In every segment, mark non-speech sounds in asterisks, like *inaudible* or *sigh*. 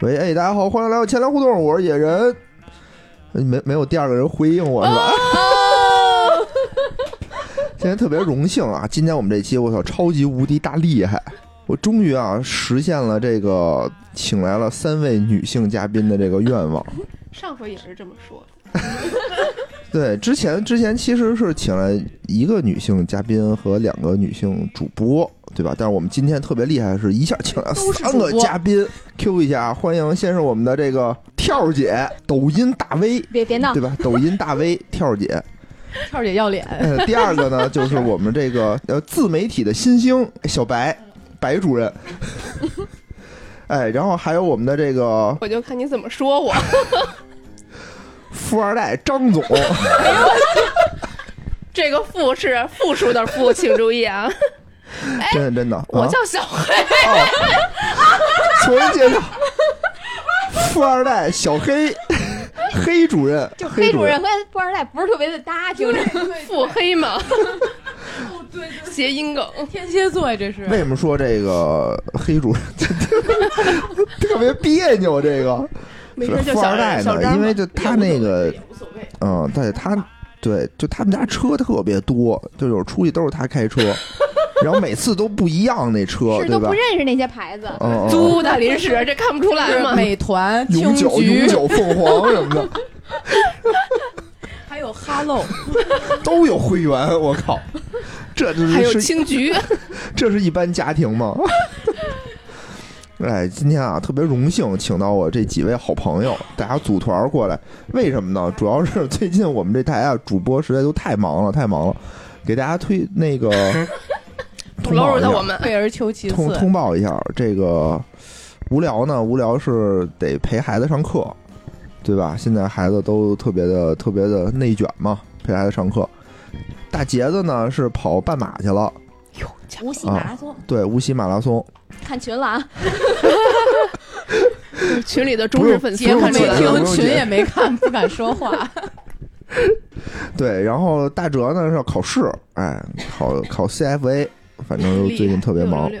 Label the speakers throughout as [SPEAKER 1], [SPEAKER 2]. [SPEAKER 1] 喂，哎，大家好，欢迎来到前粮互动，我是野人。哎没没有第二个人回应我是
[SPEAKER 2] 啊
[SPEAKER 1] 吧？ *laughs* 今天特别荣幸啊！今天我们这期我操超级无敌大厉害，我终于啊实现了这个请来了三位女性嘉宾的这个愿望。
[SPEAKER 3] 上回也是这么说的，
[SPEAKER 1] 对，之前之前其实是请了一个女性嘉宾和两个女性主播，对吧？但是我们今天特别厉害，是一下请来
[SPEAKER 2] 都是
[SPEAKER 1] 三个
[SPEAKER 2] 主播
[SPEAKER 1] 嘉宾。Q 一下啊，欢迎先是我们的这个跳姐，抖音大 V，
[SPEAKER 2] 别
[SPEAKER 4] 哎
[SPEAKER 2] 别闹
[SPEAKER 1] 对，吧？抖音大 V 跳姐。
[SPEAKER 2] 跳姐要脸，
[SPEAKER 1] 呃，第二个呢，就是我们这个呃自媒体的新星小白，白主任。 *laughs* 哎，然后还有我们的这个
[SPEAKER 3] 我就看你怎么说我。
[SPEAKER 1] 富二代张总，
[SPEAKER 3] 这个“富”是复数的“富”，请注意啊！
[SPEAKER 1] 真的真的，
[SPEAKER 3] *laughs* 我
[SPEAKER 1] 啊
[SPEAKER 3] 叫小黑，
[SPEAKER 1] 哦，重新介绍，富二代小黑， *laughs* 黑主任，
[SPEAKER 2] 就
[SPEAKER 1] 黑
[SPEAKER 2] 黑
[SPEAKER 1] 主
[SPEAKER 2] 主
[SPEAKER 1] 任
[SPEAKER 2] 任和富二代不是特别的搭，听着。
[SPEAKER 3] 腹黑嘛，
[SPEAKER 2] 对，就是
[SPEAKER 3] *laughs* 谐音梗。
[SPEAKER 2] 天蝎座呀，这是
[SPEAKER 1] 为什么说这个黑主任 *laughs* 特别别扭？这个
[SPEAKER 3] 没事就
[SPEAKER 1] 富
[SPEAKER 3] 小
[SPEAKER 1] 二代
[SPEAKER 3] 小
[SPEAKER 1] 呢，
[SPEAKER 3] 张
[SPEAKER 1] 因
[SPEAKER 3] 嘛
[SPEAKER 1] 为就他那个
[SPEAKER 3] 无所谓。
[SPEAKER 1] 嗯，对他，对，就他们家车特别多，就有出去都是他开
[SPEAKER 3] *laughs*
[SPEAKER 1] 车，然后每次都不一样那车，
[SPEAKER 2] 是
[SPEAKER 1] 哦对
[SPEAKER 2] 都
[SPEAKER 1] 吧
[SPEAKER 2] 不？认识那些牌子，
[SPEAKER 1] 嗯，嗯
[SPEAKER 3] 租的临时，这看不出来吗？
[SPEAKER 5] *laughs* 美团、
[SPEAKER 1] 永
[SPEAKER 5] 青
[SPEAKER 1] 久永
[SPEAKER 5] 桔，
[SPEAKER 1] 久凤凰什么的
[SPEAKER 5] 还有哈喽，
[SPEAKER 1] 都有会员，我靠，
[SPEAKER 3] *laughs*
[SPEAKER 1] 这这
[SPEAKER 3] 还有
[SPEAKER 1] 是
[SPEAKER 3] 青桔，
[SPEAKER 1] 这是一般家庭吗？ *laughs* 哎，今天啊，特别荣幸请到我这几位好朋友，大家组团儿过来，为什么呢？主要是最近我们这台啊，主播实在都太忙了，太忙了，给大家推那
[SPEAKER 3] *laughs*
[SPEAKER 1] 个
[SPEAKER 3] 不
[SPEAKER 1] 通
[SPEAKER 3] 搂
[SPEAKER 1] 报
[SPEAKER 3] 着
[SPEAKER 1] 一下
[SPEAKER 3] 的，我们
[SPEAKER 5] 退而求其
[SPEAKER 1] 通
[SPEAKER 5] 次。
[SPEAKER 1] 通报一下，这个无聊呢，无聊是得陪孩子上课，对吧？现在孩子都特别的特别的内卷嘛，陪孩子上课。大杰子呢是跑半马去了，啊
[SPEAKER 2] 无锡马拉松，
[SPEAKER 1] 对，无锡马拉松。
[SPEAKER 2] 看群了啊，
[SPEAKER 3] 群里的忠实粉丝
[SPEAKER 1] 不用
[SPEAKER 5] 我
[SPEAKER 3] 看
[SPEAKER 5] 没
[SPEAKER 3] 出来
[SPEAKER 1] 不用
[SPEAKER 3] 了。
[SPEAKER 5] 听群也没看，不敢说话。
[SPEAKER 1] 对，然后大哲呢是要考试，哎，
[SPEAKER 3] *laughs*
[SPEAKER 1] 考考 CFA，反正最近特别忙。
[SPEAKER 3] 六六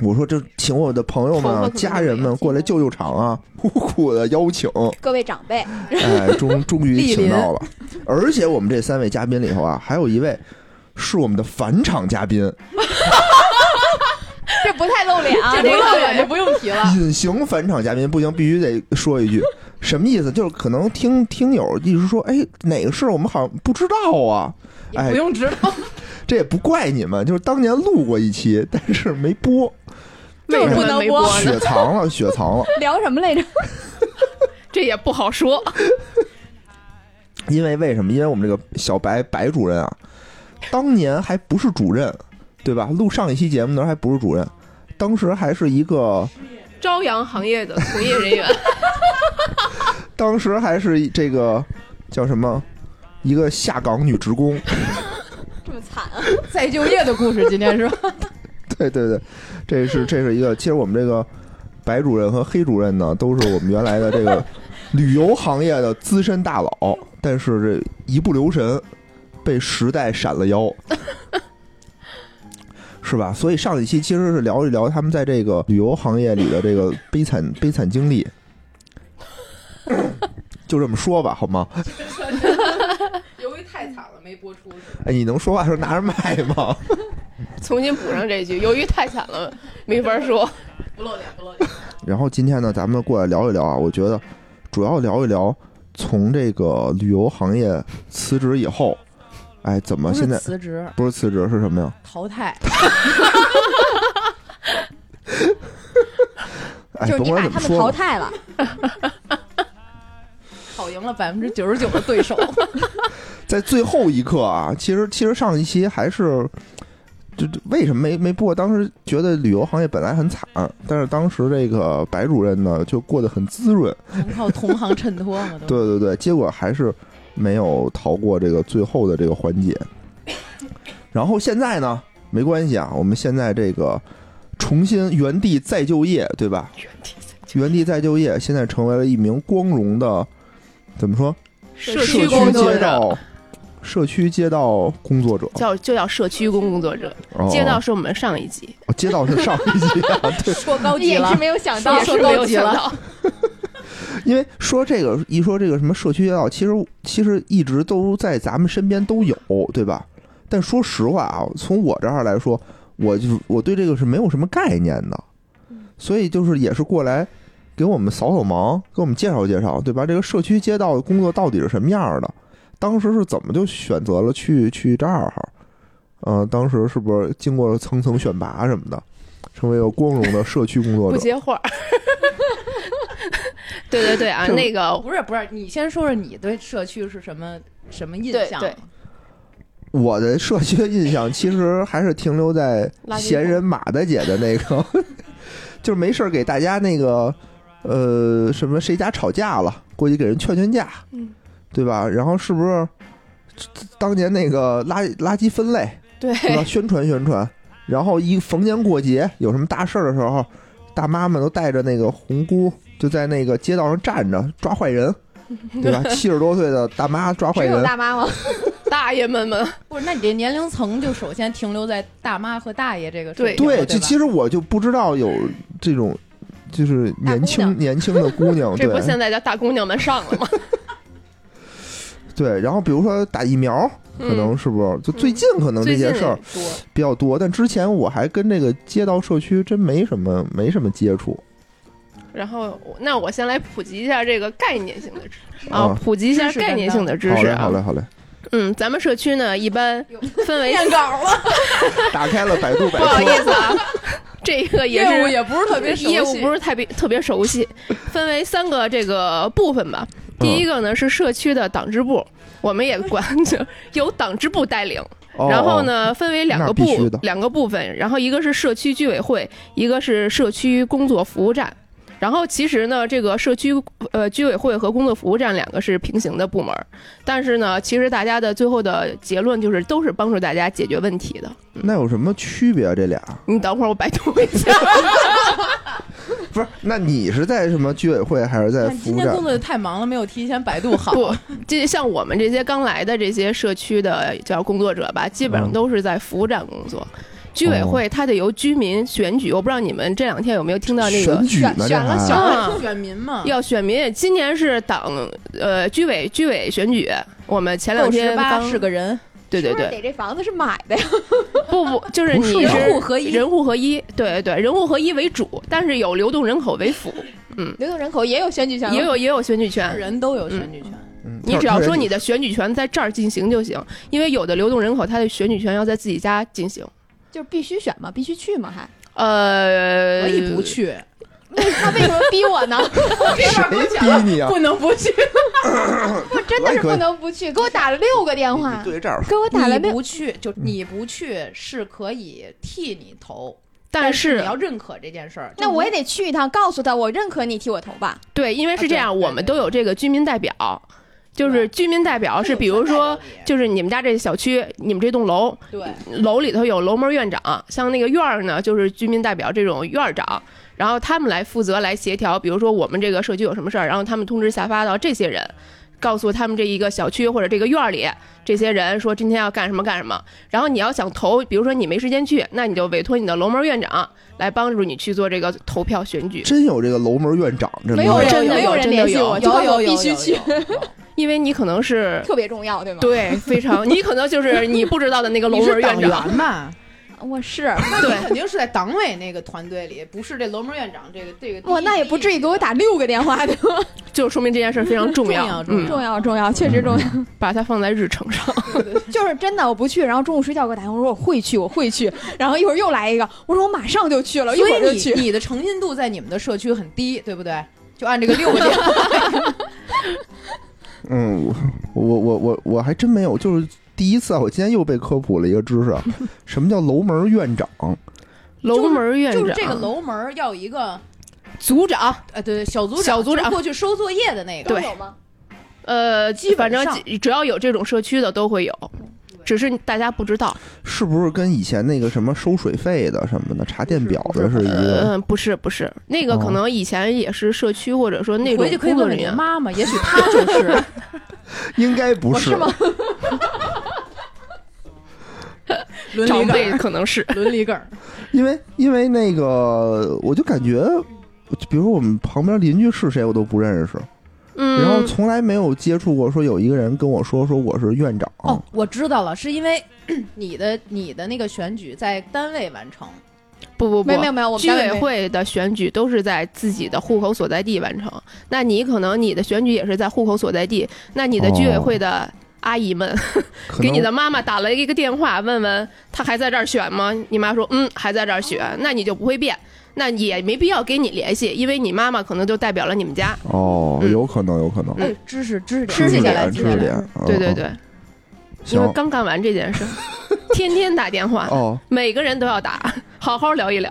[SPEAKER 3] 六
[SPEAKER 1] 我说这请我的朋友们
[SPEAKER 3] 头发
[SPEAKER 1] 啊、
[SPEAKER 3] 可能
[SPEAKER 1] 家人
[SPEAKER 3] 都没
[SPEAKER 1] 们
[SPEAKER 3] 有
[SPEAKER 1] 过来救救场啊，苦苦的邀请。
[SPEAKER 2] 各位长 *laughs* 辈，
[SPEAKER 1] 哎，终终于
[SPEAKER 5] 莅临
[SPEAKER 1] 请到了，而且我们这三位嘉宾里头啊，还有一位是我们的返场嘉宾，
[SPEAKER 2] 这不太露脸啊，
[SPEAKER 5] 这
[SPEAKER 2] 这
[SPEAKER 5] 不
[SPEAKER 2] 个
[SPEAKER 5] 用了，这不用提了。
[SPEAKER 1] 隐形返场嘉宾，不行，必须得说一句，什么意思？就是可能听听友一直说，哎，哪个是我们好像不知道啊，
[SPEAKER 5] 也
[SPEAKER 1] 哎
[SPEAKER 5] 不，用知道，
[SPEAKER 1] 这也不怪你们，就是当年录过一期，但是没播，
[SPEAKER 3] 为什么没播
[SPEAKER 2] 好
[SPEAKER 3] 呢？
[SPEAKER 1] 雪藏了，雪藏了，
[SPEAKER 2] 聊什么来着？
[SPEAKER 3] 这也不好说。
[SPEAKER 1] 因为为什么？因为我们这个小白白主任啊，当年还不是主任，对吧？录上一期节目的时候还不是主任，当时还是一个。
[SPEAKER 3] 朝阳行业的从业人员，
[SPEAKER 1] 当时还是这个叫什么一个下岗女职工，
[SPEAKER 2] 这么惨啊！
[SPEAKER 5] 再就业的故事，今天是
[SPEAKER 1] *laughs*
[SPEAKER 5] 吧？
[SPEAKER 1] 对对对，这是这是一个，其实我们这个白主任和黑主任呢，都是我们原来的这个旅游行业的资深大佬，但是这一不留神被时代闪了腰。是吧？所以上一期其实是聊一聊他们在这个旅游行业里的这个悲惨悲惨经历， *laughs* 就这么说吧，好吗？
[SPEAKER 5] *laughs* 由于太惨了，没播出。
[SPEAKER 1] 哎，你能说话的时候拿着麦吗？
[SPEAKER 3] 重新补上这句。由于太惨了，没法说。
[SPEAKER 5] 不露脸，不露脸。
[SPEAKER 1] 然后今天呢，咱们过来聊一聊啊，我觉得主要聊一聊从这个旅游行业辞职以后，哎，怎么
[SPEAKER 5] 不
[SPEAKER 1] 现
[SPEAKER 5] 是
[SPEAKER 1] 在
[SPEAKER 5] 辞职，
[SPEAKER 1] 不是辞职是什么呀？
[SPEAKER 5] 淘汰。
[SPEAKER 1] 哎，
[SPEAKER 2] 就是
[SPEAKER 1] 甭
[SPEAKER 2] 你把
[SPEAKER 1] 管怎么
[SPEAKER 2] 他们淘
[SPEAKER 1] 说吧，
[SPEAKER 2] 汰了，
[SPEAKER 5] 跑赢了百分之九十九的对手，
[SPEAKER 1] 在最后一刻啊，其实其实上一期还是。就就为什么没没播？当时觉得旅游行业本来很惨，但是当时这个白主任呢就过得很滋润，
[SPEAKER 5] 全靠同行衬托嘛，都。
[SPEAKER 1] 对对对，结果还是没有逃过这个最后的这个环节。然后现在呢，没关系啊，我们现在这个重新原地再就业，对吧？原地再就业，现在成为了一名光荣的，怎么说？
[SPEAKER 3] 社
[SPEAKER 1] 社
[SPEAKER 3] 区
[SPEAKER 1] 区
[SPEAKER 3] 工作
[SPEAKER 1] 街
[SPEAKER 3] 者，
[SPEAKER 1] 道，社区街道工作者，
[SPEAKER 3] 叫就叫社区工工作者，
[SPEAKER 1] 哦
[SPEAKER 3] 街道是我们上一级，
[SPEAKER 1] 哦街道是上一级啊，对，
[SPEAKER 5] 说高级
[SPEAKER 2] 也
[SPEAKER 5] 了
[SPEAKER 2] 是，没有想到
[SPEAKER 3] 也，是
[SPEAKER 5] 说
[SPEAKER 3] 没
[SPEAKER 5] 高
[SPEAKER 3] 有
[SPEAKER 5] 级
[SPEAKER 3] 想
[SPEAKER 5] 了
[SPEAKER 3] 到，
[SPEAKER 1] 因为说这个一说这个什么社区街道，其实其实一直都在咱们身边都有，对吧？但说实话啊，从我这儿来说，我就我对这个是没有什么概念的，所以就是也是过来给我们扫扫盲，给我们介绍介绍，对吧？这个社区街道的工作到底是什么样儿的？当时是怎么就选择了去去这儿？嗯、当时是不是经过层层选拔什么的，成为了光荣的社区工作
[SPEAKER 3] 不
[SPEAKER 1] 者？
[SPEAKER 3] 接话儿。 *laughs* 对对对啊，
[SPEAKER 1] 这
[SPEAKER 3] 那个
[SPEAKER 5] 不是不是，你先说说你对社区是什么什么印
[SPEAKER 3] 对
[SPEAKER 5] 象？
[SPEAKER 3] 对
[SPEAKER 1] 我的社区的印象其实还是停留在
[SPEAKER 3] 拉丁
[SPEAKER 1] 闲人马大姐的那个， *laughs* 就是没事儿给大家那个呃什么谁家吵架了，过去给人劝劝架，
[SPEAKER 3] 嗯
[SPEAKER 1] 对吧？然后是不是当年那个垃垃圾
[SPEAKER 2] *laughs*
[SPEAKER 1] 分类，
[SPEAKER 3] 对
[SPEAKER 1] 对吧？宣传宣传，然后一逢年过节有什么大事儿的时候，大妈们都带着那个红箍，就在那个街道上站着抓坏人，
[SPEAKER 2] *laughs*
[SPEAKER 1] 对吧？七十多岁的大妈抓坏
[SPEAKER 2] 只
[SPEAKER 1] 人
[SPEAKER 2] 有，大 *laughs* 妈吗？
[SPEAKER 3] 大爷们们，
[SPEAKER 5] 不是，那你这年龄层就首先停留在大妈和大爷这个
[SPEAKER 3] 对
[SPEAKER 5] 水平
[SPEAKER 1] 对，
[SPEAKER 5] 对
[SPEAKER 1] 这
[SPEAKER 5] 吧
[SPEAKER 1] 其实我就不知道有这种，就是年
[SPEAKER 2] 大姑
[SPEAKER 1] 轻
[SPEAKER 2] 娘
[SPEAKER 1] 年轻的姑娘，
[SPEAKER 3] *laughs* 这不
[SPEAKER 1] 对
[SPEAKER 3] 现在叫大姑娘们上了 *laughs* 吗？
[SPEAKER 1] 对。然后比如说打疫苗，可能是不是就最近可能这
[SPEAKER 3] 嗯最近
[SPEAKER 1] 些事儿
[SPEAKER 3] 多，
[SPEAKER 1] 比较多，但之前我还跟这个街道社区真没什么没什么接触
[SPEAKER 3] 然后我那我先来普及一下这个概念性的知识
[SPEAKER 1] 啊
[SPEAKER 3] 啊，普及一下
[SPEAKER 5] 知识
[SPEAKER 3] 概念性的知
[SPEAKER 1] 好
[SPEAKER 3] 识
[SPEAKER 1] 嘞，
[SPEAKER 3] 啊
[SPEAKER 1] 好。嘞，好
[SPEAKER 3] *laughs*
[SPEAKER 1] 嘞，
[SPEAKER 3] 嗯，咱们社区呢一般分 *laughs* 为
[SPEAKER 5] 念稿了，
[SPEAKER 1] 打开了百度百
[SPEAKER 3] 不好意
[SPEAKER 1] 科，
[SPEAKER 3] 思啊，这个也
[SPEAKER 5] 业务
[SPEAKER 3] 是
[SPEAKER 5] 也不是特别熟悉，
[SPEAKER 3] 业务不是特别特别熟
[SPEAKER 1] *laughs*
[SPEAKER 3] 悉，分为三个这个部分吧。
[SPEAKER 1] 嗯
[SPEAKER 3] 第一个呢是社区的党支部，我们也管就由党支部带领。
[SPEAKER 1] 哦
[SPEAKER 3] 然后？
[SPEAKER 1] 哦
[SPEAKER 3] 呢，分为两个
[SPEAKER 1] 那必须
[SPEAKER 3] 部
[SPEAKER 1] 的
[SPEAKER 3] 两个部分，然后一个是社区居委会，一个是社区工作服务站。然后其实呢，这个社区呃居委会和工作服务站两个是平行的部门儿，但是呢，其实大家的最后的结论就是都是帮助大家解决问题的。
[SPEAKER 1] 那有什么区别啊？这俩
[SPEAKER 3] 你等会儿我百度一下，
[SPEAKER 1] 不是？那你是在什么居委会还是在
[SPEAKER 5] 看
[SPEAKER 1] 服
[SPEAKER 5] 今
[SPEAKER 1] 务
[SPEAKER 5] 天
[SPEAKER 1] 站
[SPEAKER 5] 工？作也太忙了，没有提前百度好。
[SPEAKER 3] 不，这像我们这些刚来的这些社区的叫工作者吧，基本上
[SPEAKER 1] 嗯哦
[SPEAKER 3] 都是在服务站工作。居委会它得由居民选举，我不知道你们这两天有没有听到那个
[SPEAKER 1] 选举
[SPEAKER 5] 选
[SPEAKER 1] 呢？这
[SPEAKER 5] 选了
[SPEAKER 1] 还
[SPEAKER 5] 小
[SPEAKER 3] 啊
[SPEAKER 5] 选民嘛，
[SPEAKER 3] 要选民，今年是党呃居委居委选举，我们前两
[SPEAKER 5] 够十
[SPEAKER 3] 天
[SPEAKER 5] 八
[SPEAKER 3] 刚
[SPEAKER 5] 是个人，
[SPEAKER 3] 对对
[SPEAKER 2] 是不是
[SPEAKER 3] 对，
[SPEAKER 2] 得这房子是买的呀？ *laughs*
[SPEAKER 3] 不不就是
[SPEAKER 1] 不
[SPEAKER 3] 你
[SPEAKER 1] 是
[SPEAKER 3] 是
[SPEAKER 1] 人
[SPEAKER 5] 户合一
[SPEAKER 3] 人户合一，对对对，人户合一为主，但是有流动人口为辅，
[SPEAKER 2] 流动人口也有选
[SPEAKER 4] 啊
[SPEAKER 2] 举权吗，
[SPEAKER 3] 也有也有选举权。
[SPEAKER 5] 人都有选举权。
[SPEAKER 1] 嗯
[SPEAKER 3] 你
[SPEAKER 1] 他
[SPEAKER 3] 只要
[SPEAKER 1] 他
[SPEAKER 3] 说
[SPEAKER 1] 人
[SPEAKER 3] 你的选举权在这儿进行就行，因为有的流动人口他的选举权要在自己家进行，
[SPEAKER 2] 就是必须选嘛，必须去嘛， *laughs* 还嗯
[SPEAKER 3] 呃，
[SPEAKER 5] 可以不去，
[SPEAKER 2] 为他为什么逼我呢？
[SPEAKER 1] 谁逼你啊？
[SPEAKER 5] 不能不去。
[SPEAKER 2] 我 *laughs* 真的是不能不去，给我打了六个电
[SPEAKER 1] 你
[SPEAKER 2] 话，
[SPEAKER 1] 对
[SPEAKER 3] *laughs*
[SPEAKER 1] 这儿
[SPEAKER 2] 给我打了
[SPEAKER 5] 你
[SPEAKER 2] 六，
[SPEAKER 5] 不去，就你不去是可以替你投，
[SPEAKER 3] 但
[SPEAKER 5] 是
[SPEAKER 3] 是
[SPEAKER 5] 你要认可这件事儿。
[SPEAKER 2] 那我也得去一趟，告诉他我认可你替我投吧。
[SPEAKER 3] 对，因为
[SPEAKER 5] 啊
[SPEAKER 3] 是
[SPEAKER 5] 对
[SPEAKER 3] 这样，
[SPEAKER 5] 对啊
[SPEAKER 3] 我
[SPEAKER 5] 对
[SPEAKER 3] 们都有这个居民代表，就是
[SPEAKER 5] 对
[SPEAKER 3] 居民代表是比如说。就是你们家这小区，你们这栋楼，
[SPEAKER 5] 对，
[SPEAKER 3] 楼里头有楼门院长，像那个院儿呢，就是居民代表这种院儿长，然后他们来负责来协调，比如说我们这个社区有什么事儿，然后他们通知下发到这些人，告诉他们这一个小区或者这个院儿里这些人说今天要干什么干什么。然后你要想投，比如说你没时间去，那你就委托你的楼门院长来帮助你去做这个投票选
[SPEAKER 5] *laughs*
[SPEAKER 3] 举，
[SPEAKER 1] 真有这个楼门院长这么
[SPEAKER 2] 没
[SPEAKER 1] 一
[SPEAKER 2] 有
[SPEAKER 1] 个
[SPEAKER 2] 人，
[SPEAKER 3] 真的
[SPEAKER 2] 没有
[SPEAKER 3] 有
[SPEAKER 2] 人
[SPEAKER 3] 真的
[SPEAKER 2] 联系
[SPEAKER 3] 有
[SPEAKER 2] 我，
[SPEAKER 5] 有
[SPEAKER 2] 就告诉
[SPEAKER 5] 有
[SPEAKER 2] 我
[SPEAKER 5] 有
[SPEAKER 2] 必须
[SPEAKER 5] 有
[SPEAKER 2] 去
[SPEAKER 5] 有，
[SPEAKER 3] 因为你可能是
[SPEAKER 2] 特别重要，对吗？，
[SPEAKER 3] 对非常，你可能就是你不知道的那个楼
[SPEAKER 5] 你
[SPEAKER 3] 门
[SPEAKER 5] *laughs* 是啊
[SPEAKER 3] 院
[SPEAKER 5] 党
[SPEAKER 3] 长，
[SPEAKER 5] 员吧？
[SPEAKER 2] 我是
[SPEAKER 5] 那你
[SPEAKER 3] 对
[SPEAKER 5] 肯定是在党委那个团队里，不是这楼门院长这个这个。
[SPEAKER 2] 我，那也不至于给我打六个电话的，
[SPEAKER 3] 就说明这件事儿非常重
[SPEAKER 5] *laughs* 重要重
[SPEAKER 3] 嗯，
[SPEAKER 2] 重要重要，确实重要。
[SPEAKER 3] 把它放在日程上。
[SPEAKER 2] 就是真的我不去，然后中午睡觉给我打电话，我说我会去，我会去，然后一会儿又来一个，我说我马上就去了，一
[SPEAKER 5] 所
[SPEAKER 2] 会儿就
[SPEAKER 5] 以
[SPEAKER 2] 去。
[SPEAKER 5] 你你的诚信度在你们的社区很低，对不对？就按这个
[SPEAKER 2] *laughs*
[SPEAKER 5] 六个点，
[SPEAKER 1] 嗯，我我我我我还真没有，就是第一次啊，我今天又被科普了一个知识
[SPEAKER 3] *laughs*
[SPEAKER 1] 啊，什么叫楼门院长？
[SPEAKER 3] 楼门院长，
[SPEAKER 5] 就是这个楼门儿要有一个
[SPEAKER 3] 啊组长，
[SPEAKER 5] 呃，对，小组长，
[SPEAKER 3] 小组长
[SPEAKER 5] 就是过去收作业的那个，
[SPEAKER 3] 对
[SPEAKER 2] 有吗？
[SPEAKER 3] 呃，
[SPEAKER 5] 基
[SPEAKER 3] 反
[SPEAKER 5] 本
[SPEAKER 3] 正
[SPEAKER 5] 上
[SPEAKER 3] 只只要有这种社区的都会有，只是大家不知道。
[SPEAKER 1] 是不是跟以前那个什么收水费的什么的查电表的是一个？
[SPEAKER 3] 嗯，不是不是，那个
[SPEAKER 1] 哦
[SPEAKER 3] 可能以前也是社区或者说那种
[SPEAKER 5] 回去可以
[SPEAKER 3] 工作
[SPEAKER 5] 问问
[SPEAKER 3] 人 *laughs*
[SPEAKER 5] 你
[SPEAKER 3] 员。
[SPEAKER 5] 妈妈，也许她就是。
[SPEAKER 3] *laughs*
[SPEAKER 1] 应该不
[SPEAKER 2] 我是吗？
[SPEAKER 5] 伦
[SPEAKER 3] 长
[SPEAKER 5] 理
[SPEAKER 3] 辈
[SPEAKER 5] 梗儿，
[SPEAKER 3] 可能是
[SPEAKER 5] 伦理梗儿，
[SPEAKER 1] 因为因为那个，我就感觉，比如说我们旁边邻居是谁，我都不认识，*laughs*
[SPEAKER 3] 嗯，
[SPEAKER 1] 然后从来没有接触过说有一个人跟我说说我是院长，
[SPEAKER 5] 哦，我知道了，是因为 *clears throat* 你的你的那个选举在单位完成，
[SPEAKER 3] 不不不，
[SPEAKER 2] 没有没有没有，我们
[SPEAKER 3] 居
[SPEAKER 2] 单位
[SPEAKER 3] 委
[SPEAKER 2] 没
[SPEAKER 3] 会的选举都是在自己的户口所在地完成，那你可能你的选举也是在户口所在地，那你的居
[SPEAKER 1] 哦
[SPEAKER 3] 委会的阿姨们、
[SPEAKER 1] 可
[SPEAKER 3] 给
[SPEAKER 1] 能
[SPEAKER 3] 你的妈妈打了一个电话，问问她还在这儿选吗？你妈说嗯还在这儿选，那你就不会变，那也没必要给你联系，因为你妈妈可能就代表了你们家。
[SPEAKER 1] 哦，
[SPEAKER 3] 嗯
[SPEAKER 1] 有可能，有可能，
[SPEAKER 3] 嗯
[SPEAKER 5] 哎，知识知识点
[SPEAKER 1] 知
[SPEAKER 2] 识
[SPEAKER 1] 识
[SPEAKER 2] 点
[SPEAKER 5] 下来
[SPEAKER 1] 点，
[SPEAKER 5] 记
[SPEAKER 1] 知识
[SPEAKER 5] 下来，
[SPEAKER 1] 点，嗯
[SPEAKER 3] 对对，对，
[SPEAKER 1] 嗯
[SPEAKER 3] 因为
[SPEAKER 1] 行，
[SPEAKER 3] 刚干完这件事，天天打电话，
[SPEAKER 1] 哦，
[SPEAKER 3] 每个人都要打，好好聊
[SPEAKER 1] *laughs*
[SPEAKER 3] 一聊，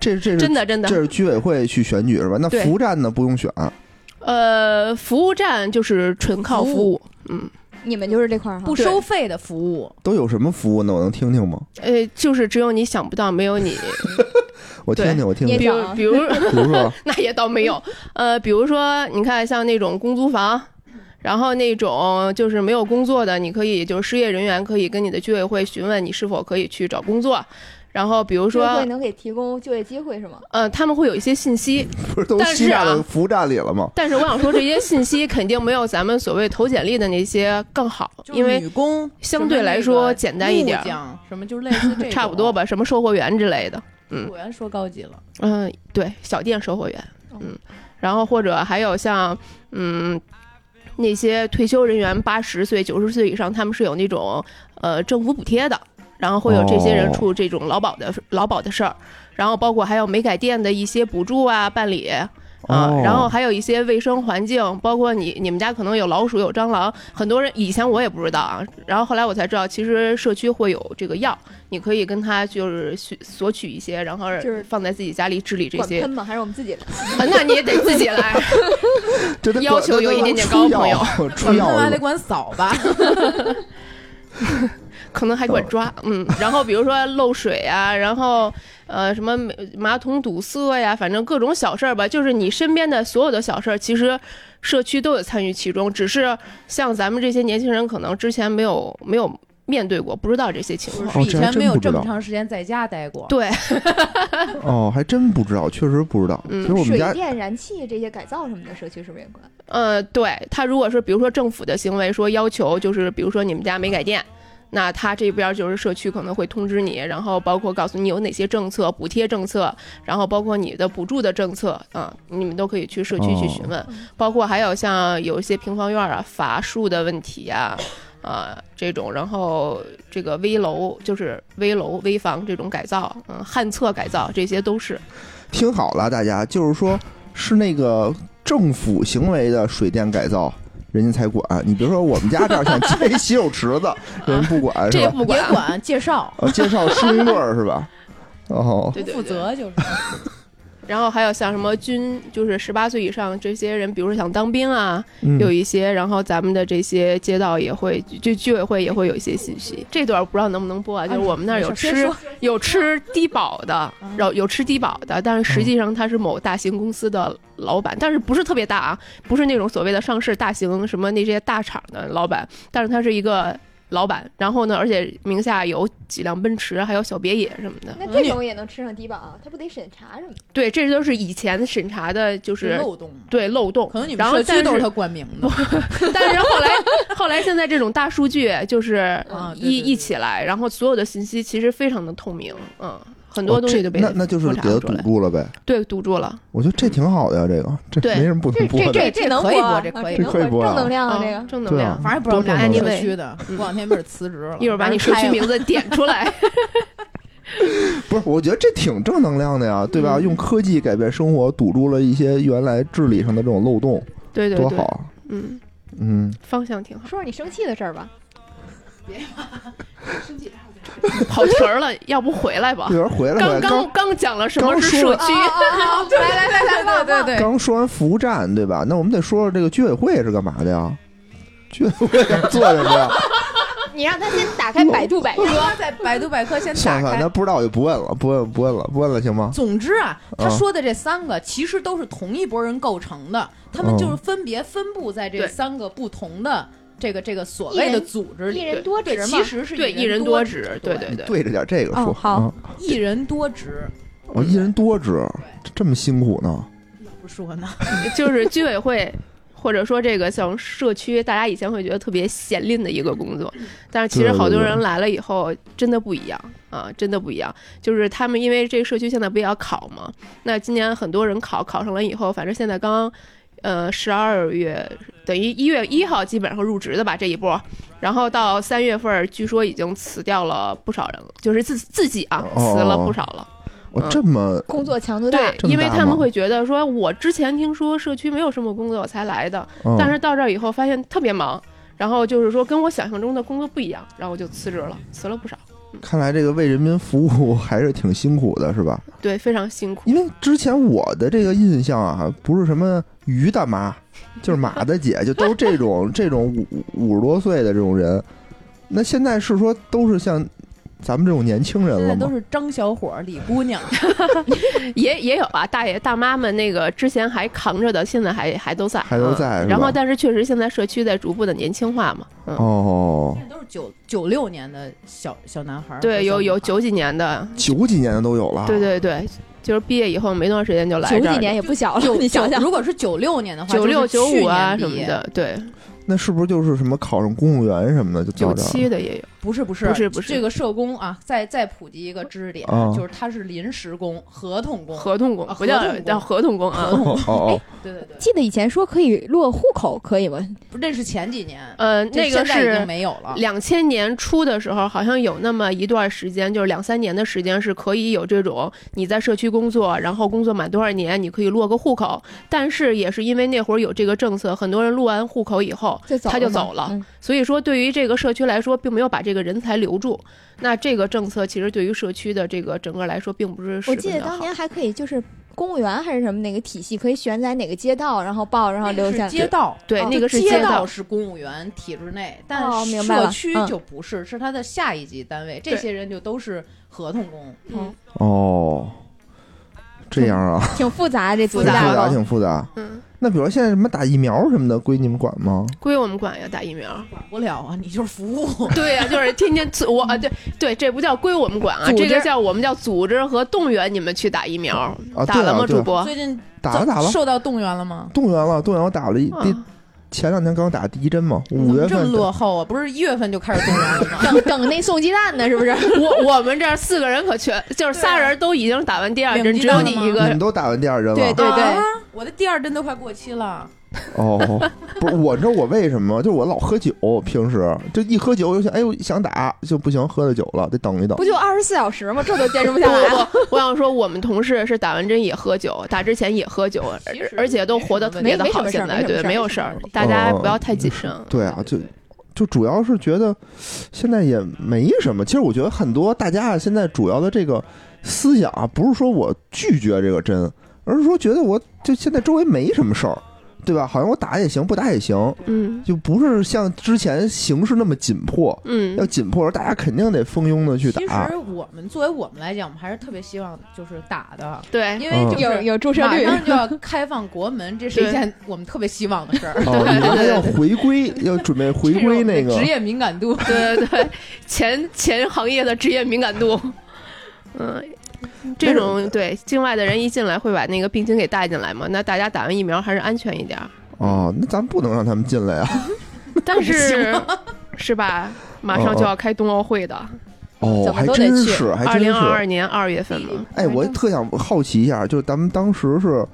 [SPEAKER 1] 这这是
[SPEAKER 3] 真的真的
[SPEAKER 1] 这。是居委会去选举是吧？那
[SPEAKER 3] 对
[SPEAKER 1] 服务站呢不用选，啊
[SPEAKER 3] 呃，服务站就是纯靠服
[SPEAKER 5] 服
[SPEAKER 3] 务，嗯，
[SPEAKER 2] 你们就是这块儿哈
[SPEAKER 5] 不收费的服务，
[SPEAKER 1] 都有什么服务呢？我能听听吗？
[SPEAKER 3] 呃，就是只有你想不到，没有你，
[SPEAKER 1] 我听
[SPEAKER 3] 对
[SPEAKER 1] 听，我听听
[SPEAKER 2] 也，
[SPEAKER 3] 比如
[SPEAKER 2] 长
[SPEAKER 3] 比如
[SPEAKER 1] *laughs* 比如说
[SPEAKER 3] *laughs* 那也倒没有，呃，比如说你看像那种公租房。然后那种就是没有工作的，你可以就是失业人员可以跟你的居委会询问你是否可以去找工作，然后比如
[SPEAKER 2] 居委
[SPEAKER 3] 说
[SPEAKER 2] 会，能给提供就业机会是吗？
[SPEAKER 3] 呃，他们会有一些信息，
[SPEAKER 1] 不是都
[SPEAKER 3] 但
[SPEAKER 1] 吸
[SPEAKER 3] 是
[SPEAKER 1] 到
[SPEAKER 3] 啊
[SPEAKER 1] 了服务站里了吗？
[SPEAKER 3] 但是我想说这些信息肯定没有咱们所谓投简历的那些更好，因为
[SPEAKER 5] 女工
[SPEAKER 3] 相对来说简单一点儿，
[SPEAKER 5] 什么就类似这
[SPEAKER 3] *laughs* 差不多
[SPEAKER 5] 吧。
[SPEAKER 3] 吧，什么售货员之类的，嗯
[SPEAKER 5] 果然说高级了，
[SPEAKER 3] 嗯，对，小店售货员，嗯，然后或者还有像嗯那些退休人员八十岁、九十岁以上，他们是有那种呃政府补贴的，然后会有这些人
[SPEAKER 1] 哦
[SPEAKER 3] 出这种劳保的、劳保的事儿，然后包括还有煤改电的一些补助啊、办理。啊
[SPEAKER 1] 哦，
[SPEAKER 3] 然后还有一些卫生环境，包括你你们家可能有老鼠、有蟑螂，很多人以前我也不知道啊，然后后来我才知道，其实社区会有这个药，你可以跟他就是去索取一些，然后
[SPEAKER 2] 就是
[SPEAKER 3] 放在自己家里治理这
[SPEAKER 2] 管
[SPEAKER 3] 些。
[SPEAKER 2] 喷吗？还是我们自己来？
[SPEAKER 3] 啊那你也得自己来，
[SPEAKER 1] 这得
[SPEAKER 3] 要
[SPEAKER 1] 管
[SPEAKER 3] 求有一点点
[SPEAKER 1] 那
[SPEAKER 3] 高
[SPEAKER 1] 那
[SPEAKER 3] 朋 *laughs* 友嗯
[SPEAKER 1] 出药
[SPEAKER 5] 我
[SPEAKER 1] 出
[SPEAKER 5] 们
[SPEAKER 1] 药
[SPEAKER 5] 还
[SPEAKER 1] 是吧
[SPEAKER 5] 得管扫吧，
[SPEAKER 3] 可能还管抓，嗯。然后比如说漏水啊，然后呃什么马马桶堵塞呀，反正各种小事儿吧，就是你身边的所有的小事儿，其实社区都有参与其中，只是像咱们这些年轻人可能之前没有没有面对过，不知道这些情
[SPEAKER 5] 就
[SPEAKER 3] 况。
[SPEAKER 5] 是以
[SPEAKER 1] 哦这还
[SPEAKER 5] 前
[SPEAKER 1] 真
[SPEAKER 5] 没有
[SPEAKER 1] 不知
[SPEAKER 5] 这么
[SPEAKER 1] 道
[SPEAKER 5] 长时间在家待过。
[SPEAKER 3] 对，
[SPEAKER 1] 哦，还真不知道，确实不知道。
[SPEAKER 3] 嗯
[SPEAKER 1] 其实我们
[SPEAKER 2] 水
[SPEAKER 1] 家
[SPEAKER 2] 电、燃气这些改造什么的，社区是不是也管？
[SPEAKER 3] 呃，对他如果是比如说政府的行为说要求，就是比如说你们家没改电，那他这边就是社区可能会通知你，然后包括告诉你有哪些政策、补贴政策，然后包括你的补助的政策啊、你们都可以去社区去询问，包括还有像有一些平房院啊、法术的问题呀、啊，这种，然后这个危楼就是危楼、危房这种改造，嗯，旱厕改造这些都是，
[SPEAKER 1] 听好了，大家就是说是那个政府行为的水电改造。人家才管你，比如说我们家这儿想建一 *laughs* 洗手池子，人不管是
[SPEAKER 3] 这
[SPEAKER 1] 吧？
[SPEAKER 3] 不管
[SPEAKER 5] 也管介绍，
[SPEAKER 1] 呃，介绍施工队儿是吧？哦，
[SPEAKER 3] *laughs* 对
[SPEAKER 5] 不
[SPEAKER 3] 对
[SPEAKER 5] 负
[SPEAKER 3] 对
[SPEAKER 5] 责就是。
[SPEAKER 3] 然后还有像什么军，就是十八岁以上这些人，比如说想当兵啊，
[SPEAKER 1] 嗯
[SPEAKER 3] 有一些，然后咱们的这些街道也会，就居委会也会有一些信息。这段不知道能不能播啊？就是我们那儿有
[SPEAKER 5] 没事
[SPEAKER 3] 吃
[SPEAKER 5] 先说
[SPEAKER 3] *laughs* 有吃低保的
[SPEAKER 5] 啊，
[SPEAKER 3] 然后有吃低保的，但是实际上他是某大型公司的老板，但是不是特别大啊，不是那种所谓的上市大型什么那些大厂的老板，但是他是一个老板。然后呢，而且名下有几辆奔驰，还有小别野什么的。
[SPEAKER 2] 那这种也能吃上低保啊？他不得审查什么的？
[SPEAKER 3] 对，这都是以前审查的，就是
[SPEAKER 5] 漏洞嘛，
[SPEAKER 3] 对漏洞，
[SPEAKER 5] 可能你们
[SPEAKER 3] 然后
[SPEAKER 5] 社区
[SPEAKER 3] 但
[SPEAKER 5] 都是
[SPEAKER 3] 是
[SPEAKER 5] 他冠名的。
[SPEAKER 3] 但是后来后来现在这种大数据就是
[SPEAKER 2] 嗯
[SPEAKER 5] 啊对
[SPEAKER 3] 一
[SPEAKER 5] 对对
[SPEAKER 3] 一起来，然后所有的信息其实非常的透明，嗯，很多
[SPEAKER 1] 哦
[SPEAKER 3] 东西
[SPEAKER 1] 这
[SPEAKER 3] 都被
[SPEAKER 1] 那那就是
[SPEAKER 3] 复
[SPEAKER 1] 给
[SPEAKER 3] 查
[SPEAKER 1] 他
[SPEAKER 3] 出
[SPEAKER 1] 堵
[SPEAKER 3] 来，
[SPEAKER 1] 住了呗。
[SPEAKER 3] 对，堵住了，
[SPEAKER 1] 我觉得这挺好的呀，这个这
[SPEAKER 3] 对
[SPEAKER 1] 没什么不能播
[SPEAKER 2] 这
[SPEAKER 1] 的。
[SPEAKER 2] 这
[SPEAKER 5] 这
[SPEAKER 2] 能
[SPEAKER 5] 可以
[SPEAKER 2] 播
[SPEAKER 5] 播
[SPEAKER 2] 啊，
[SPEAKER 5] 这可以
[SPEAKER 2] 这能
[SPEAKER 1] 播这可以播啊
[SPEAKER 2] 正能
[SPEAKER 5] 哦
[SPEAKER 2] 量啊，
[SPEAKER 3] 啊
[SPEAKER 2] 这个
[SPEAKER 3] 正能
[SPEAKER 1] 对
[SPEAKER 3] 量
[SPEAKER 1] 啊。
[SPEAKER 5] 反正不知道我们
[SPEAKER 3] 多
[SPEAKER 5] 俩哪
[SPEAKER 3] 正
[SPEAKER 5] 个
[SPEAKER 3] 能嗯
[SPEAKER 5] 社区的，过两天没准辞职了。
[SPEAKER 3] 一会儿把你
[SPEAKER 5] 反
[SPEAKER 3] 社
[SPEAKER 5] 正
[SPEAKER 3] 区
[SPEAKER 5] 开
[SPEAKER 3] 名
[SPEAKER 5] *laughs* 了
[SPEAKER 3] 字点出来，
[SPEAKER 1] 不是，我觉得这挺正能量的呀，对吧？
[SPEAKER 3] 嗯
[SPEAKER 1] 用科技改变生活，堵住了一些原来治理上的这种漏洞，
[SPEAKER 3] 对对
[SPEAKER 1] 多
[SPEAKER 3] 对
[SPEAKER 1] 好，啊。
[SPEAKER 3] 嗯，
[SPEAKER 1] 嗯，
[SPEAKER 3] 方向挺好，
[SPEAKER 2] 说说你生气的事儿吧。
[SPEAKER 3] 跑题儿了，要不回来吧
[SPEAKER 1] 一？会儿回来回
[SPEAKER 3] 啊
[SPEAKER 1] 来
[SPEAKER 3] 刚刚刚讲了什么
[SPEAKER 1] 刚
[SPEAKER 3] 是
[SPEAKER 1] 说
[SPEAKER 3] 社区？
[SPEAKER 2] 啊
[SPEAKER 5] 啊
[SPEAKER 2] *laughs* 对，来来来来
[SPEAKER 5] 对
[SPEAKER 2] 来，
[SPEAKER 5] 对对，
[SPEAKER 1] 刚说完服务站，对吧？那我们得说说这个居委会是干嘛的呀？居委会做什
[SPEAKER 3] *laughs*
[SPEAKER 1] 么呀？
[SPEAKER 2] 你让他先打开百度百 *laughs* 科，
[SPEAKER 5] 哥在百度百科先打
[SPEAKER 1] 算了，
[SPEAKER 5] 开
[SPEAKER 1] 那。不知道我就不问了，不问不问了，不问了行吗？
[SPEAKER 5] 总之啊，他
[SPEAKER 1] 啊
[SPEAKER 3] 嗯
[SPEAKER 5] 说的这三个其实都是同一拨人构成的，他们
[SPEAKER 1] 嗯
[SPEAKER 5] 就是分别分布在这
[SPEAKER 3] 对
[SPEAKER 5] 三个不同的这个这个所谓的组织
[SPEAKER 4] 一
[SPEAKER 5] 里，
[SPEAKER 4] 人多
[SPEAKER 5] 对，
[SPEAKER 4] 职嘛
[SPEAKER 5] 其，实是
[SPEAKER 3] 对
[SPEAKER 5] 一
[SPEAKER 3] 一人
[SPEAKER 5] 多
[SPEAKER 3] 多职，
[SPEAKER 5] 对
[SPEAKER 3] 对对
[SPEAKER 1] 你
[SPEAKER 3] 对。
[SPEAKER 1] 对着点这个说。
[SPEAKER 2] 哦好
[SPEAKER 1] 啊，
[SPEAKER 5] 一人多职，
[SPEAKER 1] 我一人多职，这这么辛苦呢？
[SPEAKER 5] 不
[SPEAKER 1] *laughs*
[SPEAKER 5] 说呢，
[SPEAKER 3] 就是居委会，或者说这个像社区，大家以前会觉得特别闲吝的一个工作，但是其实
[SPEAKER 1] 对
[SPEAKER 3] 好多
[SPEAKER 1] 对对
[SPEAKER 3] 人来了以后，真的不一样啊，真的不一样。就是他们因为这个社区现在不也要考嘛，那今年很多人考考上了以后，反正现在刚。呃，十二月等于一月一号基本上入职的吧这一波，然后到三月份儿，据说已经辞掉了不少人了，就是自自己啊
[SPEAKER 1] 哦
[SPEAKER 3] 辞了不少了。
[SPEAKER 1] 我
[SPEAKER 3] 嗯
[SPEAKER 1] 这么
[SPEAKER 4] 工作强度大，
[SPEAKER 3] 对
[SPEAKER 1] 这，么
[SPEAKER 3] 因为
[SPEAKER 1] 大
[SPEAKER 3] 他
[SPEAKER 1] 吗
[SPEAKER 3] 们会觉得说，我之前听说社区没有什么工作我才来的，
[SPEAKER 1] 嗯
[SPEAKER 3] 但是到这儿以后发现特别忙，然后就是说跟我想象中的工作不一样，然后我就辞职了，辞了不少，
[SPEAKER 1] 看来这个为人民服务还是挺辛苦的，是吧？
[SPEAKER 3] 对，非常辛苦。
[SPEAKER 1] 因为之前我的这个印象啊，不是什么鱼大妈，就是马大姐，就都是这种这种五五十多岁的这种人。那现在是说都是像咱们这种年轻人
[SPEAKER 5] 现
[SPEAKER 1] 了
[SPEAKER 5] 在都
[SPEAKER 1] 吗？
[SPEAKER 5] 是张小伙儿、李姑娘， *laughs*
[SPEAKER 3] 也也有啊，大爷大妈们那个之前还扛着的，现在还还都在，
[SPEAKER 1] 还都在是
[SPEAKER 3] 嗯
[SPEAKER 1] 吧
[SPEAKER 3] 然后，但是确实现在社区在逐步的年轻化嘛，嗯，
[SPEAKER 1] 哦，
[SPEAKER 5] 现在都是九九六年的小小男孩儿和小女孩儿，
[SPEAKER 3] 对，有有九几年的，
[SPEAKER 1] 九几年的都有了，
[SPEAKER 3] 对对对，就是毕业以后没多长时间就来
[SPEAKER 2] 九
[SPEAKER 3] 这
[SPEAKER 2] 几
[SPEAKER 3] 儿了
[SPEAKER 2] 年也不小了，
[SPEAKER 5] 九
[SPEAKER 2] 你想想，
[SPEAKER 5] 如果是九六年的话，
[SPEAKER 3] 九六九
[SPEAKER 5] 就是去
[SPEAKER 3] 五啊
[SPEAKER 5] 年
[SPEAKER 3] 什
[SPEAKER 5] 毕
[SPEAKER 3] 么
[SPEAKER 5] 业，
[SPEAKER 3] 的，对，
[SPEAKER 1] 那是不是就是什么考上公务员什么的就
[SPEAKER 3] 九
[SPEAKER 1] 到这儿
[SPEAKER 3] 七
[SPEAKER 1] 了？
[SPEAKER 3] 的也有，
[SPEAKER 5] 不是不是
[SPEAKER 3] 不是不是
[SPEAKER 5] 这个社工啊，再再普及一个知识点
[SPEAKER 1] 啊，
[SPEAKER 5] 就是他是临时工、合同工，
[SPEAKER 3] 合同工
[SPEAKER 5] 啊
[SPEAKER 3] 不叫
[SPEAKER 5] 合同工
[SPEAKER 3] 叫合同工啊，
[SPEAKER 1] 哦哦，
[SPEAKER 5] 对对对，
[SPEAKER 4] 记得以前说可以落户口，可以吗？
[SPEAKER 5] 那是前几年， *laughs*
[SPEAKER 3] 呃，
[SPEAKER 5] 这
[SPEAKER 3] 那个
[SPEAKER 5] 现在已经
[SPEAKER 3] 是
[SPEAKER 5] 没有了。
[SPEAKER 3] 两千年初的时候，好像有那么一段时间，就是两三年的时间是可以有这种你在社区工作，然后工作满多少年，你可以落个户口。但是也是因为那会儿有这个政策，很多人落完户口以后，
[SPEAKER 4] 就走
[SPEAKER 3] 他就
[SPEAKER 4] 吗
[SPEAKER 3] 走了
[SPEAKER 4] 嗯
[SPEAKER 3] 所以说对于这个社区来说，并没有把这个人才留住。那这个政策其实对于社区的这个整个来说，并不是十分
[SPEAKER 4] 我记得
[SPEAKER 3] 的好
[SPEAKER 4] 当年还可以就是。公务员还是什么哪个体系可以选在哪个街道，然后报，然后留下
[SPEAKER 5] 是街道，
[SPEAKER 3] 对、
[SPEAKER 4] 哦
[SPEAKER 3] 那个是
[SPEAKER 5] 街
[SPEAKER 3] 道
[SPEAKER 5] 道。是公务员体制内，但
[SPEAKER 4] 哦明白了
[SPEAKER 5] 社区
[SPEAKER 4] 嗯
[SPEAKER 5] 就不是，是他的下一级单位。这些人就都是合同工，
[SPEAKER 3] 嗯
[SPEAKER 1] 哦，这样啊，
[SPEAKER 4] 挺复杂这
[SPEAKER 1] 挺
[SPEAKER 4] 组
[SPEAKER 1] 复
[SPEAKER 4] 织架
[SPEAKER 1] 杂，
[SPEAKER 4] 构。
[SPEAKER 1] 挺复杂。
[SPEAKER 3] 嗯，
[SPEAKER 1] 那比如现在什么打疫苗什么的，归你们管吗？
[SPEAKER 3] 归我们管呀，打疫苗。
[SPEAKER 5] 管不了啊，你就是
[SPEAKER 1] *laughs*
[SPEAKER 5] 服务。
[SPEAKER 3] *laughs* 对呀、就是天天组我
[SPEAKER 1] 嗯
[SPEAKER 3] 啊，对对，这不叫归我们管啊，
[SPEAKER 4] 组织
[SPEAKER 3] 这个叫我们叫组织和动员你们去打疫苗，
[SPEAKER 1] 啊，
[SPEAKER 3] 打
[SPEAKER 1] 对
[SPEAKER 3] 了吗，
[SPEAKER 1] 啊，对
[SPEAKER 3] 主
[SPEAKER 1] 啊，
[SPEAKER 3] 播？
[SPEAKER 5] 最近
[SPEAKER 1] 打了打了，
[SPEAKER 5] 受到动员了吗？
[SPEAKER 1] 动员了，动员我打了一第
[SPEAKER 3] 啊
[SPEAKER 1] 前两天刚打第一针嘛，
[SPEAKER 5] 怎
[SPEAKER 1] 五
[SPEAKER 5] 么
[SPEAKER 1] 月
[SPEAKER 5] 这么
[SPEAKER 1] 份
[SPEAKER 5] 落后啊？不是一月份就开始动员了
[SPEAKER 1] *laughs*
[SPEAKER 5] 吗？
[SPEAKER 4] 等等那送鸡蛋呢，是 *laughs* 不是？
[SPEAKER 3] 我我们这儿四个人可全，就是仨人都已经打完第二针，
[SPEAKER 5] 领
[SPEAKER 3] 只
[SPEAKER 5] 鸡
[SPEAKER 3] 有
[SPEAKER 5] 蛋
[SPEAKER 3] 你一
[SPEAKER 1] 啊你
[SPEAKER 3] 个
[SPEAKER 1] 们。都打完第二针了，
[SPEAKER 4] 对对对
[SPEAKER 5] 啊，我的第二针都快过期了。
[SPEAKER 1] 哦，不是我知道我为什么，就是我老喝酒，平时就一喝酒就想，哎呦想打就不行，喝了酒了得等一等
[SPEAKER 2] 不。就二十四小时吗？这都坚持不
[SPEAKER 3] 不
[SPEAKER 2] 下来。
[SPEAKER 3] 不不，我想说，我们同事是打完针也喝酒，打之前也喝酒，而
[SPEAKER 5] 其实
[SPEAKER 3] 而且都活得特别的
[SPEAKER 4] 没什
[SPEAKER 3] 好。
[SPEAKER 4] 么事儿
[SPEAKER 3] 现在
[SPEAKER 4] 没什么
[SPEAKER 3] 对，
[SPEAKER 4] 事儿
[SPEAKER 3] 没有事儿，大家不要太谨慎。
[SPEAKER 1] 哦对啊，就就主要是觉得现在也没什么。其实我觉得很多大家啊现在主要的这个思想啊，不是说我拒绝这个针，而是说觉得我就现在周围没什么事儿，对吧？好像我打也行，不打也行，
[SPEAKER 3] 嗯
[SPEAKER 1] 就不是像之前形势那么紧迫。要
[SPEAKER 3] 嗯，
[SPEAKER 1] 紧迫，大家肯定得蜂拥的去
[SPEAKER 5] 其
[SPEAKER 1] 打
[SPEAKER 5] 实。我们作为我们来讲，我们还是特别希望就是打的，
[SPEAKER 3] 对，
[SPEAKER 5] 因为
[SPEAKER 1] 嗯
[SPEAKER 5] 就是
[SPEAKER 2] 有有注射
[SPEAKER 5] 马
[SPEAKER 2] 率，
[SPEAKER 5] 上
[SPEAKER 2] *laughs*
[SPEAKER 5] 就要开放国门，这是一件我们特别希望的
[SPEAKER 1] *laughs*
[SPEAKER 5] 事儿。
[SPEAKER 1] 哦，你们还要回归， *laughs* 要准备回归那
[SPEAKER 5] 这是我们的
[SPEAKER 1] 个
[SPEAKER 5] 职业敏感度，
[SPEAKER 3] *laughs* 对对对，前前行业的职业敏感度， *laughs* 嗯。这种对境外的人一进来会把那个病菌给带进来嘛？那大家打完疫苗还是安全一
[SPEAKER 1] *laughs*
[SPEAKER 3] 点儿，
[SPEAKER 1] 哦，那咱不能让他们进来啊！
[SPEAKER 3] 但是是吧？ *laughs* 马上就要开冬奥会的，
[SPEAKER 1] 哦，
[SPEAKER 4] 怎么
[SPEAKER 1] 还
[SPEAKER 4] 都得
[SPEAKER 1] 真
[SPEAKER 4] 去
[SPEAKER 1] 是，还
[SPEAKER 3] 二
[SPEAKER 1] 真
[SPEAKER 3] 零二
[SPEAKER 1] 是。
[SPEAKER 3] 二年二月份嘛。
[SPEAKER 1] *laughs* 哎，我特想好奇一下，就是咱们当时是，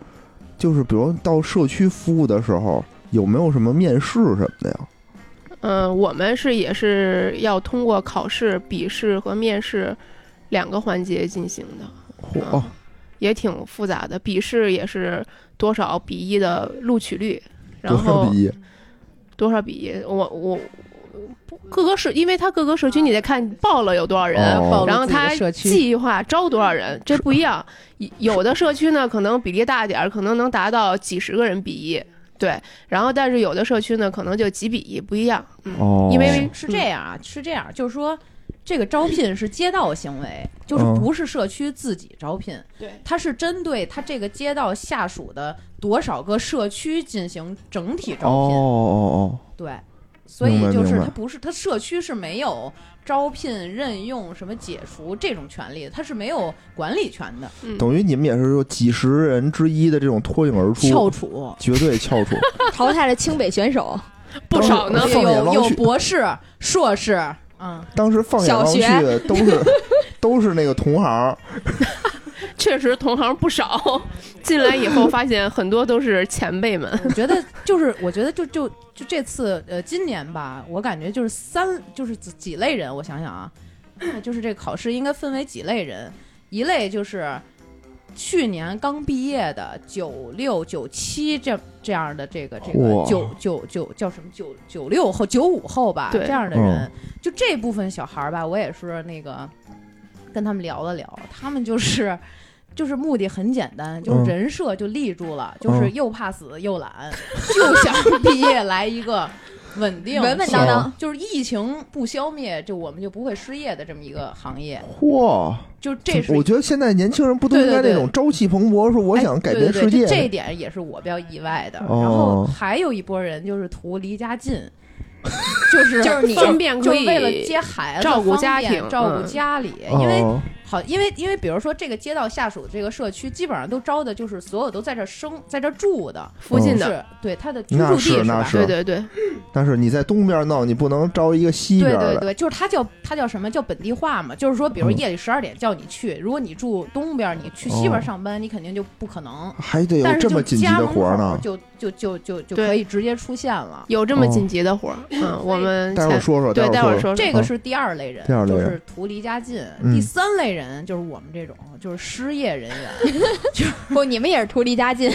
[SPEAKER 1] 就是比如到社区服务的时候，有没有什么面试什么的呀？
[SPEAKER 3] 嗯，我们是也是要通过考试、笔试和面试两个环节进行的。
[SPEAKER 1] 嚯哦，
[SPEAKER 3] 也挺复杂的，笔试也是多少比一的录取率，然
[SPEAKER 1] 多少
[SPEAKER 3] 后
[SPEAKER 1] 比一？
[SPEAKER 3] 多少比一，我我不各个社，因为他各个社区你得看报了有多少人，
[SPEAKER 1] 哦
[SPEAKER 5] 暴露
[SPEAKER 3] 然后
[SPEAKER 5] 自己的
[SPEAKER 3] 他
[SPEAKER 5] 社区
[SPEAKER 3] 计划招多少人，这不一样。有有的社区呢，可能比例大点儿，可能能达到几十个人比一，对。然后但是有的社区呢，可能就几比一，不一样。嗯，
[SPEAKER 1] 哦，
[SPEAKER 3] 因为
[SPEAKER 5] 是这样啊，是这样，就是说。这个招聘是街道行为，就是
[SPEAKER 1] 嗯
[SPEAKER 5] 不是社区自己招聘，
[SPEAKER 3] 对
[SPEAKER 5] 它是针对它这个街道下属的多少个社区进行整体招聘，
[SPEAKER 1] 哦哦哦，
[SPEAKER 5] 对，所以
[SPEAKER 1] 哦明白
[SPEAKER 5] 就是
[SPEAKER 1] 明白
[SPEAKER 5] 它不是它社区是没有招聘、任用、什么解除这种权利的，它是没有管理权的，
[SPEAKER 1] 等于你们也是说几十人之一的这种脱颖而
[SPEAKER 5] 翘
[SPEAKER 1] 出，
[SPEAKER 5] 楚。
[SPEAKER 1] 绝对翘楚。
[SPEAKER 4] *laughs* 淘汰了清北选手，
[SPEAKER 3] 不少呢
[SPEAKER 1] 当。时放眼
[SPEAKER 5] 有
[SPEAKER 1] 望
[SPEAKER 5] 有
[SPEAKER 1] 去，
[SPEAKER 5] 博士、硕士，嗯，
[SPEAKER 1] 当时放眼望去
[SPEAKER 2] 小
[SPEAKER 1] 都
[SPEAKER 5] *laughs*
[SPEAKER 1] 是都是那个同行，
[SPEAKER 3] 确实同行不少，进来以后发现很多都是前辈们。
[SPEAKER 5] 我觉得就是，我觉得就就就这次呃，今年吧，我感觉就是三就是几几类人，我想想啊， *coughs* 就是这考试应该分为几类人，一类就是去年刚毕业的九六九七这这样的这个这个
[SPEAKER 1] 哇
[SPEAKER 5] 九九九叫什么九九六后九五后吧
[SPEAKER 3] 对
[SPEAKER 5] 这样的人，
[SPEAKER 1] 嗯
[SPEAKER 5] 就这部分小孩儿吧，我也是那个跟他们聊了聊，他们就是。就是目的很简单，就是
[SPEAKER 1] 嗯
[SPEAKER 5] 人设就立住了，就是
[SPEAKER 1] 嗯
[SPEAKER 5] 又怕死又懒，就想毕业来一个稳
[SPEAKER 4] *laughs*
[SPEAKER 5] 定、
[SPEAKER 4] 稳稳当当。
[SPEAKER 5] 就是疫情不消灭，就我们就不会失业的这么一个行业，
[SPEAKER 1] 嚯！
[SPEAKER 5] 就这是
[SPEAKER 1] 我觉得现在年轻人不都应该那
[SPEAKER 5] 对对对
[SPEAKER 1] 种朝气蓬勃，说我
[SPEAKER 5] 哎
[SPEAKER 1] 想改
[SPEAKER 5] 对
[SPEAKER 1] 变
[SPEAKER 5] 对
[SPEAKER 1] 世
[SPEAKER 5] 对
[SPEAKER 1] 界
[SPEAKER 5] 这这一点也是我比较意外的。
[SPEAKER 1] 哦
[SPEAKER 5] 然后还有一波人就是图离家近，
[SPEAKER 3] *laughs*
[SPEAKER 5] 就是
[SPEAKER 4] 就是你
[SPEAKER 3] 方便
[SPEAKER 5] 就
[SPEAKER 3] 可
[SPEAKER 5] 是
[SPEAKER 3] 以
[SPEAKER 5] 为了接孩子，
[SPEAKER 3] 照顾家
[SPEAKER 5] 方便
[SPEAKER 3] 庭
[SPEAKER 5] 照顾
[SPEAKER 3] 嗯
[SPEAKER 5] 家里，因为
[SPEAKER 1] 哦，
[SPEAKER 5] 好，因为因为比如说这个街道下属的这个社区，基本上都招的就是所有都在这儿生在这儿住的，
[SPEAKER 3] 附近的
[SPEAKER 5] 是对他的居
[SPEAKER 1] 那
[SPEAKER 5] 住
[SPEAKER 1] 是
[SPEAKER 5] 地
[SPEAKER 1] 那
[SPEAKER 5] 吧？
[SPEAKER 1] 哦是
[SPEAKER 3] 对对对，
[SPEAKER 1] 但是你在东边闹，你不能招一个西
[SPEAKER 5] 对
[SPEAKER 1] 边
[SPEAKER 5] 对
[SPEAKER 1] 的。
[SPEAKER 5] 对，就是他叫他叫什么叫本地化嘛？就是说，比如
[SPEAKER 1] 嗯
[SPEAKER 5] 夜里十二点叫你去，如果你住东边，你去西边
[SPEAKER 1] 哦
[SPEAKER 5] 上班，你肯定就不可能。
[SPEAKER 1] 还得
[SPEAKER 5] 但
[SPEAKER 1] 哎有
[SPEAKER 5] 是
[SPEAKER 1] 这
[SPEAKER 5] 就
[SPEAKER 1] 么紧急
[SPEAKER 5] 家
[SPEAKER 1] 的
[SPEAKER 5] 门
[SPEAKER 1] 活儿呢
[SPEAKER 5] 口。就就就就就
[SPEAKER 3] 对
[SPEAKER 5] 可以直接出现了。
[SPEAKER 3] 有这么紧急的活儿，嗯，我们
[SPEAKER 1] 哦待会儿
[SPEAKER 3] 前
[SPEAKER 1] 说说，
[SPEAKER 3] 对待
[SPEAKER 1] 会
[SPEAKER 3] 会
[SPEAKER 1] 儿
[SPEAKER 3] 儿说说
[SPEAKER 5] 这个是第二类人，
[SPEAKER 1] 第二类
[SPEAKER 5] 就
[SPEAKER 1] 人
[SPEAKER 5] 是图离家近。
[SPEAKER 1] 嗯
[SPEAKER 5] 第三类人就是我们这种，就是失业人啊员。
[SPEAKER 4] 不，你们也是图离家近，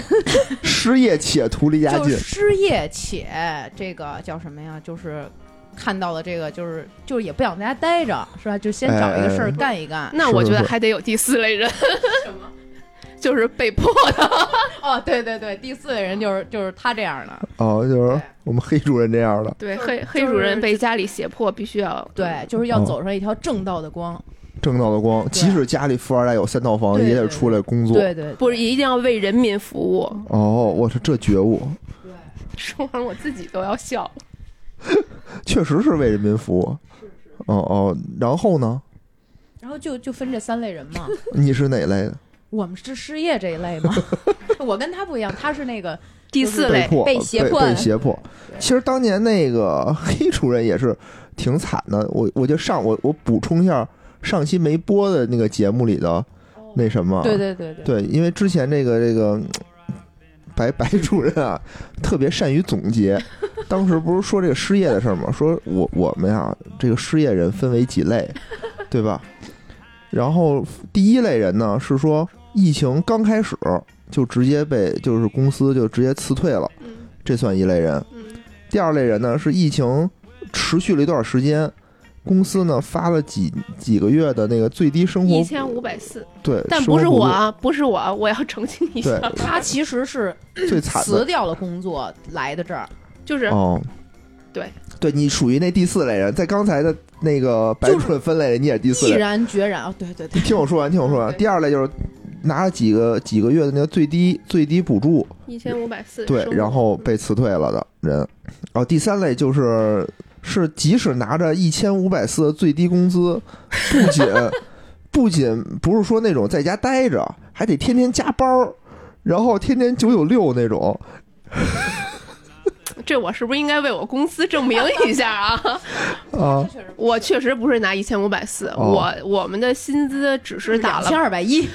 [SPEAKER 1] 失业且图离 *laughs* 家
[SPEAKER 5] 就
[SPEAKER 1] 近
[SPEAKER 5] 是，失业且这个叫什么呀？就是看到了这个，就是就是也不想在家待着，是吧？就先找一个事
[SPEAKER 1] 哎哎哎
[SPEAKER 5] 儿干一干。
[SPEAKER 3] *laughs* 那
[SPEAKER 1] 是
[SPEAKER 3] 我觉
[SPEAKER 1] 是
[SPEAKER 3] 得
[SPEAKER 1] 是
[SPEAKER 3] 还得有第四类人， *laughs* 就是被迫的。 *laughs*
[SPEAKER 5] 哦，对对对，第四个人就是就是他这样的，
[SPEAKER 1] 哦，就是
[SPEAKER 5] 对
[SPEAKER 1] 我们黑主任这样的
[SPEAKER 3] 对，
[SPEAKER 5] 就是
[SPEAKER 3] 黑黑
[SPEAKER 5] 就是
[SPEAKER 3] 主任被家里胁迫，必须要
[SPEAKER 5] 对，就是要
[SPEAKER 1] 哦
[SPEAKER 5] 走上一条正道的光。
[SPEAKER 1] 正道的光，即使家里富二代有三套房，
[SPEAKER 5] 对
[SPEAKER 1] 也得
[SPEAKER 5] 对
[SPEAKER 1] 出来工作。
[SPEAKER 5] 对对，
[SPEAKER 3] 不是一定要为人民服务。
[SPEAKER 1] 哦，我是这觉悟，
[SPEAKER 3] *laughs* 说完我自己都要笑。
[SPEAKER 1] 确实是为人民服务。哦哦，然后呢？
[SPEAKER 5] 然后就就分这三类人
[SPEAKER 3] *laughs*
[SPEAKER 5] 嘛。
[SPEAKER 1] 你是哪类的？
[SPEAKER 5] 我们是失业这一类嘛，我跟他不一样，他是那个
[SPEAKER 3] 第
[SPEAKER 5] 就是
[SPEAKER 3] 四
[SPEAKER 1] 被
[SPEAKER 3] 类，
[SPEAKER 1] 迫
[SPEAKER 4] 被胁迫
[SPEAKER 1] 被被胁迫。其实当年那个黑主任也是挺惨的，我我就上我我补充一下上期没播的那个节目里的那什么，
[SPEAKER 5] 对对对对，
[SPEAKER 1] 啊对，因为之前这个这个嗯白白主任啊，特别善于总
[SPEAKER 3] *laughs*
[SPEAKER 1] 结。当时不是说这个失业的事儿吗？说我我们啊，这个失业人分为几
[SPEAKER 3] *laughs*
[SPEAKER 1] 类，对吧？然后第一类人呢是说疫情刚开始就直接被就是公司就直接辞退了，
[SPEAKER 3] 嗯
[SPEAKER 1] 这算一类人。
[SPEAKER 3] 嗯，
[SPEAKER 1] 第二类人呢是疫情持续了一段时间，公司呢发了几几个月的那个最低生活
[SPEAKER 3] 一千五百四，
[SPEAKER 1] 对，
[SPEAKER 3] 但
[SPEAKER 1] 呃生
[SPEAKER 3] 不
[SPEAKER 1] 活
[SPEAKER 3] 是
[SPEAKER 1] 补
[SPEAKER 3] 我
[SPEAKER 1] 助
[SPEAKER 3] 啊，不是我啊，我要澄清 *laughs* 一下，
[SPEAKER 1] 对
[SPEAKER 5] 他其实是
[SPEAKER 1] 最惨的
[SPEAKER 5] 辞嗯掉了工作来的这儿，
[SPEAKER 3] 就是
[SPEAKER 1] 哦，
[SPEAKER 3] 对，
[SPEAKER 1] 对你属于那第四类人，在刚才的那个白
[SPEAKER 5] 就是
[SPEAKER 1] 蠢分类里，你也是第四
[SPEAKER 5] 毅
[SPEAKER 1] 类。
[SPEAKER 5] 然决然啊，对对对，
[SPEAKER 1] 听我说完，听我说完。
[SPEAKER 3] 对
[SPEAKER 1] 第二类就是拿了几个几个月的那个最低最低补助，
[SPEAKER 3] 一千五百四。
[SPEAKER 1] 对，然后被辞退了的人。然后第三类就是是即使拿着一千五百四的最低工资，不仅 *laughs* 不仅不是说那种在家待着，还得天天加班儿，然后天天九九六那种。
[SPEAKER 3] 这我是不是应该为我公司证明一
[SPEAKER 1] *laughs*
[SPEAKER 3] 下啊？
[SPEAKER 1] 啊，
[SPEAKER 3] 我确实不是拿一千五百四，
[SPEAKER 1] 哦
[SPEAKER 3] 我我们的薪资只是打了
[SPEAKER 5] 千二百一，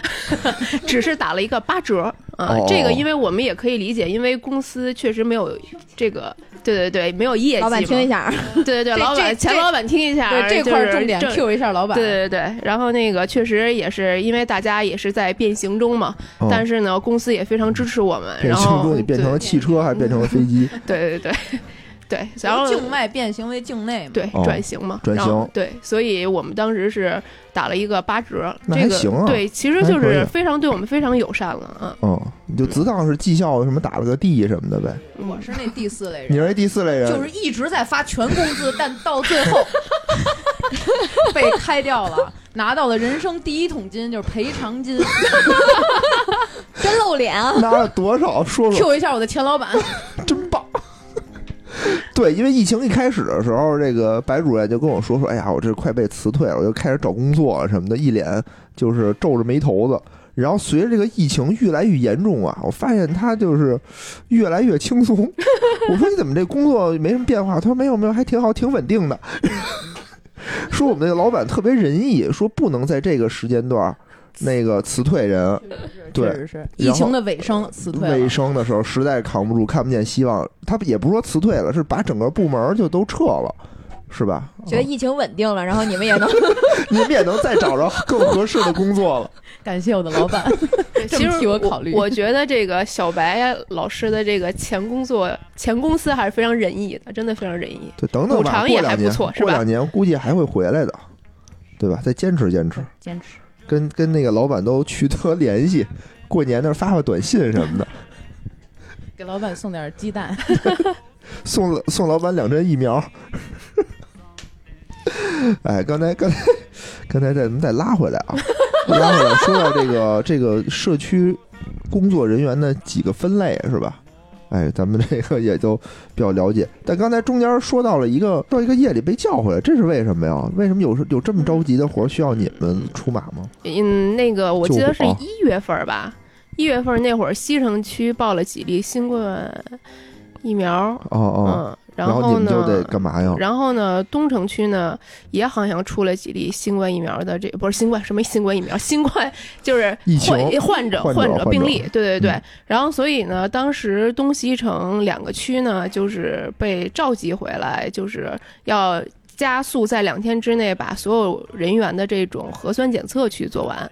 [SPEAKER 3] 只是打了一个八折啊、
[SPEAKER 1] 哦
[SPEAKER 3] 这个因为我们也可以理解，因为公司确实没有这个，对对对，没有业绩。
[SPEAKER 4] 老板听一
[SPEAKER 3] 下，
[SPEAKER 4] 下，
[SPEAKER 3] 对对对，
[SPEAKER 5] 这
[SPEAKER 3] 老板
[SPEAKER 5] 这
[SPEAKER 3] 前
[SPEAKER 5] 这
[SPEAKER 3] 老板听一下，
[SPEAKER 5] 对这块
[SPEAKER 3] 就
[SPEAKER 5] 儿
[SPEAKER 3] 是
[SPEAKER 5] 重点
[SPEAKER 3] 正
[SPEAKER 5] Q 一下老板。
[SPEAKER 3] 对对对，然后那个确实也是因为大家也是在变形中嘛，
[SPEAKER 1] 嗯
[SPEAKER 3] 但是呢，公司也非常支持我们，
[SPEAKER 1] 变
[SPEAKER 3] 然
[SPEAKER 1] 形
[SPEAKER 3] 后
[SPEAKER 1] 中你变成了汽车，还变成了飞机。
[SPEAKER 3] 对对对对对，然后
[SPEAKER 5] 由境外变形为境内嘛。
[SPEAKER 3] 对
[SPEAKER 1] 哦
[SPEAKER 3] 转型嘛，
[SPEAKER 1] 转
[SPEAKER 3] 然后
[SPEAKER 1] 型
[SPEAKER 3] 对，所以我们当时是打了一个八折，
[SPEAKER 1] 那
[SPEAKER 3] 这
[SPEAKER 1] 还
[SPEAKER 3] 个
[SPEAKER 1] 行啊
[SPEAKER 3] 对，其实
[SPEAKER 1] 那还
[SPEAKER 3] 就
[SPEAKER 1] 可以
[SPEAKER 3] 是非常对我们非常友善了啊。
[SPEAKER 1] 嗯，你就只当是绩效什么打了个 D 什么的呗。
[SPEAKER 3] 嗯
[SPEAKER 5] 我是那第四类
[SPEAKER 1] 你
[SPEAKER 5] 人，
[SPEAKER 1] 是第四类人，
[SPEAKER 5] 就是一直在发全工资，但到最
[SPEAKER 3] *laughs*
[SPEAKER 5] 后被开掉了，拿到了人生第一桶金，就是赔偿金。
[SPEAKER 4] 真露脸啊！啊
[SPEAKER 1] 哦拿了多少？说说， *laughs*
[SPEAKER 5] Q 一下我的前老板，
[SPEAKER 1] 真棒！对，因为疫情一开始的时候，这个白主任就跟我说说，哎呀，我这快被辞退了，我就开始找工作啊什么的，一脸就是皱着眉头子。然后随着这个疫情越来越严重啊，我发现他就是越来越轻松。 *laughs* 我说你怎么这工作没什么变化？他说没有没有，还挺好，挺稳定的。 *laughs* 说我们那个老板特别仁义，说不能在这个时间段儿那个辞退人，啊对
[SPEAKER 5] 确实是
[SPEAKER 1] 然
[SPEAKER 5] 疫
[SPEAKER 1] 后呃
[SPEAKER 5] 情的尾声辞退
[SPEAKER 1] 卫
[SPEAKER 5] 了，
[SPEAKER 1] 生的时候实在扛不住，看不见希望，他也不是说辞退了，是把整个部门儿就都撤了，是吧？哦
[SPEAKER 4] 觉得疫情稳定了，然后你们也能
[SPEAKER 1] 你们也能再找着更合适的工作了。
[SPEAKER 5] 感谢我的老板。
[SPEAKER 1] *laughs*
[SPEAKER 3] 对
[SPEAKER 5] 这
[SPEAKER 3] 其
[SPEAKER 5] 么
[SPEAKER 3] 实
[SPEAKER 5] 替我考虑
[SPEAKER 3] 我觉得这个小白老师的这个前工作、前公司还是非常仁义的，真的非常仁义。
[SPEAKER 1] 对，等等
[SPEAKER 3] *laughs* 补
[SPEAKER 1] 吧，
[SPEAKER 3] 偿
[SPEAKER 1] 过
[SPEAKER 3] 也还
[SPEAKER 1] 两
[SPEAKER 3] 不
[SPEAKER 1] 年，
[SPEAKER 3] 错是
[SPEAKER 1] 过
[SPEAKER 3] 吧
[SPEAKER 1] 两年估计还会回来的，对吧？再坚持坚持，
[SPEAKER 5] 坚持。
[SPEAKER 1] 跟跟那个老板都取得联系，过年那儿发发短信什么的，
[SPEAKER 5] 给老板送点鸡蛋，
[SPEAKER 1] 送了送老板两针疫苗。 *laughs* 哎，刚才刚才刚才再咱们再拉回来
[SPEAKER 3] *laughs*
[SPEAKER 1] 啊，拉回来说到这个这个社区工作人员的几个分类是吧？哎，咱们这个也都比较了解。但刚才中间说到了一个，到一个夜里被叫回来，这是为什么呀？为什么有时有这么着急的活儿需要你们出马吗？
[SPEAKER 3] 嗯，那个我
[SPEAKER 1] 就
[SPEAKER 3] 记得是
[SPEAKER 1] 啊
[SPEAKER 3] 一月份儿吧，一月份儿那会儿西城区报了几例新冠疫苗，
[SPEAKER 1] 哦哦，
[SPEAKER 3] 嗯，
[SPEAKER 1] 然
[SPEAKER 3] 后
[SPEAKER 1] 你们就得
[SPEAKER 3] 呢？
[SPEAKER 1] 干嘛呀？
[SPEAKER 3] 然后呢，东城区呢也好像出了几例新冠疫苗的这不是新冠什么新冠疫苗，新冠就是
[SPEAKER 1] 疫情
[SPEAKER 3] 患患者
[SPEAKER 1] 患者患者
[SPEAKER 3] 病例，对对对。
[SPEAKER 1] 嗯
[SPEAKER 3] 然后所以呢，当时东西城两个区呢就是被召集回来，就是要。加速在两天之内把所有人员的这种核酸检测去做完，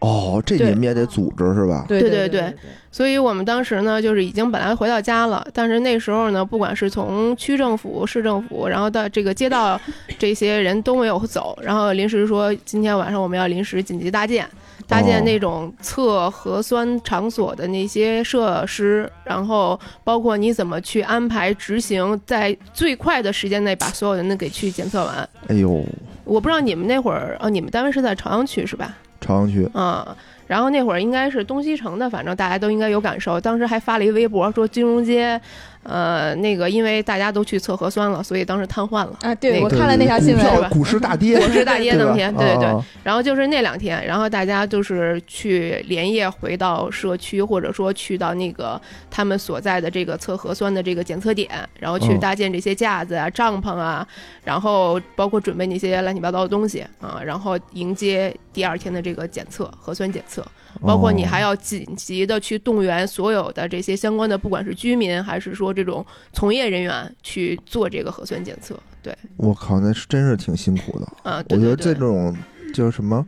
[SPEAKER 1] 哦，这
[SPEAKER 3] 对
[SPEAKER 1] 你们也得组织是吧？
[SPEAKER 5] 对
[SPEAKER 3] 对
[SPEAKER 5] 对
[SPEAKER 3] 对对所以我们当时呢，就是已经本来回到家了，但是那时候呢，不管是从区政府、市政府，然后到这个街道，这些人都没有走，然后临时说今天晚上我们要临时紧急搭建，搭建那种测核酸场所的那些设施，然后包括你怎么去安排执行，在最快的时间内把所有人给去检测完。
[SPEAKER 1] 哎呦，
[SPEAKER 3] 我不知道你们那会儿，哦，你们单位是在朝阳区是吧？
[SPEAKER 1] 朝阳区
[SPEAKER 3] 嗯，然后那会儿应该是东西城的，反正大家都应该有感受。当时还发了一微博说金融街，呃，那个因为大家都去测核酸了，所以当时瘫
[SPEAKER 4] *laughs*
[SPEAKER 3] 痪了。
[SPEAKER 2] 啊，
[SPEAKER 3] 那
[SPEAKER 2] 对
[SPEAKER 1] 哎
[SPEAKER 3] 个
[SPEAKER 2] 我看了那条
[SPEAKER 1] 股
[SPEAKER 2] 新闻，
[SPEAKER 1] 票股市大跌，
[SPEAKER 3] 股市大跌
[SPEAKER 1] 对吧
[SPEAKER 3] 当天，对对
[SPEAKER 1] 啊
[SPEAKER 3] 对
[SPEAKER 1] 啊，
[SPEAKER 3] 然后就是那两天，然后大家就是去连夜回到社区，或者说去到那个他们所在的这个测核酸的这个检测点，然后去
[SPEAKER 1] 嗯
[SPEAKER 3] 搭建这些架子啊、帐篷啊，然后包括准备那些乱七八糟的东西啊，然后迎接第二天的这个检测核酸检测。包括
[SPEAKER 1] 哦
[SPEAKER 3] 你还要紧急的去动员所有的这些相关的，不管是居民还是说这种从业人员去做这个核酸检测。对，
[SPEAKER 1] 我靠，那是真是挺辛苦的。
[SPEAKER 3] 啊，
[SPEAKER 1] 我
[SPEAKER 3] 对
[SPEAKER 1] 觉得
[SPEAKER 3] 对
[SPEAKER 1] 这
[SPEAKER 3] 对，
[SPEAKER 1] 种就是什么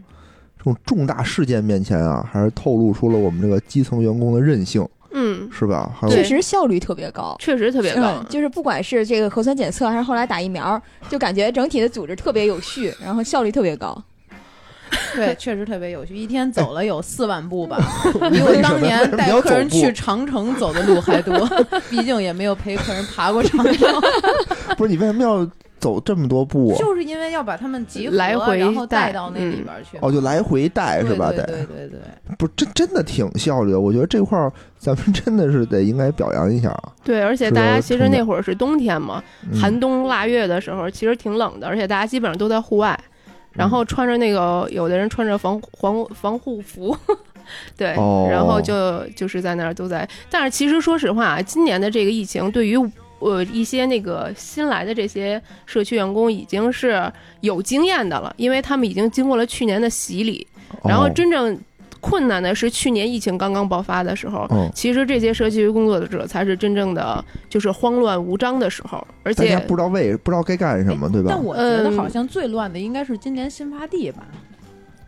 [SPEAKER 1] 这种重大事件面前啊，还是透露出了我们这个基层员工的韧性，
[SPEAKER 3] 嗯，
[SPEAKER 1] 是吧？还有
[SPEAKER 4] 确
[SPEAKER 3] 对
[SPEAKER 4] 实效率特别高。
[SPEAKER 3] 确实特别高
[SPEAKER 4] 嗯，。就是不管是这个核酸检测，还是后来打疫苗，就感觉整体的组织特别有序，然后效率特别高。
[SPEAKER 5] 对，确实特别有趣。一天走了有四万步
[SPEAKER 1] *laughs*
[SPEAKER 5] 吧，
[SPEAKER 1] 为
[SPEAKER 5] 比我
[SPEAKER 1] 什
[SPEAKER 5] 当
[SPEAKER 1] 么
[SPEAKER 5] 年
[SPEAKER 1] 为什么
[SPEAKER 5] 带
[SPEAKER 1] 要
[SPEAKER 5] 客人
[SPEAKER 1] 走步
[SPEAKER 5] 去长城走的路还多。 *laughs* 毕竟也没有陪客人爬过长城，
[SPEAKER 1] 不是你为什么要走这么多步啊？
[SPEAKER 5] 就是因为要把他们集合，
[SPEAKER 3] 来回
[SPEAKER 5] 然后带
[SPEAKER 3] 带
[SPEAKER 5] 到那里边儿去。
[SPEAKER 1] 哦，就来回带
[SPEAKER 5] 对
[SPEAKER 1] 是吧？
[SPEAKER 5] 对
[SPEAKER 1] 得
[SPEAKER 5] 对对对，
[SPEAKER 1] 不是，这真的挺效率的。我觉得这块儿咱们真的是得应该表扬一下啊。
[SPEAKER 3] 对，而且大
[SPEAKER 1] 是
[SPEAKER 3] 家
[SPEAKER 1] 吧
[SPEAKER 3] 其实
[SPEAKER 1] 成本
[SPEAKER 3] 那会儿是冬天嘛，
[SPEAKER 1] 嗯
[SPEAKER 3] 寒冬腊月的时候，其实挺冷的，而且大家基本上都在户外，然
[SPEAKER 1] 嗯
[SPEAKER 3] 后穿着那个有的人穿着防防防护服， *laughs* 对，
[SPEAKER 1] 哦
[SPEAKER 3] 然后就就是在那儿都在。但是其实说实话啊，今年的这个疫情对于呃一些那个新来的这些社区员工已经是有经验的了，因为他们已经经过了去年的洗礼，然后
[SPEAKER 1] 哦
[SPEAKER 3] 真正困难的是去年疫情刚刚爆发的时候，
[SPEAKER 1] 嗯
[SPEAKER 3] 其实这些社区工作者才是真正的就是慌乱无章的时候，而
[SPEAKER 1] 大家
[SPEAKER 3] 且
[SPEAKER 1] 不知道为不知道该干什么，对吧
[SPEAKER 5] 但？我觉得
[SPEAKER 3] 嗯
[SPEAKER 5] 好像最乱的应该是今年新发地吧，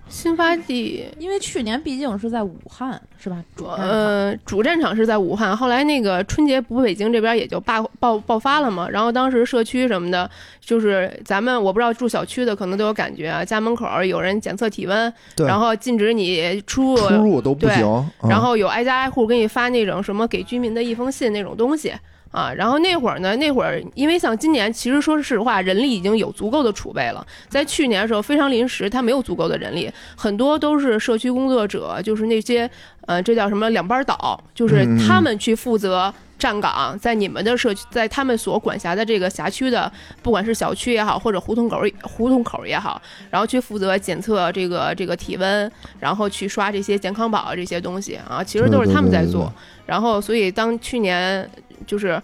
[SPEAKER 3] 新发地。
[SPEAKER 5] 因为去年毕竟是在武汉，是吧？主办方
[SPEAKER 3] 呃，主战场是在武汉，后来那个春节不北京这边也就爆爆爆发了嘛。然后当时社区什么的，就是咱们我不知道住小区的可能都有感觉啊，家门口有人检测体温，
[SPEAKER 1] 对
[SPEAKER 3] 然后禁止你出入，
[SPEAKER 1] 出入都不
[SPEAKER 3] 对
[SPEAKER 1] 行，嗯
[SPEAKER 3] 然后有挨家挨户给你发那种什么给居民的一封信那种东西啊。然后那会儿呢，那会儿因为像今年，其实说实话，人力已经有足够的储备了。在去年的时候，非常临时，他没有足够的人力，很多都是社区工作者，就是那些呃，这叫什么两班倒，就是
[SPEAKER 1] 嗯嗯嗯
[SPEAKER 3] 他们去负责。站岗在你们的社区，在他们所管辖的这个辖区的，不管是小区也好，或者胡同口胡同口也好，然后去负责检测这个这个体温，然后去刷这些健康宝这些东西啊，其实都是他们在做。
[SPEAKER 1] 嗯
[SPEAKER 3] 嗯
[SPEAKER 1] 对对对对
[SPEAKER 3] 然后，所以当去年就是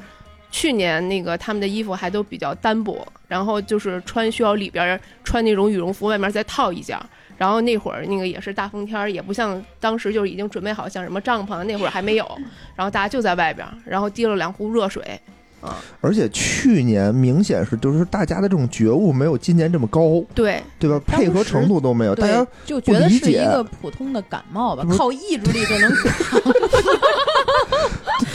[SPEAKER 3] 去年那个他们的衣服还都比较单薄，然后就是穿需要里边儿穿那种羽绒服，外面再套一件儿。然后那会儿那个也是大风天儿，也不像当时就是已经准备好像什么帐篷啊，那会儿还没有。然后大家就在外边儿，然后滴了两壶热水，
[SPEAKER 1] 而且去年明显是就是大家的这种觉悟没有今年这么高，
[SPEAKER 3] 对，
[SPEAKER 1] 对吧？
[SPEAKER 5] 当时
[SPEAKER 1] 配合程度都没
[SPEAKER 3] 呃
[SPEAKER 1] 有，大家
[SPEAKER 5] 对，就觉得
[SPEAKER 1] 不理
[SPEAKER 5] 是一
[SPEAKER 1] 解
[SPEAKER 5] 个普通的感冒吧
[SPEAKER 1] 这不，是
[SPEAKER 5] 靠意志力就
[SPEAKER 3] *laughs*
[SPEAKER 5] 能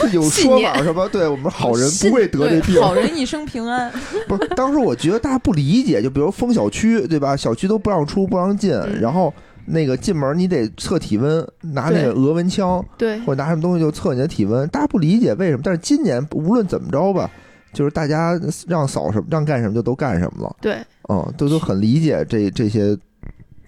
[SPEAKER 1] 这
[SPEAKER 5] *laughs*
[SPEAKER 1] 有说法什么？对我们好人不会得这病
[SPEAKER 5] 对，好人一生平安。
[SPEAKER 1] 不是？当时我觉得大家不理解，就比如封小区，对吧？小区都不让出，不让进，
[SPEAKER 3] 嗯
[SPEAKER 1] 然后那个进门你得测体温，拿那
[SPEAKER 3] 对
[SPEAKER 1] 个额温枪
[SPEAKER 3] 对，
[SPEAKER 1] 或者拿什么东西就测你的体温，大家不理解为什么。但是今年无论怎么着吧，就是大家让扫什么，让干什么就都干什么了，
[SPEAKER 3] 对
[SPEAKER 1] 嗯，都都很理解这这些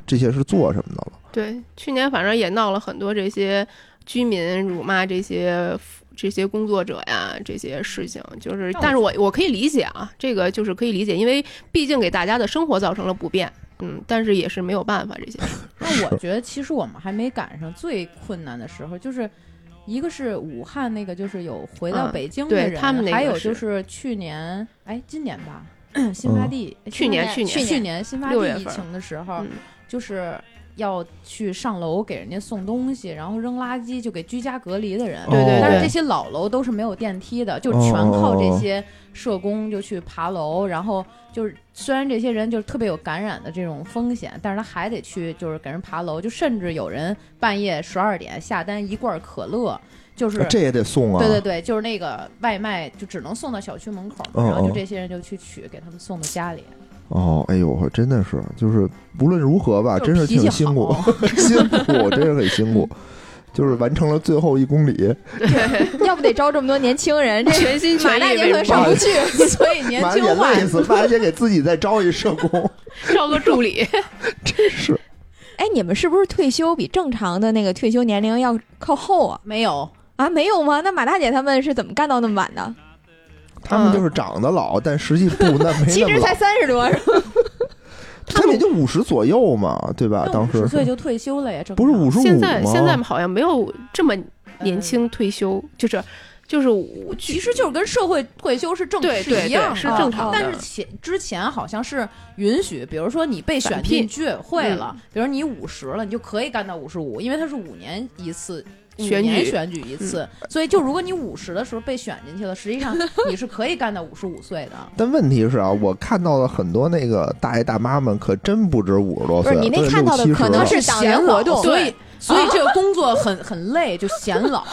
[SPEAKER 1] 这些是做什么的了。
[SPEAKER 3] 对，去年反正也闹了很多这些居民辱骂这些这些工作者呀，这些事情，就是，但是我我可以理解啊，这个就是可以理解，因为毕竟给大家的生活造成了不便，嗯，但是也是没有办法这些，*laughs*
[SPEAKER 5] 那我觉得其实我们还没赶上最困难的时候，就是一个是武汉那个，就是有回到
[SPEAKER 3] 嗯
[SPEAKER 5] 北京的
[SPEAKER 3] 对
[SPEAKER 5] 人，
[SPEAKER 3] 他们那个
[SPEAKER 5] 还有
[SPEAKER 3] 是嗯
[SPEAKER 5] 就是去年哎今年吧， *clears throat* 新发地、哎
[SPEAKER 3] 去年
[SPEAKER 5] 新发
[SPEAKER 3] 去
[SPEAKER 5] 地
[SPEAKER 3] 年
[SPEAKER 5] 去年哦新发
[SPEAKER 3] 六月
[SPEAKER 5] 地
[SPEAKER 3] 份
[SPEAKER 5] 疫情的时候
[SPEAKER 3] 嗯，
[SPEAKER 5] 就是。要去上楼给人家送东西，然后扔垃圾，就给居家隔离的人。
[SPEAKER 3] 对对
[SPEAKER 5] 但是
[SPEAKER 3] 对
[SPEAKER 5] 这些老楼都是没有电梯的，就
[SPEAKER 1] 哦
[SPEAKER 5] 全靠
[SPEAKER 1] 哦
[SPEAKER 5] 这
[SPEAKER 1] 哦
[SPEAKER 5] 些社工就去爬楼，然后就是虽然这些人就是特别有感染的这种风险，但是他还得去就是给人爬楼，就甚至有人半夜十二点下单一罐可乐，就是、
[SPEAKER 1] 啊这也得送啊！
[SPEAKER 5] 对对对，就是那个外卖就只能送到小区门口，
[SPEAKER 1] 嗯
[SPEAKER 5] 然后就
[SPEAKER 1] 嗯
[SPEAKER 5] 这些人就去取，给他们送到家里，
[SPEAKER 1] 哦，哎呦，我真的是，就是无论如何吧，
[SPEAKER 5] 就
[SPEAKER 1] 啊真是
[SPEAKER 5] 脾
[SPEAKER 1] 挺
[SPEAKER 5] 气
[SPEAKER 1] 辛苦，
[SPEAKER 5] 好 *laughs*
[SPEAKER 1] *laughs* 辛苦，真是很辛苦，就是完成了最后一公里。
[SPEAKER 4] 要不得招这么多年轻人，
[SPEAKER 1] *laughs*
[SPEAKER 4] 这
[SPEAKER 3] 全心
[SPEAKER 4] 马
[SPEAKER 3] 全
[SPEAKER 4] 大
[SPEAKER 3] 意
[SPEAKER 4] 爷
[SPEAKER 3] 为
[SPEAKER 4] 可上不去。
[SPEAKER 5] 所以年
[SPEAKER 1] 妈
[SPEAKER 5] 轻
[SPEAKER 1] 也
[SPEAKER 5] 化
[SPEAKER 1] 累死，妈也给自己再招一社工，
[SPEAKER 3] 招个助理，
[SPEAKER 1] 真是。
[SPEAKER 4] *laughs* 哎，你们是不是退休比正常的那个退休年龄要靠后啊？
[SPEAKER 5] 没有。
[SPEAKER 4] 啊，没有吗？那马大姐他们是怎么干到那么晚的？
[SPEAKER 1] 他们就是长得老，但实际不那没
[SPEAKER 4] 其
[SPEAKER 1] 那么
[SPEAKER 4] 实才
[SPEAKER 1] 老，
[SPEAKER 4] 三十多，
[SPEAKER 1] *laughs*
[SPEAKER 4] 是吧
[SPEAKER 1] 他们也就五十左右嘛，对吧？啊当时
[SPEAKER 5] 十岁就退休了呀，这
[SPEAKER 1] 不是五十五
[SPEAKER 3] *laughs* 现在现在
[SPEAKER 1] 吗？
[SPEAKER 3] 好像没有这么年轻退休，就是就是我
[SPEAKER 5] 其实就是跟社会退休是正
[SPEAKER 3] 对对
[SPEAKER 5] 哦是一样
[SPEAKER 3] 对
[SPEAKER 5] 的，
[SPEAKER 3] 是正常的，
[SPEAKER 5] 但是前之前好像是允许，比如说你被选
[SPEAKER 3] 返
[SPEAKER 5] 进
[SPEAKER 3] 聘
[SPEAKER 5] 居委会了，比如你五十了，你就可以干到五十五，因为它是五年一次。五
[SPEAKER 3] 选举
[SPEAKER 5] 年选举一次，所以就如果你五十的时候被选进去了，实际上你是可以干到五十五岁
[SPEAKER 1] *laughs*
[SPEAKER 5] 的。
[SPEAKER 1] 但问题是啊，我看到了很多那个大爷大妈们，可真不止五十多岁，
[SPEAKER 4] 不是你那
[SPEAKER 1] 都得
[SPEAKER 4] 看到的
[SPEAKER 1] 60
[SPEAKER 4] 可能
[SPEAKER 1] 了
[SPEAKER 4] 是党员活动
[SPEAKER 5] 所以所以这个工作很很累，就显老。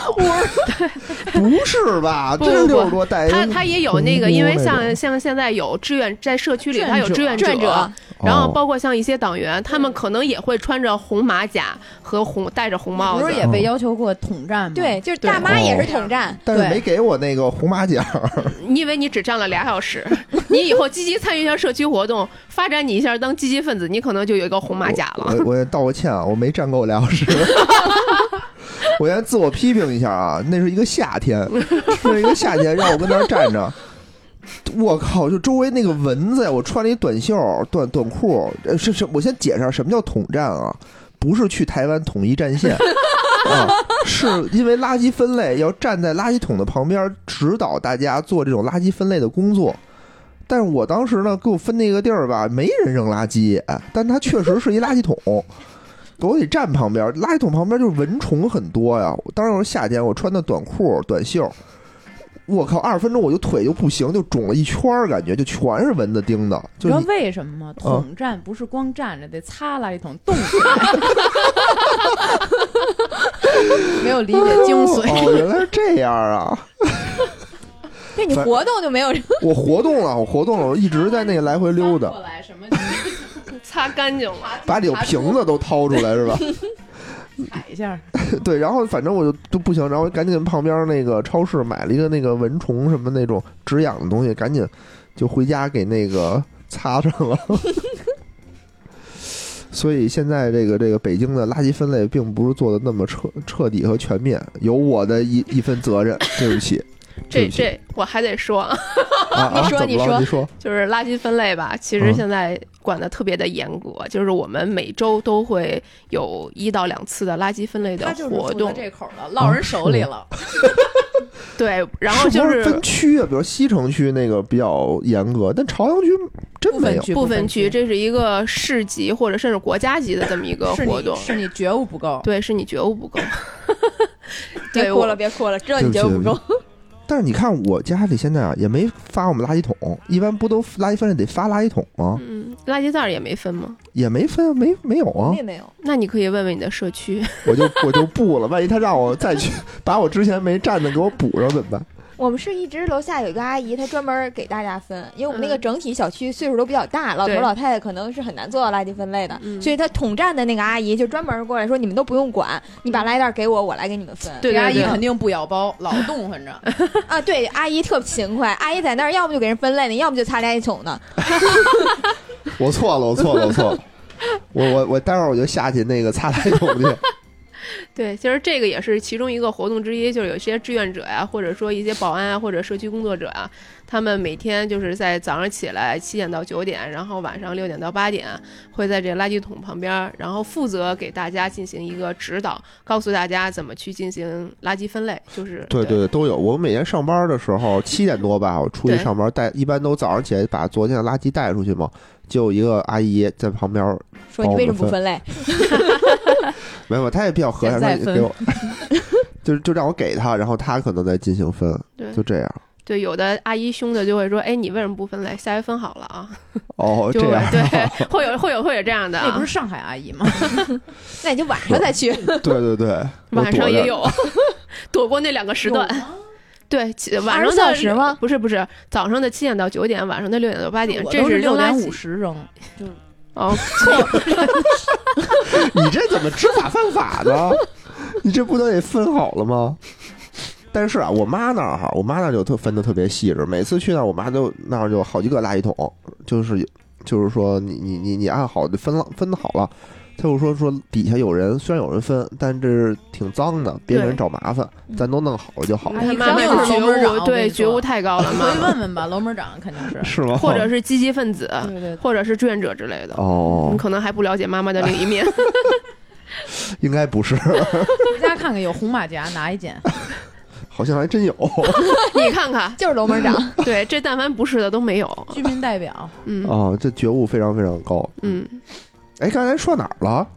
[SPEAKER 1] 不是吧？
[SPEAKER 3] 不
[SPEAKER 1] 真是
[SPEAKER 3] 不不
[SPEAKER 1] 六十多大爷，
[SPEAKER 3] 他他也有那个，
[SPEAKER 1] 红
[SPEAKER 3] 因为
[SPEAKER 1] 那
[SPEAKER 3] 像
[SPEAKER 1] 种
[SPEAKER 3] 像现在有志愿在社区里，
[SPEAKER 5] 志愿
[SPEAKER 3] 他有
[SPEAKER 5] 者
[SPEAKER 3] 志愿
[SPEAKER 4] 转折，
[SPEAKER 3] 然后
[SPEAKER 1] 哦
[SPEAKER 3] 包括像一些党员，他们可能也会穿着红马甲和红戴着红帽
[SPEAKER 5] 不
[SPEAKER 3] 子
[SPEAKER 5] 是。也被要求过统战
[SPEAKER 1] 嗯
[SPEAKER 5] 吗？
[SPEAKER 4] 对，，就是大妈
[SPEAKER 1] 哦
[SPEAKER 4] 也是统战。
[SPEAKER 1] 但是
[SPEAKER 5] 对
[SPEAKER 1] 没给我那个红马甲，
[SPEAKER 3] 你以为你只站了俩小
[SPEAKER 5] *laughs*
[SPEAKER 3] 时，你以后积极参与一下社区活动，发展你一下当积极分子，你可能就有一个红马甲了。
[SPEAKER 1] 我我也道个歉啊，我没站够俩小
[SPEAKER 3] *laughs*
[SPEAKER 1] 时。我先自我批评一下啊，那是一个夏天，那是一个夏天，让我跟那儿站着。我靠！就周围那个蚊子呀，我穿了一短袖、短短裤。呃，是是，我先解释啊什么叫统战啊，不是去台湾统一战线啊，是因为垃圾分类要站在垃圾桶的旁边指导大家做这种垃圾分类的工作。但是我当时呢，给我分那个地儿吧，没人扔垃圾，但它确实是一垃圾桶，我得站旁边，垃圾桶旁边就是蚊虫很多呀。当时我是夏天，我穿的短裤、短袖，我靠，二十分钟我就腿就不行，就肿了一圈儿，感觉就全是蚊子叮的，
[SPEAKER 5] 你
[SPEAKER 1] 就
[SPEAKER 5] 知道
[SPEAKER 1] 你嗯
[SPEAKER 5] 为什么吗？统战不是光站着，得擦垃圾桶
[SPEAKER 1] *laughs*
[SPEAKER 5] 动起来。没有理解精髓。
[SPEAKER 1] 哦，原来是这样啊！
[SPEAKER 4] 那你活动就没有
[SPEAKER 1] *laughs* 我活动了，我活动了，我一直在那来回溜达
[SPEAKER 5] 过，来什么？
[SPEAKER 1] 呃
[SPEAKER 3] *laughs* 擦干净了， *laughs*
[SPEAKER 1] 把里有瓶子都掏出来是吧？
[SPEAKER 5] 踩
[SPEAKER 1] *laughs*
[SPEAKER 5] 一下，
[SPEAKER 1] 对，然后反正我就就不行，然后赶紧跟旁边那个超市买了一个那个蚊虫什么那种止痒的东西，赶紧就回家给那个擦上了。 *laughs* 所以现在这个这个北京的垃圾分类并不是做的那么彻彻底和全面，有我的一一份责任，对不起，对
[SPEAKER 3] 这
[SPEAKER 1] 不起
[SPEAKER 3] 这我还得说，
[SPEAKER 1] 啊啊，
[SPEAKER 4] 你
[SPEAKER 1] 怎么
[SPEAKER 4] 说
[SPEAKER 1] 了
[SPEAKER 4] 你说
[SPEAKER 1] 你说，
[SPEAKER 3] 就是垃圾分类吧，
[SPEAKER 1] 嗯
[SPEAKER 3] 其实现在管的特别的严格，就是我们每周都会有一到两次的垃圾分类的
[SPEAKER 5] 他就是
[SPEAKER 3] 活
[SPEAKER 5] 负责
[SPEAKER 3] 动，
[SPEAKER 5] 这口了，落人手里了。
[SPEAKER 1] 嗯
[SPEAKER 3] 对，然后
[SPEAKER 1] 是
[SPEAKER 3] 就
[SPEAKER 1] 不
[SPEAKER 3] 是
[SPEAKER 1] 分区啊，比如西城区那个比较严格，但朝阳区真没有。
[SPEAKER 3] 部分区，这是一个市级或者甚至国家级的这么一个
[SPEAKER 5] 是
[SPEAKER 3] 活动
[SPEAKER 5] 你，是你觉悟不够，
[SPEAKER 3] 对，是你觉悟不 *laughs* 够。
[SPEAKER 4] 别
[SPEAKER 3] 对
[SPEAKER 4] 哭
[SPEAKER 3] 我
[SPEAKER 4] 了，别哭了，知道
[SPEAKER 1] 对
[SPEAKER 4] 你
[SPEAKER 1] 不起
[SPEAKER 4] 觉得不
[SPEAKER 1] 对
[SPEAKER 4] 够
[SPEAKER 1] 不。但是你看我家里现在啊，也没发我们垃圾桶，一般不都垃圾分类得发垃圾桶吗？
[SPEAKER 3] 嗯，垃圾袋儿也没分吗？
[SPEAKER 1] 也没分，没没有
[SPEAKER 4] 我
[SPEAKER 1] 啊
[SPEAKER 4] 也，没有，
[SPEAKER 3] 那你可以问问你的社区，
[SPEAKER 1] *laughs* 我就我就不了，万一他让我再去把我之前没占的给我补上怎么办？ *laughs*
[SPEAKER 4] 我们是一直楼下有一个
[SPEAKER 3] *laughs*
[SPEAKER 4] 阿姨，她专门给大家分，因为我们那个
[SPEAKER 3] 嗯
[SPEAKER 4] 整体小区岁数都比较大，老头
[SPEAKER 3] 对
[SPEAKER 4] 老太太可能是很难做到垃圾分类的，
[SPEAKER 3] 嗯
[SPEAKER 4] 所以她统战的那个阿姨就专门过来说，你们都不用管，你把垃圾袋给我，我来给你
[SPEAKER 3] *laughs*
[SPEAKER 4] 们分。
[SPEAKER 3] *laughs* 对
[SPEAKER 5] 这阿
[SPEAKER 3] 对
[SPEAKER 5] 姨
[SPEAKER 3] 对，
[SPEAKER 5] 肯定不咬包，老动反正。
[SPEAKER 4] 啊，对，阿姨特勤快，阿姨在那儿要么就给人分类呢，要么就擦垃圾桶呢。
[SPEAKER 1] 我错了，我错了，我错了， *laughs* 我我我待会儿我就下去那个擦垃圾桶去。
[SPEAKER 3] 对，其实这个也是其中一个活动之一，就是有些志愿者呀、或者说一些保安啊，或者社区工作者啊，他们每天就是在早上起来七点到九点，然后晚上六点到八点，会在这垃圾桶旁边儿，然后负责给大家进行一个指导，告诉大家怎么去进行垃圾分类，就是
[SPEAKER 1] *laughs* 对对，都有。我每天上班的时候七点多吧，我出去
[SPEAKER 3] 对
[SPEAKER 1] 上班带，一般都早上起来把昨天的垃圾带出去嘛，就有一个阿姨在旁边
[SPEAKER 4] 说你为什么不
[SPEAKER 3] *laughs*
[SPEAKER 4] 分类？
[SPEAKER 1] 没有，他也比较和善，
[SPEAKER 5] 现在
[SPEAKER 1] 说你
[SPEAKER 5] 分
[SPEAKER 1] 给我， *laughs* 就就让我给他，然后他可能再进行分，
[SPEAKER 3] 对
[SPEAKER 1] 就这样。
[SPEAKER 3] 对，有的阿姨凶的就会说，哎，你为什么不分类？下回分好了啊，
[SPEAKER 1] 哦，
[SPEAKER 3] 就
[SPEAKER 1] 这
[SPEAKER 3] 会 *laughs*
[SPEAKER 1] 样，
[SPEAKER 3] 对，会有会有会有这样的、
[SPEAKER 5] 那
[SPEAKER 3] 啊
[SPEAKER 5] 不是，上海阿姨
[SPEAKER 3] *laughs*
[SPEAKER 5] 吗？
[SPEAKER 4] 那你就晚上再去。
[SPEAKER 1] 对对对，我
[SPEAKER 3] 晚上
[SPEAKER 1] 躲
[SPEAKER 3] 也
[SPEAKER 1] 着。
[SPEAKER 3] 有 *laughs* 躲过那两个时段。对，起 *laughs* 晚上
[SPEAKER 4] 24
[SPEAKER 3] 的
[SPEAKER 4] 小时吗
[SPEAKER 3] 不是不是，早上的七点到九点，晚上的六点到八点，
[SPEAKER 5] 我
[SPEAKER 3] 这
[SPEAKER 5] 都是
[SPEAKER 3] 扔
[SPEAKER 5] 六
[SPEAKER 3] 垃
[SPEAKER 5] 点五
[SPEAKER 3] 圾。
[SPEAKER 5] 十扔，
[SPEAKER 3] 哦，
[SPEAKER 1] 你这怎么知法犯法 *laughs* 呢？你这不都得分好了吗？但是啊，我妈那儿哈，我妈那儿就特分的特别细致，每次去那儿，我妈就那儿就好几个垃圾桶，就是就是说你你你你按好的分了分好了，她就说说底下有人，虽然有人分，但这是挺脏的，别给人
[SPEAKER 3] 对嗯
[SPEAKER 1] 找麻烦，咱都弄好了就好了，。
[SPEAKER 5] *laughs* 哎你
[SPEAKER 3] 妈
[SPEAKER 5] 刚
[SPEAKER 3] 妈
[SPEAKER 5] 有
[SPEAKER 3] 有觉
[SPEAKER 5] 楼门长
[SPEAKER 3] 悟，
[SPEAKER 5] 我跟
[SPEAKER 3] 对，
[SPEAKER 5] 你
[SPEAKER 3] 觉
[SPEAKER 5] 说
[SPEAKER 3] 悟太高了
[SPEAKER 5] *laughs* 回去
[SPEAKER 3] 嘛，
[SPEAKER 5] 问问吧，楼门长肯定是
[SPEAKER 1] 是吗？
[SPEAKER 3] 或者是啊积极分子，
[SPEAKER 5] 对对，
[SPEAKER 3] 或者是志愿者之类的。
[SPEAKER 1] 哦
[SPEAKER 3] 你，可能还不了解妈妈的另
[SPEAKER 1] *laughs*
[SPEAKER 3] 一面。嗯
[SPEAKER 1] 应该不
[SPEAKER 3] *laughs*
[SPEAKER 1] 是，
[SPEAKER 5] 回家看看有红马甲拿一件，
[SPEAKER 1] 好像还真
[SPEAKER 3] *laughs*
[SPEAKER 1] 有。
[SPEAKER 3] 你看看，
[SPEAKER 4] *laughs* 就是楼门长，
[SPEAKER 3] 对，这但凡不是的都没有。
[SPEAKER 5] 居民
[SPEAKER 3] *laughs*
[SPEAKER 5] 代表。
[SPEAKER 3] 嗯
[SPEAKER 1] 哦，这觉悟非常非常高。，
[SPEAKER 3] 嗯，
[SPEAKER 1] 哎，刚才说哪儿了？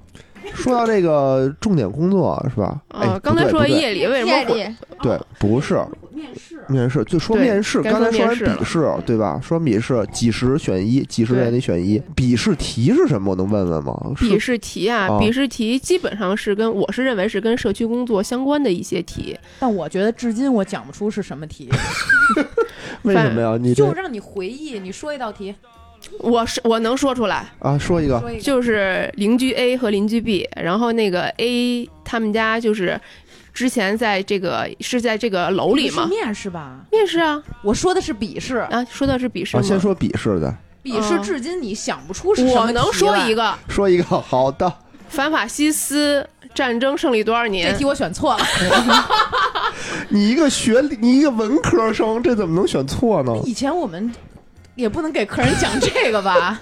[SPEAKER 1] 说到这个重点工作是吧？哎
[SPEAKER 3] 哦，，刚才
[SPEAKER 1] 不对
[SPEAKER 3] 说
[SPEAKER 1] 不对
[SPEAKER 3] 夜里为什么
[SPEAKER 4] *laughs* 夜
[SPEAKER 3] 会？
[SPEAKER 4] 里
[SPEAKER 1] 对，不是
[SPEAKER 5] 哦面试，
[SPEAKER 1] 面试，就说
[SPEAKER 3] 对
[SPEAKER 1] 面试。
[SPEAKER 3] 该说
[SPEAKER 1] 刚才说完
[SPEAKER 3] 面试了
[SPEAKER 1] 笔试，对吧？说笔试几十选一，几十人里选一。笔试题是什么？我能问问吗？是
[SPEAKER 3] 笔试题啊，
[SPEAKER 1] 哦
[SPEAKER 3] 笔试题基本上是跟我是认为是跟社区工作相关的一些题。
[SPEAKER 5] 但我觉得至今我讲不出是什么题，
[SPEAKER 1] 为什么呀？你
[SPEAKER 5] 就
[SPEAKER 1] 这
[SPEAKER 5] 让你回忆，你说一道题，
[SPEAKER 3] 我是我能说出来，
[SPEAKER 1] 啊，说一个
[SPEAKER 5] 说一个。
[SPEAKER 3] 就是邻居 A 和邻居 B，然后那个 A 他们家就是之前在这个是在这个楼里
[SPEAKER 5] 是
[SPEAKER 3] 嘛，
[SPEAKER 5] 面试吧？
[SPEAKER 3] 面试啊
[SPEAKER 5] 我说的是笔试，
[SPEAKER 3] 啊，说的是笔试
[SPEAKER 1] 啊，
[SPEAKER 3] 吗？
[SPEAKER 1] 先说笔试的，
[SPEAKER 5] 笔试
[SPEAKER 3] 嗯
[SPEAKER 5] 至今你想不出是什么啊
[SPEAKER 3] 我能说
[SPEAKER 1] 啊
[SPEAKER 3] 一
[SPEAKER 5] 个，
[SPEAKER 3] 个
[SPEAKER 1] 说一个好的。
[SPEAKER 3] 反法西斯战争胜利多少
[SPEAKER 5] 这
[SPEAKER 3] 年
[SPEAKER 5] 题？我选错 *laughs* 了，
[SPEAKER 1] 你一个学历，你一个文科生，这怎么能选错呢？
[SPEAKER 5] 以前我们也不能给客人讲这个吧？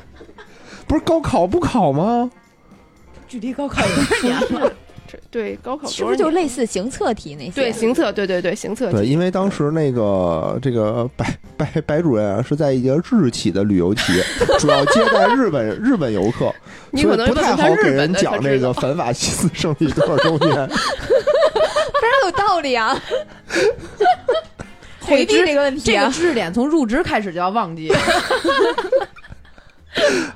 [SPEAKER 1] 不是高考不考吗？
[SPEAKER 5] *laughs* 距离高考有多少年了？
[SPEAKER 3] 这对，高考
[SPEAKER 4] 是
[SPEAKER 3] 多少
[SPEAKER 4] 不是就
[SPEAKER 3] 年？
[SPEAKER 4] 类似行测题那些？
[SPEAKER 3] 对，行测，对对对，行测
[SPEAKER 1] 对，
[SPEAKER 3] 题。
[SPEAKER 1] 因为当时那个这个白白白主任啊，是在一个日企的旅游企业，主要接待日本日本游客，
[SPEAKER 3] *laughs* 你
[SPEAKER 1] 所
[SPEAKER 3] 可
[SPEAKER 1] 以不
[SPEAKER 3] 能问
[SPEAKER 1] 太
[SPEAKER 3] 问他
[SPEAKER 1] 好给
[SPEAKER 3] 日本
[SPEAKER 1] 人
[SPEAKER 3] 的
[SPEAKER 1] 讲
[SPEAKER 3] 才
[SPEAKER 1] 这
[SPEAKER 3] 知
[SPEAKER 1] 个
[SPEAKER 3] 道。
[SPEAKER 1] 反法西斯胜利多少周年。
[SPEAKER 4] 非 *laughs* 常有道理
[SPEAKER 3] *laughs*
[SPEAKER 4] 啊，回避这个问题
[SPEAKER 5] *laughs* 这个
[SPEAKER 4] 啊。
[SPEAKER 5] 知识点从入职开始就要忘 *laughs* 记，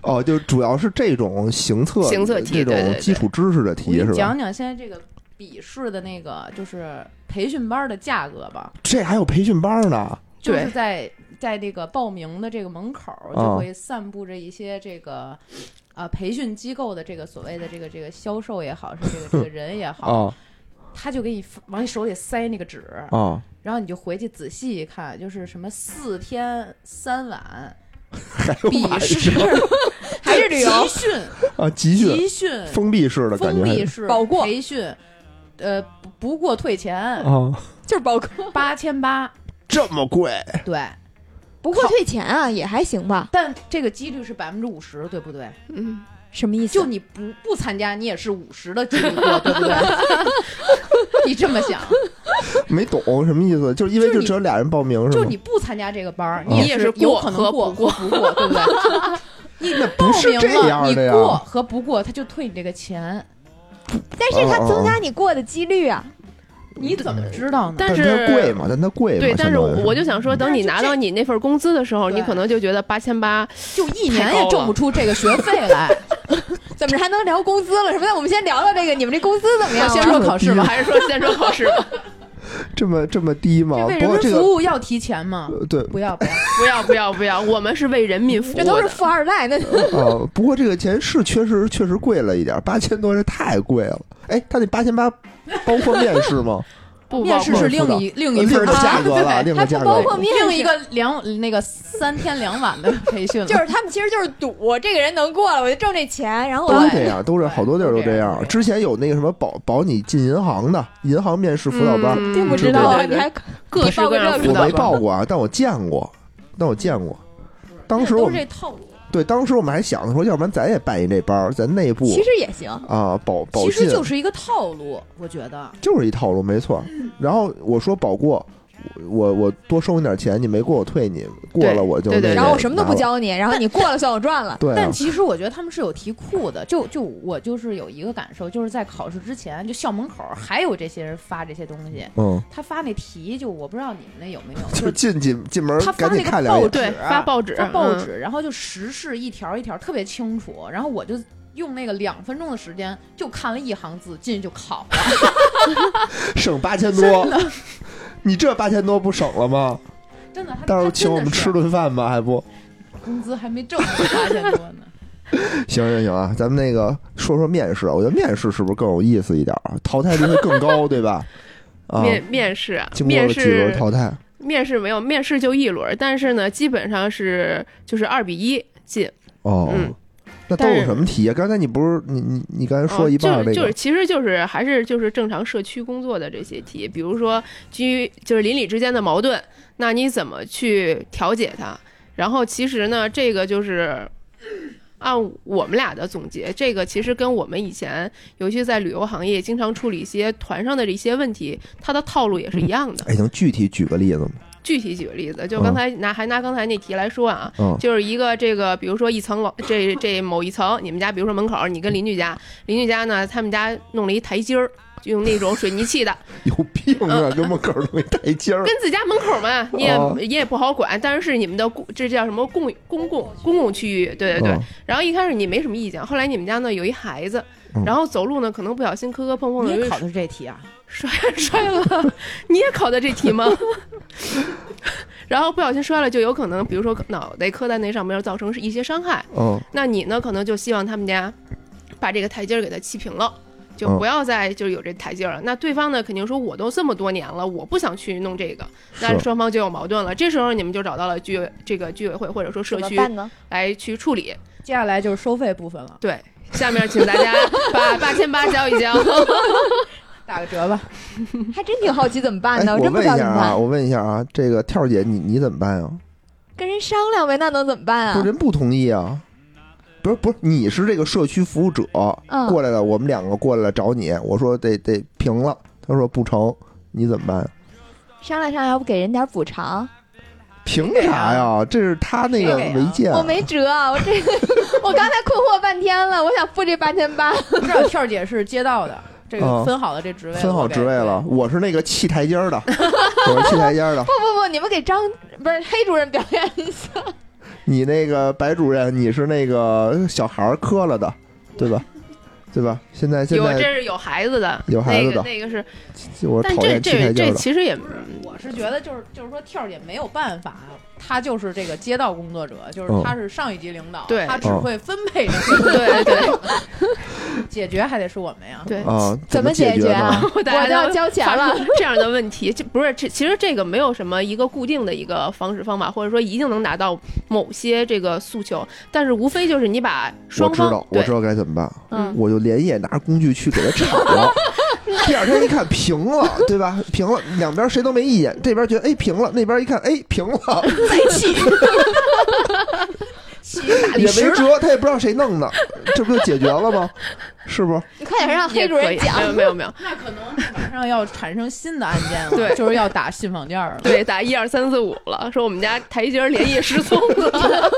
[SPEAKER 1] 哦，就主要是这种行测
[SPEAKER 3] *laughs* 行测题
[SPEAKER 1] 这
[SPEAKER 3] 对对
[SPEAKER 1] 种
[SPEAKER 3] 对
[SPEAKER 1] 基础知识的
[SPEAKER 5] 我
[SPEAKER 1] 题
[SPEAKER 5] 给
[SPEAKER 1] 是
[SPEAKER 5] 你
[SPEAKER 1] 吧？
[SPEAKER 5] 讲讲现在这个笔试的那个就是培训班的价格吧，
[SPEAKER 1] 这还有培训班呢，
[SPEAKER 5] 就是
[SPEAKER 3] 对
[SPEAKER 5] 在在这个报名的这个门口儿
[SPEAKER 1] 啊
[SPEAKER 5] 就会散布着一些这个呃培训机构的这个所谓的这个这个销售也好，是这个这个人也好，
[SPEAKER 1] 啊
[SPEAKER 5] 他就给你往你手里塞那个纸，
[SPEAKER 1] 啊，
[SPEAKER 5] 然后你就回去仔细一看，就是什么四天三晚
[SPEAKER 1] 还有
[SPEAKER 5] 笔
[SPEAKER 1] 晚
[SPEAKER 5] 试， *laughs*
[SPEAKER 2] 还是旅游
[SPEAKER 5] 集训
[SPEAKER 1] *laughs* 啊，集训
[SPEAKER 5] 集训
[SPEAKER 1] 封闭式的感
[SPEAKER 5] 封
[SPEAKER 1] 觉
[SPEAKER 5] 闭
[SPEAKER 1] 还，
[SPEAKER 5] 式
[SPEAKER 2] 保过
[SPEAKER 5] 培训，呃不不过退
[SPEAKER 3] *laughs*
[SPEAKER 5] 钱
[SPEAKER 1] 啊，
[SPEAKER 2] 就是包括
[SPEAKER 5] 八千八，
[SPEAKER 1] 这么贵
[SPEAKER 5] 对，
[SPEAKER 4] 不过退钱啊，也还行吧。
[SPEAKER 5] 但这个几率是百分之五十，对不对？
[SPEAKER 3] 嗯，
[SPEAKER 4] 什么意思？
[SPEAKER 5] 就你不不参加，你也是五十的几率过， *laughs* 对不对？ *laughs* 你这么想，
[SPEAKER 1] 没懂什么意思？就是因为
[SPEAKER 5] 就是
[SPEAKER 1] 就
[SPEAKER 5] 你
[SPEAKER 1] 只有俩人报名
[SPEAKER 5] 就是是
[SPEAKER 1] 吗
[SPEAKER 5] 你？不参加这个班儿，
[SPEAKER 1] 嗯
[SPEAKER 5] 也是有可能过
[SPEAKER 3] 你也是过
[SPEAKER 5] 和不过，对不对？ *laughs* 你
[SPEAKER 1] 不是
[SPEAKER 5] 报名
[SPEAKER 1] 这样
[SPEAKER 5] 了，你
[SPEAKER 1] 的呀
[SPEAKER 5] 过和不过，他就退你这个钱，
[SPEAKER 4] 但是它
[SPEAKER 1] 哦
[SPEAKER 4] 增加你过的几率啊。
[SPEAKER 5] 你怎么知道呢？
[SPEAKER 3] 但
[SPEAKER 1] 是它贵嘛，但它贵嘛，
[SPEAKER 3] 对，但是
[SPEAKER 1] 相当于
[SPEAKER 3] 我我就想说，等你拿到你那份工资的时候，
[SPEAKER 5] 对
[SPEAKER 3] 你可能就觉得八千八，
[SPEAKER 5] 就一年也挣不出这个学费来。 *laughs*
[SPEAKER 4] 怎么着还能聊工资了？什么的？我们先聊聊这个，你们这工资怎么样啊？
[SPEAKER 5] *laughs* 先说考试吧，
[SPEAKER 3] 还是说先说考试吧？
[SPEAKER 1] 这么 *laughs* 这么低吗？
[SPEAKER 5] 为
[SPEAKER 1] 不
[SPEAKER 5] 人
[SPEAKER 1] 过这
[SPEAKER 5] 民
[SPEAKER 1] 个
[SPEAKER 5] 服务要提钱吗？
[SPEAKER 1] 呃对
[SPEAKER 5] 不要不要，
[SPEAKER 3] 不要不要不要，我们是为人民服务
[SPEAKER 4] 这都是
[SPEAKER 3] 的。
[SPEAKER 4] 富二代， *laughs* 那
[SPEAKER 1] 啊， *laughs* 不过这个钱是确实确实贵了一点，八千多是太贵了。哎，他那八千八包括面试吗？
[SPEAKER 3] 不
[SPEAKER 5] 面试
[SPEAKER 3] 包括
[SPEAKER 5] 是另一另一
[SPEAKER 1] 另
[SPEAKER 5] 份
[SPEAKER 1] 一个价格了，
[SPEAKER 5] 啊对
[SPEAKER 1] 另一个价
[SPEAKER 4] 不
[SPEAKER 1] 格
[SPEAKER 4] 包括
[SPEAKER 1] 了。
[SPEAKER 4] 面试
[SPEAKER 5] 另一个两那个三天两晚的培训了，
[SPEAKER 4] 就是他们其实就是赌，这个人能过了，我就挣这钱，然后
[SPEAKER 1] 都
[SPEAKER 4] 我
[SPEAKER 1] 这样，都是好多地儿都这
[SPEAKER 5] 都这
[SPEAKER 1] 样
[SPEAKER 5] 样。
[SPEAKER 1] 之前有那个什么保保你进银行的，银行面试辅导班，
[SPEAKER 3] 嗯
[SPEAKER 4] 并不
[SPEAKER 1] 知
[SPEAKER 4] 知道
[SPEAKER 1] 道
[SPEAKER 4] 啊，
[SPEAKER 3] 对
[SPEAKER 4] 你
[SPEAKER 3] 对对
[SPEAKER 4] 还
[SPEAKER 3] 各式各样的
[SPEAKER 4] 知
[SPEAKER 3] 辅
[SPEAKER 1] 我
[SPEAKER 4] 道
[SPEAKER 3] 导
[SPEAKER 1] 没报
[SPEAKER 3] 班。
[SPEAKER 1] 过啊，但我见过，但我见过。当时我
[SPEAKER 5] 都是
[SPEAKER 1] 们
[SPEAKER 5] 这套路。
[SPEAKER 1] 对，当时我们还想着说，要不然咱也办一这班儿，咱内部
[SPEAKER 4] 其实也行。
[SPEAKER 1] 啊保保进
[SPEAKER 5] 其实就是一个套路，我觉得
[SPEAKER 1] 就是一套路，没错。然后我说保过，我我多收你点钱，你没过我退你，过了我就
[SPEAKER 3] 对对
[SPEAKER 1] 那个
[SPEAKER 4] 然后我什么都不
[SPEAKER 1] 拿了。
[SPEAKER 4] 教你，然后你过了算我赚
[SPEAKER 1] *laughs*
[SPEAKER 4] 了。
[SPEAKER 1] 对啊、
[SPEAKER 5] 但其实我觉得他们是有题库的。就就我就是有一个感受，就是在考试之前，就校门口还有这些人发这些东西，
[SPEAKER 1] 嗯，
[SPEAKER 5] 他发那题，就我不知道你们那有
[SPEAKER 1] *laughs*
[SPEAKER 5] 没有，
[SPEAKER 1] 就进进进门
[SPEAKER 5] 他发
[SPEAKER 1] 赶紧
[SPEAKER 5] 那个
[SPEAKER 1] 看两
[SPEAKER 5] 报
[SPEAKER 1] 眼，
[SPEAKER 5] 纸
[SPEAKER 3] 对，，发报纸，
[SPEAKER 5] 发报
[SPEAKER 3] 嗯
[SPEAKER 5] 纸，然后就时事一条一条特别清楚，然后我就。用那个两分钟的时间就看了一行字，进去就考
[SPEAKER 1] *laughs*
[SPEAKER 5] 了。
[SPEAKER 1] 省八千多， *laughs* 你这八千多不省了吗？
[SPEAKER 5] 真的，他
[SPEAKER 1] 到时候
[SPEAKER 5] 他
[SPEAKER 1] 请
[SPEAKER 5] 真
[SPEAKER 1] 我
[SPEAKER 5] 的
[SPEAKER 1] 们吃
[SPEAKER 5] 是
[SPEAKER 1] 顿饭吧，还不
[SPEAKER 5] 工资还没挣呢八千多呢。
[SPEAKER 1] 行行行啊！咱们那个说说面试，我觉得面试是不是更有意思一点儿？啊淘汰率会更高，对吧？啊，
[SPEAKER 3] 面面试啊，
[SPEAKER 1] 经过
[SPEAKER 3] 面
[SPEAKER 1] 了几轮
[SPEAKER 3] 试
[SPEAKER 1] 淘汰，
[SPEAKER 3] 面试没有面试就一轮，但是呢，基本上是就是二比一进。
[SPEAKER 1] 哦，
[SPEAKER 3] 嗯
[SPEAKER 1] 那都
[SPEAKER 3] 但
[SPEAKER 1] 有
[SPEAKER 3] 是
[SPEAKER 1] 什么题啊？刚才你不是你你你刚才说一半儿
[SPEAKER 3] 哦、就
[SPEAKER 1] 那
[SPEAKER 3] 是就
[SPEAKER 1] 个
[SPEAKER 3] 是，其实就是还是就是正常社区工作的这些题，比如说居就是邻里之间的矛盾，那你怎么去调解它？然后其实呢，这个就是。按我们俩的总结，这个其实跟我们以前，尤其在旅游行业，经常处理一些团上的一些问题，它的套路也是一样的。
[SPEAKER 1] 哎，能具体举个例子吗？
[SPEAKER 3] 具体举个例子，就
[SPEAKER 1] 嗯
[SPEAKER 3] 刚才拿还拿刚才那题来说啊，
[SPEAKER 1] 嗯，
[SPEAKER 3] 就是一个这个，比如说一层楼，这这某一层，你们家比如说门口，你跟邻居家，邻居家呢，他们家弄了一台阶儿，就用那种水
[SPEAKER 1] *laughs*
[SPEAKER 3] 泥砌的，
[SPEAKER 1] 有病啊！跟门口儿弄一台阶儿
[SPEAKER 3] 跟，自家门口嘛，你也、
[SPEAKER 1] 哦
[SPEAKER 3] 你也不好管，但是是你们的公，这叫什么共公共公共区域， *laughs* 对对对。
[SPEAKER 1] 嗯
[SPEAKER 3] 然后一开始你没什么意见，后来你们家呢有一孩子
[SPEAKER 1] 嗯，
[SPEAKER 3] 然后走路呢可能不小心磕磕碰碰
[SPEAKER 5] 你
[SPEAKER 3] 的，
[SPEAKER 5] 也
[SPEAKER 3] 有
[SPEAKER 5] 考的是这题啊？
[SPEAKER 3] 摔 *laughs* 摔了，你也考的这题吗？ *laughs* 然后不小心摔了，就有可能，比如说脑袋磕在那上面，造成一些伤害。
[SPEAKER 1] 嗯，
[SPEAKER 3] 那你呢，可能就希望他们家把这个台阶儿给它砌平了。就
[SPEAKER 1] 嗯
[SPEAKER 3] 不要再就是有这台阶儿了。那对方呢，肯定说我都这么多年了，我不想去弄这个，那
[SPEAKER 1] 是哎
[SPEAKER 3] 双方就有矛盾了。这时候你们就找到了居委这个居委会或者说社
[SPEAKER 4] 怎么
[SPEAKER 3] 区
[SPEAKER 4] 办呢？
[SPEAKER 3] 来去处理。
[SPEAKER 5] 接下来就是收费部分了，
[SPEAKER 3] 对，下面请大家把八千八交一交。
[SPEAKER 5] 打个折吧。
[SPEAKER 4] *laughs* 还真挺好奇怎么办
[SPEAKER 1] 哎，
[SPEAKER 4] 的，
[SPEAKER 1] 我
[SPEAKER 4] 真不
[SPEAKER 1] 问
[SPEAKER 4] 知
[SPEAKER 1] 一
[SPEAKER 4] 道怎
[SPEAKER 1] 下
[SPEAKER 4] 么
[SPEAKER 1] 啊，
[SPEAKER 4] 办。
[SPEAKER 1] 我问一下啊，这个跳儿姐，你你怎么办呀？
[SPEAKER 4] 跟人商量呗，那能怎么办
[SPEAKER 1] 不是
[SPEAKER 4] 啊？
[SPEAKER 1] 人不同意啊？不是不是，你是这个社区服务者
[SPEAKER 4] 嗯
[SPEAKER 1] 过来了，我们两个过来了找你，我说得得平了，他说不成，你怎么办？
[SPEAKER 4] 商量商量，要不给人点补偿？
[SPEAKER 1] 凭啥呀？这是他那个
[SPEAKER 5] 谁给啊
[SPEAKER 1] 违建，
[SPEAKER 4] 我没辙啊，我这 *laughs* 个我刚才困惑半天了，我想付这八千八， *laughs*
[SPEAKER 5] 不知道跳姐是接到的，这
[SPEAKER 1] 嗯
[SPEAKER 5] 个分好了这职位，
[SPEAKER 1] 分好职位了，
[SPEAKER 5] 对。
[SPEAKER 1] 我是那个砌台阶儿的，我是砌台阶儿的，
[SPEAKER 4] 不不不，你们给张不是黑主任表演一下，
[SPEAKER 1] 你那个白主任，你是那个小孩儿磕了的，对吧？对吧？现 *laughs* 在现
[SPEAKER 3] 有这
[SPEAKER 1] 在
[SPEAKER 3] 是有孩子的，
[SPEAKER 1] 有孩子
[SPEAKER 3] 那
[SPEAKER 1] 的
[SPEAKER 3] 个那个是，
[SPEAKER 1] 我
[SPEAKER 3] 但
[SPEAKER 1] 讨
[SPEAKER 3] 这
[SPEAKER 1] 厌器
[SPEAKER 3] 这
[SPEAKER 1] 材教
[SPEAKER 3] 这
[SPEAKER 1] 育了。
[SPEAKER 3] 其实也
[SPEAKER 5] 我是觉得就是就是说跳儿也没有办法，他就是这个街道工作者，就是
[SPEAKER 1] 嗯
[SPEAKER 5] 他是上一级领导，
[SPEAKER 3] 对
[SPEAKER 5] 他只
[SPEAKER 1] 嗯
[SPEAKER 5] 会分配这个， *laughs*
[SPEAKER 3] 对 *laughs* 对
[SPEAKER 5] 解决还得是我们呀。
[SPEAKER 3] 对，
[SPEAKER 1] 啊，
[SPEAKER 4] 怎么
[SPEAKER 1] 么解
[SPEAKER 4] 解决
[SPEAKER 1] 呢？
[SPEAKER 3] *laughs*
[SPEAKER 4] 啊？ *laughs*
[SPEAKER 3] 我
[SPEAKER 4] 我
[SPEAKER 3] 大
[SPEAKER 4] 都
[SPEAKER 3] 家
[SPEAKER 4] 要
[SPEAKER 3] 都
[SPEAKER 4] 交钱
[SPEAKER 3] 发
[SPEAKER 4] 了。嗯
[SPEAKER 3] 出这样的问题，这不是这其实这个没有什么一个固定的一个方式方法，或者说一定能达到某些这个诉求，但是无非就是你把
[SPEAKER 1] 我
[SPEAKER 3] 双
[SPEAKER 1] 知
[SPEAKER 3] 方
[SPEAKER 1] 道，我
[SPEAKER 3] 对
[SPEAKER 1] 知道该怎么办，
[SPEAKER 3] 嗯
[SPEAKER 1] 我就连夜拿工具去给他铲
[SPEAKER 3] *laughs*
[SPEAKER 1] 了。第二天一看平了，对吧？平了，两边谁都没意见，这边觉得哎平了，那边一看哎平
[SPEAKER 3] *laughs*
[SPEAKER 1] 了，
[SPEAKER 3] 打
[SPEAKER 1] 也
[SPEAKER 3] 理
[SPEAKER 1] 没
[SPEAKER 3] 石
[SPEAKER 1] 辙，他也不知道谁弄的，这不就解决了吗？是不是？
[SPEAKER 4] 你快点让黑
[SPEAKER 3] 也
[SPEAKER 4] 主
[SPEAKER 3] 可
[SPEAKER 4] 任
[SPEAKER 3] 以，
[SPEAKER 4] 讲
[SPEAKER 3] 没。有没有没
[SPEAKER 4] *laughs*
[SPEAKER 3] 有，
[SPEAKER 5] 那可能马上要产生新的案件了，
[SPEAKER 3] 对
[SPEAKER 5] 就是要打信访件儿了。
[SPEAKER 3] 对，打一二三四五了，说我们家台阶儿连夜失
[SPEAKER 1] *laughs*
[SPEAKER 3] 踪了，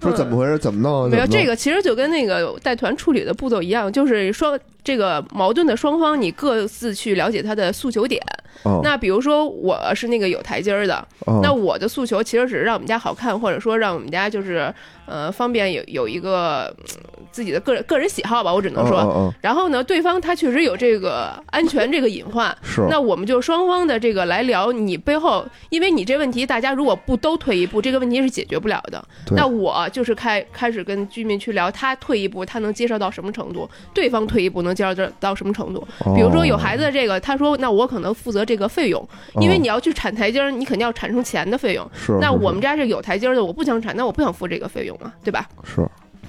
[SPEAKER 1] 不是怎么回事？怎么弄？
[SPEAKER 3] 嗯
[SPEAKER 1] 啊
[SPEAKER 3] 没有
[SPEAKER 1] 怎么弄
[SPEAKER 3] 这个，其实就跟那个带团处理的步骤一样，就是双这个矛盾的双方，你各自去了解他的诉求点。
[SPEAKER 1] 嗯
[SPEAKER 3] 那比如说我是那个有台阶儿的，
[SPEAKER 1] 嗯
[SPEAKER 3] 那我的诉求其实只是让我们家好看，或者说让我们家就是呃方便有有一个嗯自己的个人个人喜好吧，我只能说。
[SPEAKER 1] 嗯嗯嗯
[SPEAKER 3] 然后呢，对方他确实有这个安全这个隐患，
[SPEAKER 1] 是
[SPEAKER 3] 那我们就双方的这个来聊，你背后，因为你这问题，大家如果不都退一步，这个问题是解决不了的。
[SPEAKER 1] 对
[SPEAKER 3] 那我就是开开始跟居民去聊，他退一步，他能接受到什么程度，对方退一步能接受到什么程
[SPEAKER 1] 哦
[SPEAKER 3] 度。比如说有孩子的这个，他说，那我可能负责这个费用，
[SPEAKER 1] 哦
[SPEAKER 3] 因
[SPEAKER 1] 嗯
[SPEAKER 3] 为你要去铲台阶儿，你肯定要产生钱的费用。
[SPEAKER 1] 是
[SPEAKER 3] 那
[SPEAKER 1] 是是
[SPEAKER 3] 我们家这有台阶儿的，我不想铲，那我不想付这个费用嘛，对吧？
[SPEAKER 1] 是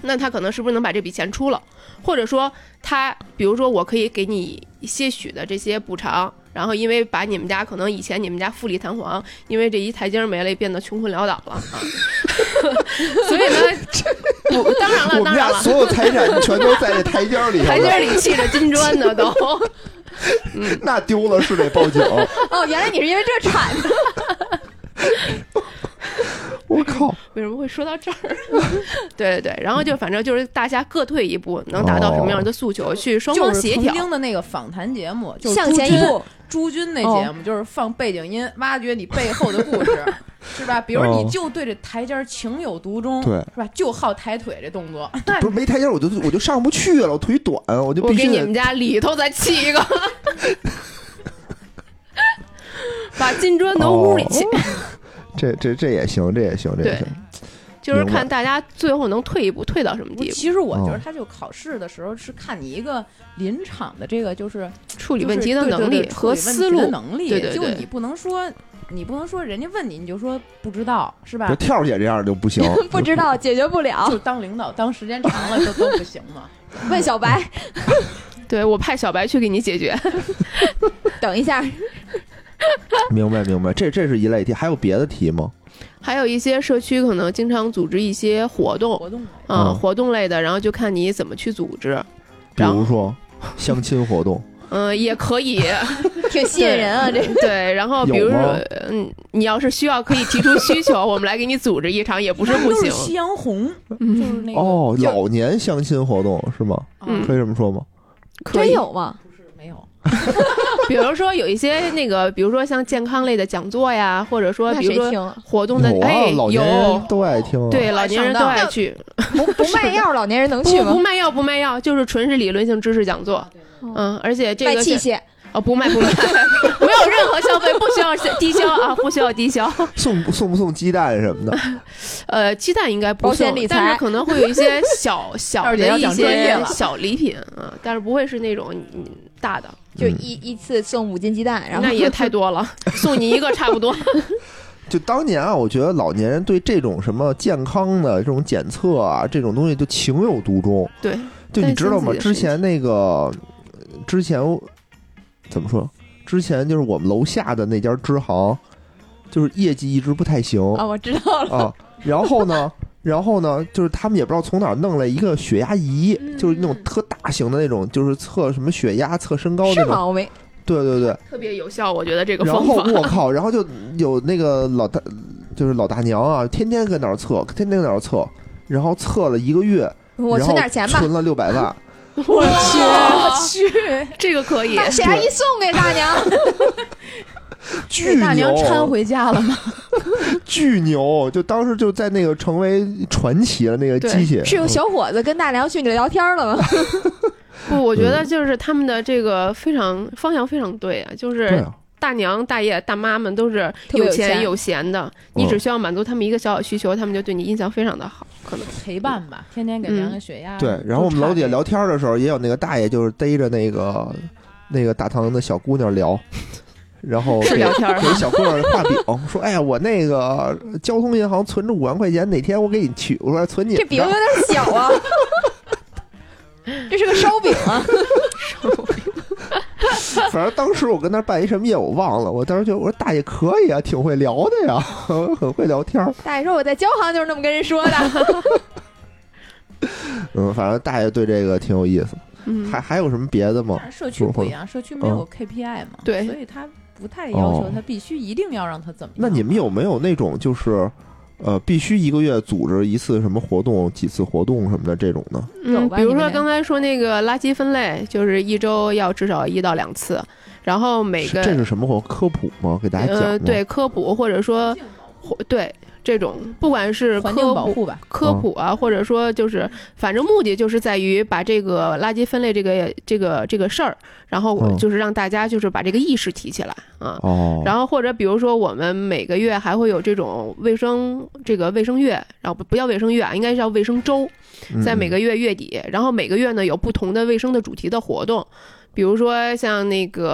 [SPEAKER 3] 那他可能是不是能把这笔钱出了，或者说他，比如说我可以给你些许的这些补偿，然后因为把你们家可能以前你们家富丽堂皇，因为这一台阶儿没了，也变得穷困潦倒了啊。 *laughs* 所以
[SPEAKER 1] *laughs*
[SPEAKER 3] 呢，我当然了，
[SPEAKER 1] 我们
[SPEAKER 3] 当然
[SPEAKER 1] 家
[SPEAKER 3] 了，
[SPEAKER 1] 所有财产全都在这台阶儿里头
[SPEAKER 3] 台阶儿
[SPEAKER 1] 了，
[SPEAKER 3] 里砌着金砖呢都。
[SPEAKER 1] 那丢了是得报警。
[SPEAKER 4] 哦，原来你是因为这铲的。
[SPEAKER 1] *laughs* 我
[SPEAKER 3] *laughs*
[SPEAKER 1] 靠，
[SPEAKER 3] 为什么会说到这
[SPEAKER 5] *laughs*
[SPEAKER 3] 儿？ *laughs* 对对对，然后就反正就是大家各退一步，能达到什么样的诉求，去双
[SPEAKER 5] 哦就
[SPEAKER 3] 方
[SPEAKER 5] 是
[SPEAKER 3] 协
[SPEAKER 5] 曾
[SPEAKER 3] 调。
[SPEAKER 5] 经的那个访谈节目，就是
[SPEAKER 4] 向
[SPEAKER 5] 朱
[SPEAKER 4] 前一
[SPEAKER 5] 军
[SPEAKER 4] 步，，
[SPEAKER 5] 朱军那节
[SPEAKER 3] 哦
[SPEAKER 5] 目就是放背景音，挖掘你背后的故事，
[SPEAKER 3] *laughs*
[SPEAKER 5] 是吧？比如
[SPEAKER 1] 哦
[SPEAKER 5] 你就对这台阶儿情有独钟，
[SPEAKER 1] 对
[SPEAKER 5] 是吧？就好抬腿这动作，那
[SPEAKER 1] 不是没台阶儿我就我就上不去了，我腿短，我就
[SPEAKER 3] 我
[SPEAKER 1] 必
[SPEAKER 3] 给
[SPEAKER 1] 须
[SPEAKER 3] 你
[SPEAKER 1] 得
[SPEAKER 3] 们家里头再砌一
[SPEAKER 5] *laughs*
[SPEAKER 3] 个，把金砖挪屋里
[SPEAKER 5] 哦
[SPEAKER 3] 砌，
[SPEAKER 1] 哦这这这也行，这也行，这也
[SPEAKER 3] 对
[SPEAKER 1] 行。
[SPEAKER 3] 就是
[SPEAKER 1] 明白
[SPEAKER 3] 看大家最后能退一步，退到什么
[SPEAKER 5] 不
[SPEAKER 3] 地步，
[SPEAKER 5] 其实我觉得
[SPEAKER 1] 哦
[SPEAKER 5] 他就考试的时候是看你一个临场的这个就是
[SPEAKER 3] 处理
[SPEAKER 5] 就是
[SPEAKER 3] 问题的
[SPEAKER 5] 对对
[SPEAKER 3] 能
[SPEAKER 5] 对
[SPEAKER 3] 力
[SPEAKER 5] 处理
[SPEAKER 3] 和
[SPEAKER 5] 问题
[SPEAKER 3] 思
[SPEAKER 5] 的
[SPEAKER 3] 路。
[SPEAKER 5] 能力，
[SPEAKER 3] 对对
[SPEAKER 5] 就
[SPEAKER 3] 对
[SPEAKER 5] 你不能说你不能说人家问你你就说不知道是吧
[SPEAKER 1] 就？跳姐这样就 *laughs*
[SPEAKER 3] *laughs*
[SPEAKER 1] 不行
[SPEAKER 4] *laughs* 不知道解决不了
[SPEAKER 5] 就，当领导当时间长了就都不行
[SPEAKER 3] *laughs*
[SPEAKER 5] 嘛。
[SPEAKER 4] 问小白。
[SPEAKER 3] 对我派小白去给你解决。 *laughs*
[SPEAKER 4] 等一下，
[SPEAKER 1] 明白明白，这这是一类题，还有别的题吗？
[SPEAKER 3] 还有一些社区可能经常组织一些活动，
[SPEAKER 5] 活动嘛
[SPEAKER 3] 嗯、
[SPEAKER 1] 嗯
[SPEAKER 3] 活动类的，然后就看你怎么去组织。
[SPEAKER 1] 比
[SPEAKER 3] 然后
[SPEAKER 1] 如说相亲活动，
[SPEAKER 3] 嗯、也可以，
[SPEAKER 4] 挺吸引人啊，这
[SPEAKER 3] 对。然后比
[SPEAKER 1] 有
[SPEAKER 3] 如说
[SPEAKER 1] 吗，
[SPEAKER 3] 嗯，你要是需要，可以提出需求，我们来给你组织一场，也不
[SPEAKER 4] *laughs*
[SPEAKER 3] 是
[SPEAKER 5] 他们
[SPEAKER 3] 不
[SPEAKER 5] 都是夕
[SPEAKER 3] 行。
[SPEAKER 5] 阳红，就
[SPEAKER 3] 嗯，
[SPEAKER 5] 是那个啊
[SPEAKER 1] 哦，
[SPEAKER 5] 就
[SPEAKER 1] 老年相亲活动是吗？
[SPEAKER 3] 嗯
[SPEAKER 1] 可以这么说吗？
[SPEAKER 3] 可
[SPEAKER 4] 真
[SPEAKER 3] 以。
[SPEAKER 4] 有吗？
[SPEAKER 5] 没有，
[SPEAKER 3] *laughs* 比如说有一些那个，比如说像健康类的讲座呀，或者说
[SPEAKER 4] 那
[SPEAKER 3] 比如
[SPEAKER 4] 谁
[SPEAKER 3] 说
[SPEAKER 4] 听啊？
[SPEAKER 3] 活动的，
[SPEAKER 1] 有啊
[SPEAKER 3] 哎，，
[SPEAKER 1] 老年人
[SPEAKER 3] 有，
[SPEAKER 1] 都爱听啊。
[SPEAKER 3] 对，老年人都爱去，
[SPEAKER 4] 不不卖药，老年人能去
[SPEAKER 3] 不不
[SPEAKER 4] 吗？啊
[SPEAKER 3] 卖药不卖药，就是纯是理论性知识讲座。嗯，而且这
[SPEAKER 4] 卖
[SPEAKER 3] 个
[SPEAKER 4] 器
[SPEAKER 3] 是
[SPEAKER 4] 械，
[SPEAKER 3] 哦，不卖不 *laughs* 卖，没有任何消费，不需要低消啊，不需要低消。
[SPEAKER 1] 送不送不送鸡蛋什么的，
[SPEAKER 3] 呃，鸡蛋应该不
[SPEAKER 4] 保险
[SPEAKER 3] 送
[SPEAKER 4] 理
[SPEAKER 3] 但
[SPEAKER 4] 财
[SPEAKER 3] 是可能会有一些小小
[SPEAKER 5] 二姐
[SPEAKER 3] 的
[SPEAKER 5] 要
[SPEAKER 3] 一
[SPEAKER 5] 讲专业
[SPEAKER 3] 些
[SPEAKER 5] 了
[SPEAKER 3] 小礼品啊，但是不会是那种你你大的，
[SPEAKER 4] 就
[SPEAKER 1] 嗯哦
[SPEAKER 4] 一一次送五斤鸡蛋，然后
[SPEAKER 3] 那
[SPEAKER 4] *laughs*
[SPEAKER 3] 也太多了，送你一个差不多。
[SPEAKER 1] 就当年啊，我觉得老年人对这种什么健康的这种检测啊，这种东西就情有独钟。
[SPEAKER 3] 对，
[SPEAKER 1] 就你
[SPEAKER 3] 担
[SPEAKER 1] 知
[SPEAKER 3] 心
[SPEAKER 1] 道
[SPEAKER 3] 自
[SPEAKER 1] 吗？
[SPEAKER 3] 己
[SPEAKER 1] 之
[SPEAKER 3] 的身体
[SPEAKER 1] 前那个，之前怎么说？之前就是我们楼下的那家支行，就是业绩一直不太行
[SPEAKER 3] 哦
[SPEAKER 4] 啊，我知道了，
[SPEAKER 1] 啊。然后呢， *laughs* 然后呢，就是他们也不知道从哪儿弄来一个血压仪，
[SPEAKER 3] 嗯
[SPEAKER 1] 就是那种特大型的那种，就是测什么血压、测身高
[SPEAKER 4] 是
[SPEAKER 1] 那种。
[SPEAKER 4] 吗？我没，
[SPEAKER 1] 对对对。
[SPEAKER 3] 特别有效，我觉得这个
[SPEAKER 1] 然
[SPEAKER 3] 方
[SPEAKER 1] 后
[SPEAKER 3] 法。
[SPEAKER 1] 我靠，然后就有那个老大，就是老大娘啊，天天跟那儿测，天天跟那儿测，然后测了一个月，
[SPEAKER 4] 我
[SPEAKER 1] 然
[SPEAKER 4] 存
[SPEAKER 1] 后
[SPEAKER 4] 点钱吧。
[SPEAKER 1] 存了六百
[SPEAKER 4] *laughs*
[SPEAKER 1] 万。
[SPEAKER 3] 我去，
[SPEAKER 4] 去，
[SPEAKER 3] *laughs*
[SPEAKER 4] 啊 *laughs*
[SPEAKER 3] 这个可以，
[SPEAKER 4] 把血压一送给大娘，
[SPEAKER 1] 巨
[SPEAKER 5] 大娘搀
[SPEAKER 1] 牛，哎
[SPEAKER 5] 回家了吗？
[SPEAKER 1] 巨牛！就当时就在那个成为传奇了，那个机器
[SPEAKER 4] 是有小伙子跟大梁去你聊天了吗？
[SPEAKER 3] 不，我觉得就是他们的这个非常方向非常对啊，就
[SPEAKER 1] 嗯对
[SPEAKER 3] 是
[SPEAKER 1] 啊，
[SPEAKER 3] 大娘、大爷、大妈们都是
[SPEAKER 4] 特别
[SPEAKER 3] 有
[SPEAKER 4] 有
[SPEAKER 3] 钱
[SPEAKER 4] 钱
[SPEAKER 3] 有闲的，你只需要满足他们一个小小需求，他们就对你印象非常的好，可能
[SPEAKER 5] 陪伴吧，天天给
[SPEAKER 3] 嗯
[SPEAKER 5] 量个血压。
[SPEAKER 4] 嗯
[SPEAKER 1] 对。然后我们老姐聊天的时候，也有那个大爷就是逮着那个那个大堂的小姑娘聊，然后
[SPEAKER 3] 是
[SPEAKER 1] 给
[SPEAKER 3] 聊
[SPEAKER 4] 啊
[SPEAKER 3] 天儿
[SPEAKER 1] 给小姑娘画饼，说：“哎呀，我那个交通银行存着五万块钱，哪天我给你取出来存你。”
[SPEAKER 4] 这饼有点小 *laughs* 啊，这是个烧饼啊，
[SPEAKER 1] 反正当时我跟那儿办一什么业我忘了，我当时就我说大爷可以啊，挺会聊的呀，很会聊天儿。
[SPEAKER 4] 大爷说我在交行就是那么跟人说 *laughs* 的，
[SPEAKER 1] 嗯，反正大爷对这个挺有意思。
[SPEAKER 3] 嗯
[SPEAKER 1] 还，还有什么别的吗？
[SPEAKER 5] 但是社区不
[SPEAKER 1] 嗯
[SPEAKER 5] 一样，社区没有 KPI 嘛，
[SPEAKER 3] 对
[SPEAKER 5] 所以他不太要
[SPEAKER 1] 哦
[SPEAKER 5] 求他必须一定要让他怎么样。
[SPEAKER 1] 那你们有没有那种就是，呃，必须一个月组织一次什么活动、几次活动什么的这种呢？
[SPEAKER 3] 嗯
[SPEAKER 4] 有，吧
[SPEAKER 3] 比如
[SPEAKER 4] 你们
[SPEAKER 3] 说
[SPEAKER 4] 俩
[SPEAKER 3] 刚才说那个垃圾分类，就是一周要至少一到两次，然后每
[SPEAKER 1] 是
[SPEAKER 3] 个
[SPEAKER 1] 这是什么活科普吗？给大家讲吗
[SPEAKER 3] 呃对科普或者说或对这种不管是科
[SPEAKER 5] 环境保
[SPEAKER 3] 普
[SPEAKER 5] 护吧，
[SPEAKER 3] 科普啊，或者说就是，反正目的就是在于把这个垃圾分类这个这个这个事儿，然后
[SPEAKER 1] 嗯
[SPEAKER 3] 就是让大家就是把这个意识提起来啊。
[SPEAKER 1] 哦，
[SPEAKER 3] 然后或者比如说我们每个月还会有这种卫生这个卫生月，然后不不叫卫生月啊，应该叫卫生周，
[SPEAKER 1] 后
[SPEAKER 3] 在每个月月底，然后每个月呢有不同的卫生的主题的活动。比如说像那个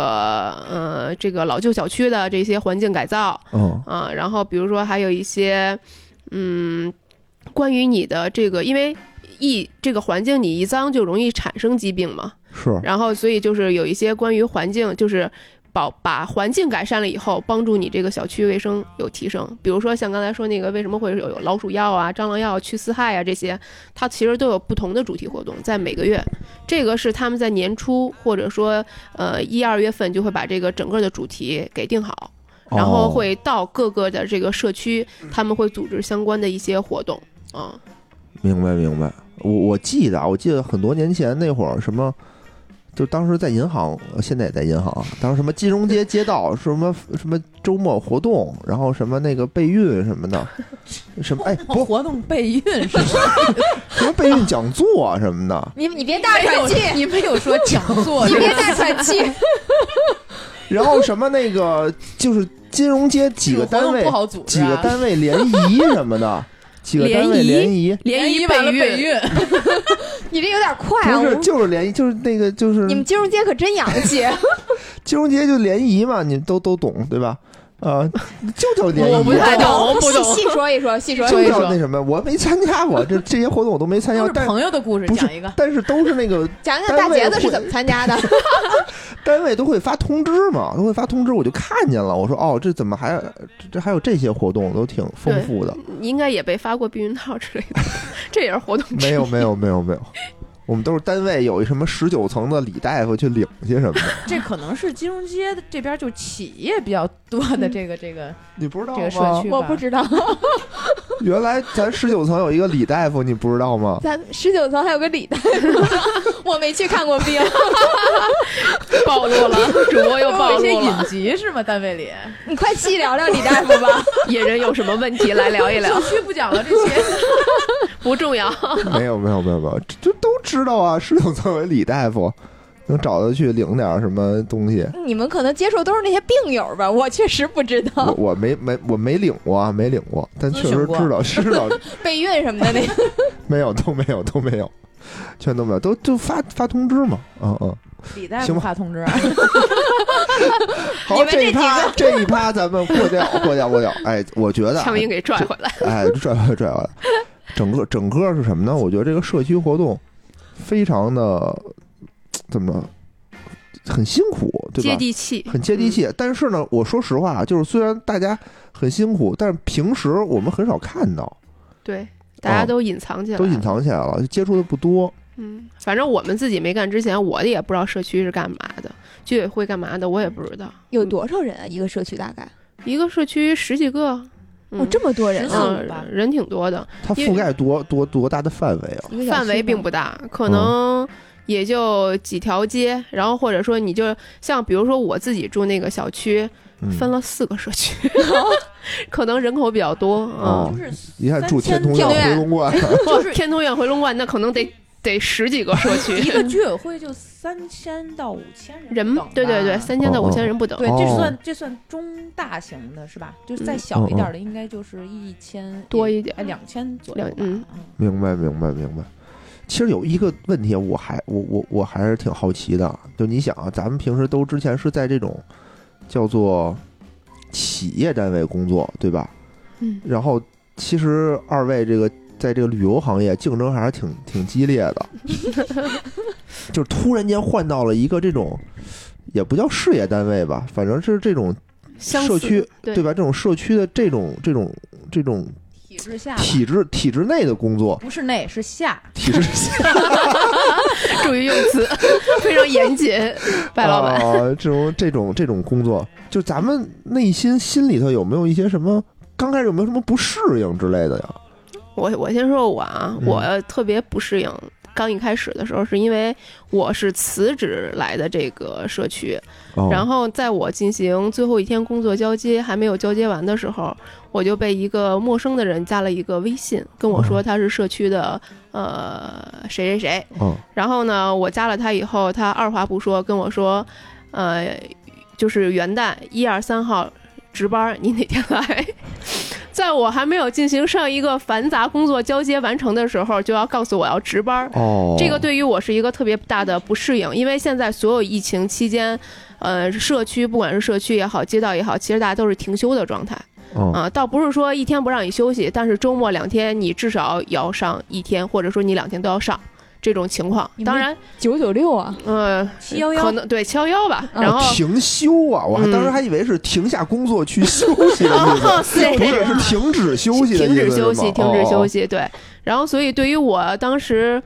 [SPEAKER 3] 呃，这个老旧小区的这些环境改造，
[SPEAKER 1] 嗯
[SPEAKER 3] 啊，然后比如说还有一些，嗯，关于你的这个，因为一这个环境你一脏就容易产生疾病嘛，
[SPEAKER 1] 是
[SPEAKER 3] 然后所以就是有一些关于环境就是。保把环境改善了以后，帮助你这个小区卫生有提升。比如说像刚才说那个，为什么会有有老鼠药啊、蟑螂药啊、去丝害啊这些，它其实都有不同的主题活动，在每个月，这个是他们在年初或者说呃一二月份就会把这个整个的主题给定好，然
[SPEAKER 1] 哦
[SPEAKER 3] 后会到各个的这个社区，他们会组织相关的一些活动。啊，
[SPEAKER 1] 明白明白，我我记得啊，我记得很多年前那会儿什么。就当时在银行，呃现在也在银行啊。当时什么金融街街道，什么什么周末活动，然后什么那个备孕什么的，什么哎不
[SPEAKER 5] 活动备孕是吧？
[SPEAKER 3] *laughs*
[SPEAKER 1] 什么备孕讲座什么的。
[SPEAKER 4] 你你别大喘气，
[SPEAKER 5] 你没有说讲
[SPEAKER 1] *laughs*
[SPEAKER 5] 座，
[SPEAKER 4] 你别大喘 *laughs* 气，
[SPEAKER 1] 然后什么那个就是金融街几个单位
[SPEAKER 5] 不好组
[SPEAKER 1] 几
[SPEAKER 5] 织
[SPEAKER 1] 个
[SPEAKER 5] 啊。
[SPEAKER 1] 单位联谊什么的，几个单位
[SPEAKER 3] 联谊
[SPEAKER 1] 联谊，
[SPEAKER 3] 联谊
[SPEAKER 5] 完了备
[SPEAKER 3] 孕，
[SPEAKER 5] 孕，
[SPEAKER 4] 你这有点快啊！
[SPEAKER 1] 不
[SPEAKER 4] 我
[SPEAKER 1] 是就是联谊，就是那个就是
[SPEAKER 4] 你们金融街可真洋 *laughs* 气，
[SPEAKER 1] 金融街就联谊嘛，你们都都懂对吧？呃，就叫联谊，
[SPEAKER 3] 我不太懂，不
[SPEAKER 4] 细
[SPEAKER 3] 懂。
[SPEAKER 4] 细说一说，细说一
[SPEAKER 1] 就
[SPEAKER 4] 说。
[SPEAKER 1] 叫那什么，我没参加过这这些活动，我都没参加
[SPEAKER 5] 都
[SPEAKER 1] 过
[SPEAKER 5] 是，
[SPEAKER 1] 但
[SPEAKER 5] 朋友的故事，
[SPEAKER 1] 不是
[SPEAKER 5] 讲一个。
[SPEAKER 1] 但是都是那个
[SPEAKER 4] 讲讲大
[SPEAKER 1] 单位
[SPEAKER 4] 杰子是
[SPEAKER 1] 会
[SPEAKER 4] 怎么参加的？
[SPEAKER 1] 单位都会发通知嘛，都会发通知，我就看见了，我说哦，这怎么还这这还有这些活动，都挺丰富的。
[SPEAKER 3] 你应该也被发过避孕套之类
[SPEAKER 1] *laughs*
[SPEAKER 3] 的，这也是活动之一
[SPEAKER 1] 没有没有没有没有，我们都是单位有一什么十九层的李大夫去领去什么的，
[SPEAKER 5] 这可能是金融街这边就企业比较多的
[SPEAKER 3] 嗯
[SPEAKER 5] 这个这个
[SPEAKER 1] 你不知道
[SPEAKER 5] 这个社
[SPEAKER 1] 吗？
[SPEAKER 5] 区吧。
[SPEAKER 4] 我不 *laughs* 知道，
[SPEAKER 1] 原来咱十九层有一个李大夫，你不知道
[SPEAKER 5] *laughs*
[SPEAKER 1] 吗？
[SPEAKER 4] 咱十九层还有个李大夫，我没去看过病。
[SPEAKER 3] *laughs* 暴露了，主播又暴
[SPEAKER 5] 有一些
[SPEAKER 3] 露了
[SPEAKER 5] 隐。疾是吗？单位里
[SPEAKER 4] 你快细聊聊李 *laughs* 大夫吧。
[SPEAKER 3] 野人有什么问题来聊一聊
[SPEAKER 5] 社，区不讲了这
[SPEAKER 3] *laughs*
[SPEAKER 5] 些，
[SPEAKER 3] 不重要。
[SPEAKER 1] 没有没有没有没有，这这都知道啊，十九层有李大夫，能找他去领点什么东西。
[SPEAKER 4] 你们可能接触都是那些病友吧，我确实不知
[SPEAKER 1] 我
[SPEAKER 4] *laughs* 道
[SPEAKER 1] 我没没我没领过啊，没领过，但确实知道知道 *laughs*
[SPEAKER 4] 备孕什么的那。
[SPEAKER 1] 没有都没有都没有，全都没有，都就发发通知嘛，嗯嗯。
[SPEAKER 5] 李大
[SPEAKER 1] 行
[SPEAKER 5] 夫
[SPEAKER 1] 吧
[SPEAKER 5] 发通知，
[SPEAKER 3] 啊
[SPEAKER 1] 好，
[SPEAKER 4] 你们
[SPEAKER 1] 这一
[SPEAKER 4] 这几
[SPEAKER 1] 趴这一趴咱们过掉过掉过掉。哎，我觉得啊
[SPEAKER 3] 强行给拽回来，
[SPEAKER 1] 哎，拽回来，拽回来。整个整个是什么呢？我觉得这个社区活动非常的怎么着，很辛苦，对
[SPEAKER 3] 接
[SPEAKER 1] 吧？
[SPEAKER 3] 地气。嗯
[SPEAKER 1] 很接地气。但是呢，我说实话啊，就是虽然大家很辛苦，但是平时我们很少看到，
[SPEAKER 3] 对，大家都隐藏起来，
[SPEAKER 1] 哦都隐。藏起来了，接触的不多。
[SPEAKER 3] 嗯，反正我们自己没干之前，我也不知道社区是干嘛的，居委会干嘛的，我也不知道。
[SPEAKER 4] *laughs* 有多少人啊？一个社区大概？
[SPEAKER 3] 一个社区十几个，
[SPEAKER 4] 哦，这么多人
[SPEAKER 5] 十四
[SPEAKER 4] 啊！
[SPEAKER 5] 五吧
[SPEAKER 3] 嗯，人挺多的，
[SPEAKER 1] 它
[SPEAKER 3] 因为
[SPEAKER 1] 覆盖多多多大的范围啊？
[SPEAKER 4] 一个小区
[SPEAKER 3] 范围
[SPEAKER 4] 吧
[SPEAKER 3] 并不大，可能也就几条街，然后或者说你就像比如说我自己住那个小区，
[SPEAKER 1] 嗯
[SPEAKER 3] 分了四个
[SPEAKER 1] *laughs*
[SPEAKER 3] 社区，可能人口比较多，
[SPEAKER 1] 哦
[SPEAKER 3] 嗯，
[SPEAKER 5] 就是
[SPEAKER 1] 一看住天
[SPEAKER 5] 三千
[SPEAKER 1] 通苑、
[SPEAKER 5] 条
[SPEAKER 1] 回龙观， *laughs*
[SPEAKER 3] 不天通苑、回龙观那可能得得十几个社
[SPEAKER 5] 一个
[SPEAKER 3] 区
[SPEAKER 5] 居委会就三千到五千人
[SPEAKER 3] 人
[SPEAKER 5] 不等，
[SPEAKER 3] 对对对，
[SPEAKER 5] 吧
[SPEAKER 3] 三千到五千人不等。
[SPEAKER 5] 对，这
[SPEAKER 1] 哦
[SPEAKER 5] 算这算中大型的是吧？就是再小一点儿的，应该就是一千
[SPEAKER 3] 多一点
[SPEAKER 5] 哎，两千左右
[SPEAKER 3] 两
[SPEAKER 5] 吧。
[SPEAKER 3] 嗯
[SPEAKER 1] 明白，明白，明白。其实有一个问题，我还我我我还是挺好奇的。就你想啊，咱们平时都之前是在这种叫做企业单位工作，对吧？
[SPEAKER 3] 嗯。
[SPEAKER 1] 然后其实二位这个在这个旅游行业竞争还是挺挺激烈的，
[SPEAKER 3] *laughs*
[SPEAKER 1] 就是突然间换到了一个这种也不叫事业单位吧，反正是这种
[SPEAKER 3] 相
[SPEAKER 1] 社
[SPEAKER 3] 似
[SPEAKER 1] 区
[SPEAKER 3] 对
[SPEAKER 1] 对吧？这种社区的这种这种这种
[SPEAKER 5] 体制下吧
[SPEAKER 1] 体制体制内的工作，
[SPEAKER 5] 不是内是下，
[SPEAKER 1] 体
[SPEAKER 3] *laughs*
[SPEAKER 1] 制
[SPEAKER 3] 注意用词， *laughs* 非常严谨，白老板。
[SPEAKER 1] 啊，这种这种这种工作，就咱们内心心里头有没有一些什么？刚开始有没有什么不适应之类的呀？
[SPEAKER 3] 我我先说我啊，
[SPEAKER 1] 嗯
[SPEAKER 3] 我特别不适应。刚一开始的时候，是因为我是辞职来的这个社区，
[SPEAKER 1] 哦
[SPEAKER 3] 然后在我进行最后一天工作交接还没有交接完的时候，我就被一个陌生的人加了一个微信，跟
[SPEAKER 1] 哦
[SPEAKER 3] 我说他是社区的呃谁谁谁。
[SPEAKER 1] 嗯
[SPEAKER 3] 然后呢，我加了他以后，他二话不说跟我说，呃，就是元旦一二三号值班，你哪天来？ *laughs* 在我还没有进行上一个繁杂工作交接完成的时候，就要告诉我要值班。
[SPEAKER 1] 哦，
[SPEAKER 3] 这个对于我是一个特别大的不适应，因为现在所有疫情期间，呃，社区不管是社区也好，街道也好，其实大家都是停休的状态
[SPEAKER 1] 嗯
[SPEAKER 3] 啊、倒不是说一天不让你休息，但是周末两天你至少要上一天，或者说你两天都要上这种情况。
[SPEAKER 4] 你们
[SPEAKER 3] 当然，
[SPEAKER 4] 九九六啊，
[SPEAKER 3] 呃，
[SPEAKER 5] 711
[SPEAKER 3] 可能对七幺幺吧，
[SPEAKER 4] 嗯
[SPEAKER 3] 然后。
[SPEAKER 1] 哦停休啊！我还
[SPEAKER 3] 嗯
[SPEAKER 1] 当时还以为是停下工作去休息的意思，
[SPEAKER 3] *laughs* 哦，对
[SPEAKER 1] 不是是停止休息的
[SPEAKER 3] 停
[SPEAKER 1] 意思
[SPEAKER 3] 止
[SPEAKER 1] 是哦吗
[SPEAKER 3] 休息，停止休。息，对。然后，所以对于我当时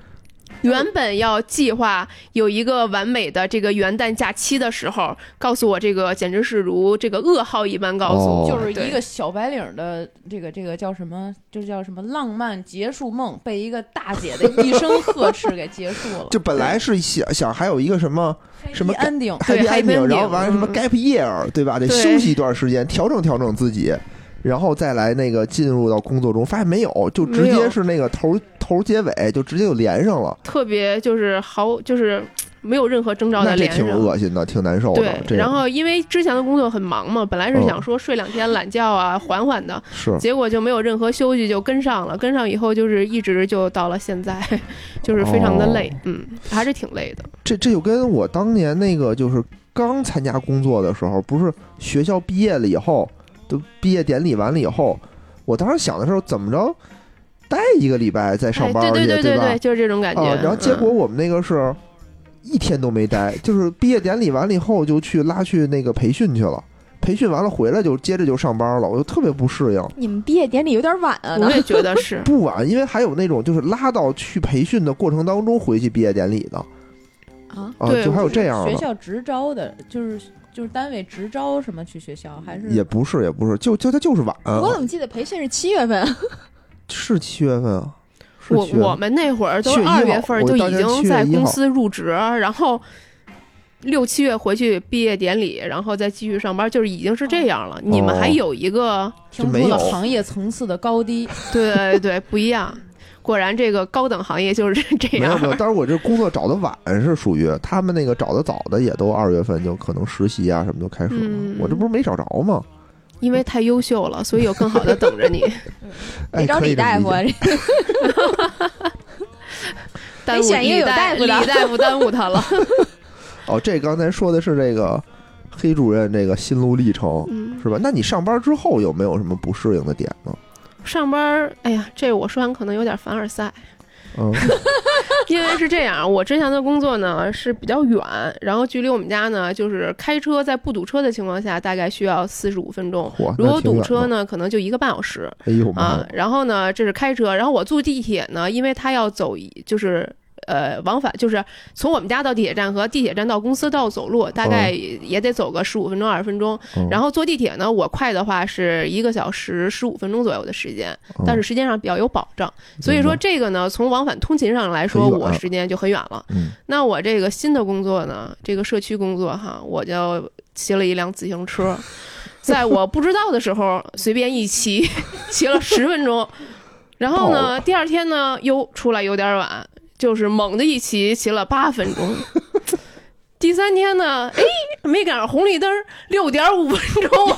[SPEAKER 3] 原本要计划有一个完美的这个元旦假期的时候，告诉我这个简直是如这个噩耗一般告诉我，
[SPEAKER 1] 哦。
[SPEAKER 5] 就是
[SPEAKER 3] 对
[SPEAKER 5] 一个小白领的这个这个叫什么，这叫什么浪漫结束梦，被一个大姐的一声呵斥给结束了
[SPEAKER 1] 哦
[SPEAKER 3] *laughs*
[SPEAKER 1] 就本来是想想还有一个什么什么
[SPEAKER 5] Happy ending，
[SPEAKER 3] 对
[SPEAKER 1] happy
[SPEAKER 3] happy
[SPEAKER 1] ending，然后
[SPEAKER 3] ending，
[SPEAKER 1] 完了什么
[SPEAKER 3] 嗯
[SPEAKER 1] gap year，对吧？得
[SPEAKER 3] 对
[SPEAKER 1] 休息一段时间，调整调整自己，然后再来那个进入到工作中，发现没有，就直
[SPEAKER 3] 没
[SPEAKER 1] 接
[SPEAKER 3] 有哦
[SPEAKER 1] 是那个头头结尾，就直接就连上了，
[SPEAKER 3] 特别就是毫就是没有任何征兆
[SPEAKER 1] 那
[SPEAKER 3] 的
[SPEAKER 1] 这
[SPEAKER 3] 连
[SPEAKER 1] 挺
[SPEAKER 3] 上。
[SPEAKER 1] 恶心的，挺难受
[SPEAKER 3] 对
[SPEAKER 1] 的。，这
[SPEAKER 3] 然
[SPEAKER 1] 样嗯
[SPEAKER 3] 后因为之前的工作很忙嘛，本来是想说睡两天懒觉啊，缓缓的，
[SPEAKER 1] 是
[SPEAKER 3] 结果就没有任何休息，就跟上了。跟上以后就是一直就到了现在， *laughs* 就是非
[SPEAKER 1] 哦
[SPEAKER 3] 常的累，嗯，还是挺累的。
[SPEAKER 1] 这这就跟我当年那个就是刚参加工作的时候，不是学校毕业了以后，都毕业典礼完了以后，我当时想的时候，怎么着待一个礼拜再上班
[SPEAKER 3] 哎
[SPEAKER 1] 儿
[SPEAKER 3] 对
[SPEAKER 1] 去，
[SPEAKER 3] 对对
[SPEAKER 1] 吧
[SPEAKER 3] 对，？就是这种感觉。嗯
[SPEAKER 1] 啊，然后结果我们那个是一天都没待，就是毕业典礼完了以后就去拉去那个培训去了，培训完了回来就接着就上班了，我就特别不适应。，
[SPEAKER 4] 你们毕业典礼有点晚啊，
[SPEAKER 3] 嗯我也觉得是
[SPEAKER 1] 不晚，因为还有那种就是拉到去培训的过程当中回去毕业典礼的
[SPEAKER 4] 啊，
[SPEAKER 1] 啊，
[SPEAKER 3] 对
[SPEAKER 1] 就还有这样
[SPEAKER 5] 学
[SPEAKER 1] 的，
[SPEAKER 5] 校直招的，就是就是单位直招什么去学校，还是
[SPEAKER 1] 也不是也不是，就就他就是晚，
[SPEAKER 4] 我怎么记得培训是七月份？
[SPEAKER 1] 是七月份啊，是
[SPEAKER 3] 我
[SPEAKER 1] 七月
[SPEAKER 3] 我
[SPEAKER 1] 份。
[SPEAKER 3] 们那会儿都
[SPEAKER 1] 7月1号
[SPEAKER 3] 二月份就已
[SPEAKER 1] 我
[SPEAKER 3] 经
[SPEAKER 1] 到
[SPEAKER 3] 在
[SPEAKER 1] 现在7月1号
[SPEAKER 3] 公司入职，然后六七月回去毕业典礼，然后再继续上班，就是已经是
[SPEAKER 1] 哦
[SPEAKER 3] 这样了。你们还有一个，
[SPEAKER 5] 听
[SPEAKER 1] 没
[SPEAKER 5] 出了
[SPEAKER 1] 有
[SPEAKER 5] 行业层次的
[SPEAKER 3] *laughs*
[SPEAKER 5] 高低。
[SPEAKER 3] 对对对，不一样。果然，这个高等行业就是这
[SPEAKER 1] 没有没有，
[SPEAKER 3] 样。
[SPEAKER 1] 但是我这工作找的晚是属于他们那个找的早的，也都二月份就可能实习啊什么就开始了。
[SPEAKER 3] 嗯
[SPEAKER 1] 我这不是没找着吗？
[SPEAKER 3] *laughs* 因为太优秀了，所以有更好的 *laughs* 等着你。
[SPEAKER 1] 哎，
[SPEAKER 4] 得找
[SPEAKER 1] 可以
[SPEAKER 4] 李
[SPEAKER 1] 这么
[SPEAKER 4] 大
[SPEAKER 1] 理
[SPEAKER 4] 夫啊，
[SPEAKER 1] 解
[SPEAKER 4] 这
[SPEAKER 3] 耽误
[SPEAKER 4] 选一个有
[SPEAKER 3] 李
[SPEAKER 4] 大夫的
[SPEAKER 3] 李大夫耽误他了。
[SPEAKER 1] 哦，这刚才说的是这个黑主任这个心路历程
[SPEAKER 3] *laughs* 嗯，
[SPEAKER 1] 是吧？那你上班之后有没有什么不适应的点呢？
[SPEAKER 3] 上班儿，哎呀，这我说完可能有点凡尔 *laughs* 赛，
[SPEAKER 1] 嗯， *laughs*
[SPEAKER 3] 因为是这样，我之前的工作呢是比较远，然后距离我们家呢就是开车在不堵车的情况下，大概需要四十五分钟。
[SPEAKER 1] 嚯，
[SPEAKER 3] 如
[SPEAKER 1] 那
[SPEAKER 3] 果
[SPEAKER 1] 挺
[SPEAKER 3] 堵
[SPEAKER 1] 远
[SPEAKER 3] 车
[SPEAKER 1] 的？
[SPEAKER 3] 呢，可能就一个半小时
[SPEAKER 1] 哎呦妈
[SPEAKER 3] 啊
[SPEAKER 1] 呀！。
[SPEAKER 3] 然后呢，这是开车，然后我坐地铁呢，因为它要走一，就是呃往返，就是从我们家到地铁站和地铁站到公司到走路，
[SPEAKER 1] 哦
[SPEAKER 3] 大概也也得走个十五分钟二十分钟。
[SPEAKER 1] 嗯
[SPEAKER 3] 然后坐地铁呢，我快的话是一个小时十五分钟左右的时间，
[SPEAKER 1] 嗯
[SPEAKER 3] 但是时间上比较有保障。所以
[SPEAKER 1] 明
[SPEAKER 3] 说
[SPEAKER 1] 白
[SPEAKER 3] 这个呢，从往返通勤上来说，
[SPEAKER 1] 很远啊
[SPEAKER 3] 我时间就很远了。
[SPEAKER 1] 嗯
[SPEAKER 3] 那我这个新的工作呢，这个社区工作哈，我就骑了一辆自行车，在我不知道的时候随便一骑，骑了十分钟，然后
[SPEAKER 1] 爆
[SPEAKER 3] 呢，第二天呢又出来有点晚，就是猛的一骑骑了八分
[SPEAKER 1] *laughs*
[SPEAKER 3] 钟。第三天呢，哎，没赶上红绿灯，六点五分钟我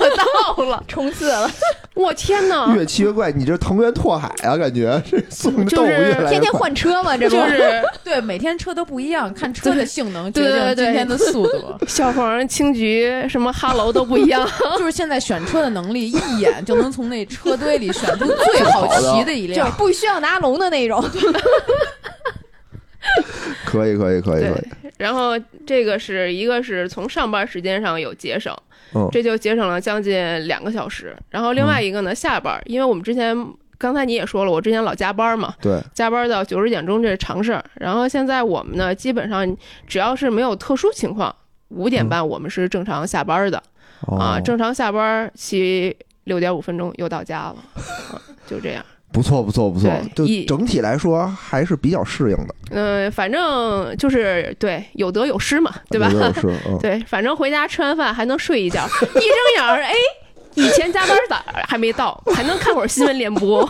[SPEAKER 3] 到了，
[SPEAKER 4] 冲刺了，
[SPEAKER 3] 我天呐！
[SPEAKER 1] 越骑越快，你这藤原拓海啊，感觉这送的
[SPEAKER 3] *laughs* 就是
[SPEAKER 1] 动物越来越
[SPEAKER 4] 天天
[SPEAKER 1] 快
[SPEAKER 4] 换车嘛，这不
[SPEAKER 3] 就是
[SPEAKER 5] 对，每天车都不一样，看车的性能决
[SPEAKER 3] 对对
[SPEAKER 5] 定
[SPEAKER 3] 对
[SPEAKER 5] 今天的速
[SPEAKER 3] *laughs*
[SPEAKER 5] 度。
[SPEAKER 3] 小黄、青桔、什么哈喽都不一样。
[SPEAKER 5] 就是现在选车的能力，一眼就能从那车堆里选出最好骑的
[SPEAKER 4] 就
[SPEAKER 5] 一
[SPEAKER 4] 是
[SPEAKER 5] 辆。
[SPEAKER 4] 不需要拿龙的那种。
[SPEAKER 1] 可以可以可以可以，
[SPEAKER 3] 然后这个是一个是从上班时间上有节省，
[SPEAKER 1] 嗯
[SPEAKER 3] 这就节省了将近两个小时。然后另外一个呢，下班，因为我们之前刚才你也说了，我之前老加班嘛，
[SPEAKER 1] 对，
[SPEAKER 3] 加班到九十点钟这是常事儿。然后现在我们呢，基本上只要是没有特殊情况，五点半我们是正常下班的、啊，
[SPEAKER 1] 嗯哦
[SPEAKER 3] 正常下班骑六点五分钟又到家
[SPEAKER 1] *laughs*
[SPEAKER 3] 了，啊、就这样。
[SPEAKER 1] 不错不错不错，就
[SPEAKER 3] 对一
[SPEAKER 1] 整体来说还是比较适应的，
[SPEAKER 3] 嗯，反正就是对有得有失嘛，对吧？
[SPEAKER 1] 有点是，
[SPEAKER 3] *laughs*
[SPEAKER 1] 嗯，
[SPEAKER 3] 对，反正回家吃完饭还能睡一觉，一睁眼儿，哎，以前加班咋还没到，还能看会儿新闻联播。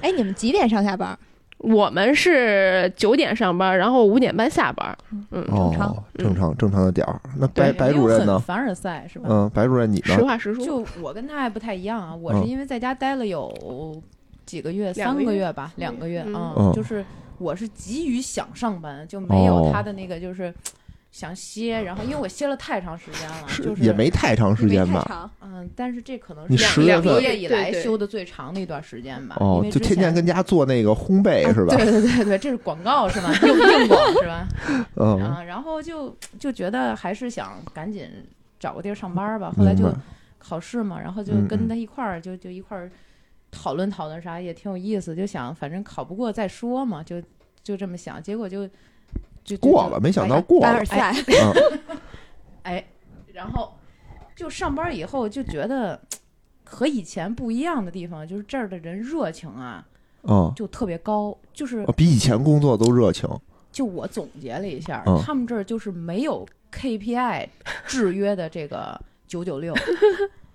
[SPEAKER 4] 哎，你们几点上下班？
[SPEAKER 3] 我们是九点上班，然后五点半下班。嗯，
[SPEAKER 4] 正常
[SPEAKER 1] 哦，正常正常的点儿。那白
[SPEAKER 3] 对
[SPEAKER 1] 白主任
[SPEAKER 5] 因为我
[SPEAKER 1] 呢
[SPEAKER 5] 很？凡尔赛是吧？
[SPEAKER 1] 嗯，白主任你呢
[SPEAKER 3] 实？话实说，
[SPEAKER 5] 就我跟他还不太一样啊，我是
[SPEAKER 1] 嗯
[SPEAKER 5] 因为在家待了有几个月，
[SPEAKER 3] 两
[SPEAKER 5] 三
[SPEAKER 3] 个月
[SPEAKER 5] 个月吧，两个月
[SPEAKER 3] 嗯
[SPEAKER 5] 啊
[SPEAKER 1] 嗯，
[SPEAKER 5] 就是我是急于想上班，就没有
[SPEAKER 1] 哦
[SPEAKER 5] 他的那个就是想歇，然后因为我歇了太长时间了，
[SPEAKER 1] 是
[SPEAKER 5] 就是
[SPEAKER 1] 也没太长时间吧？
[SPEAKER 4] 吧？
[SPEAKER 5] 嗯，但是这可能
[SPEAKER 1] 你
[SPEAKER 5] 是
[SPEAKER 1] 十
[SPEAKER 5] 两
[SPEAKER 1] 月
[SPEAKER 5] 两个
[SPEAKER 1] 份
[SPEAKER 5] 月以来
[SPEAKER 3] 对对
[SPEAKER 5] 休的最长的一段时间吧，
[SPEAKER 1] 哦
[SPEAKER 5] 因，为
[SPEAKER 1] 就
[SPEAKER 5] 之
[SPEAKER 1] 天天
[SPEAKER 5] 前啊哦
[SPEAKER 1] 跟家做那个烘焙是吧？
[SPEAKER 5] 对对对对，这是广告是吗？硬硬广是吧？
[SPEAKER 1] 嗯，
[SPEAKER 5] 啊，然后就就觉得还是想赶紧找个地儿上班吧。后来
[SPEAKER 1] 嗯明
[SPEAKER 5] 就
[SPEAKER 1] 白。
[SPEAKER 5] 考试嘛，然后就
[SPEAKER 1] 嗯嗯
[SPEAKER 5] 跟他一块儿就就一块儿讨论讨论啥，也挺有意思。就想反正考不过再说嘛，就就这么想。结果就就就
[SPEAKER 1] 过了，没想到过
[SPEAKER 4] 凡
[SPEAKER 1] 了
[SPEAKER 4] 尔。赛，
[SPEAKER 1] 嗯，
[SPEAKER 5] 哎哎，然后就上班以后就觉得和以前不一样的地方就是这儿的人热情啊，
[SPEAKER 1] 嗯，
[SPEAKER 5] 就特别高，就是
[SPEAKER 1] 哦比以前工作都热情。
[SPEAKER 5] 就我总结了一下，
[SPEAKER 1] 嗯
[SPEAKER 5] 他们这儿就是没有 KPI 制约的这个九九六，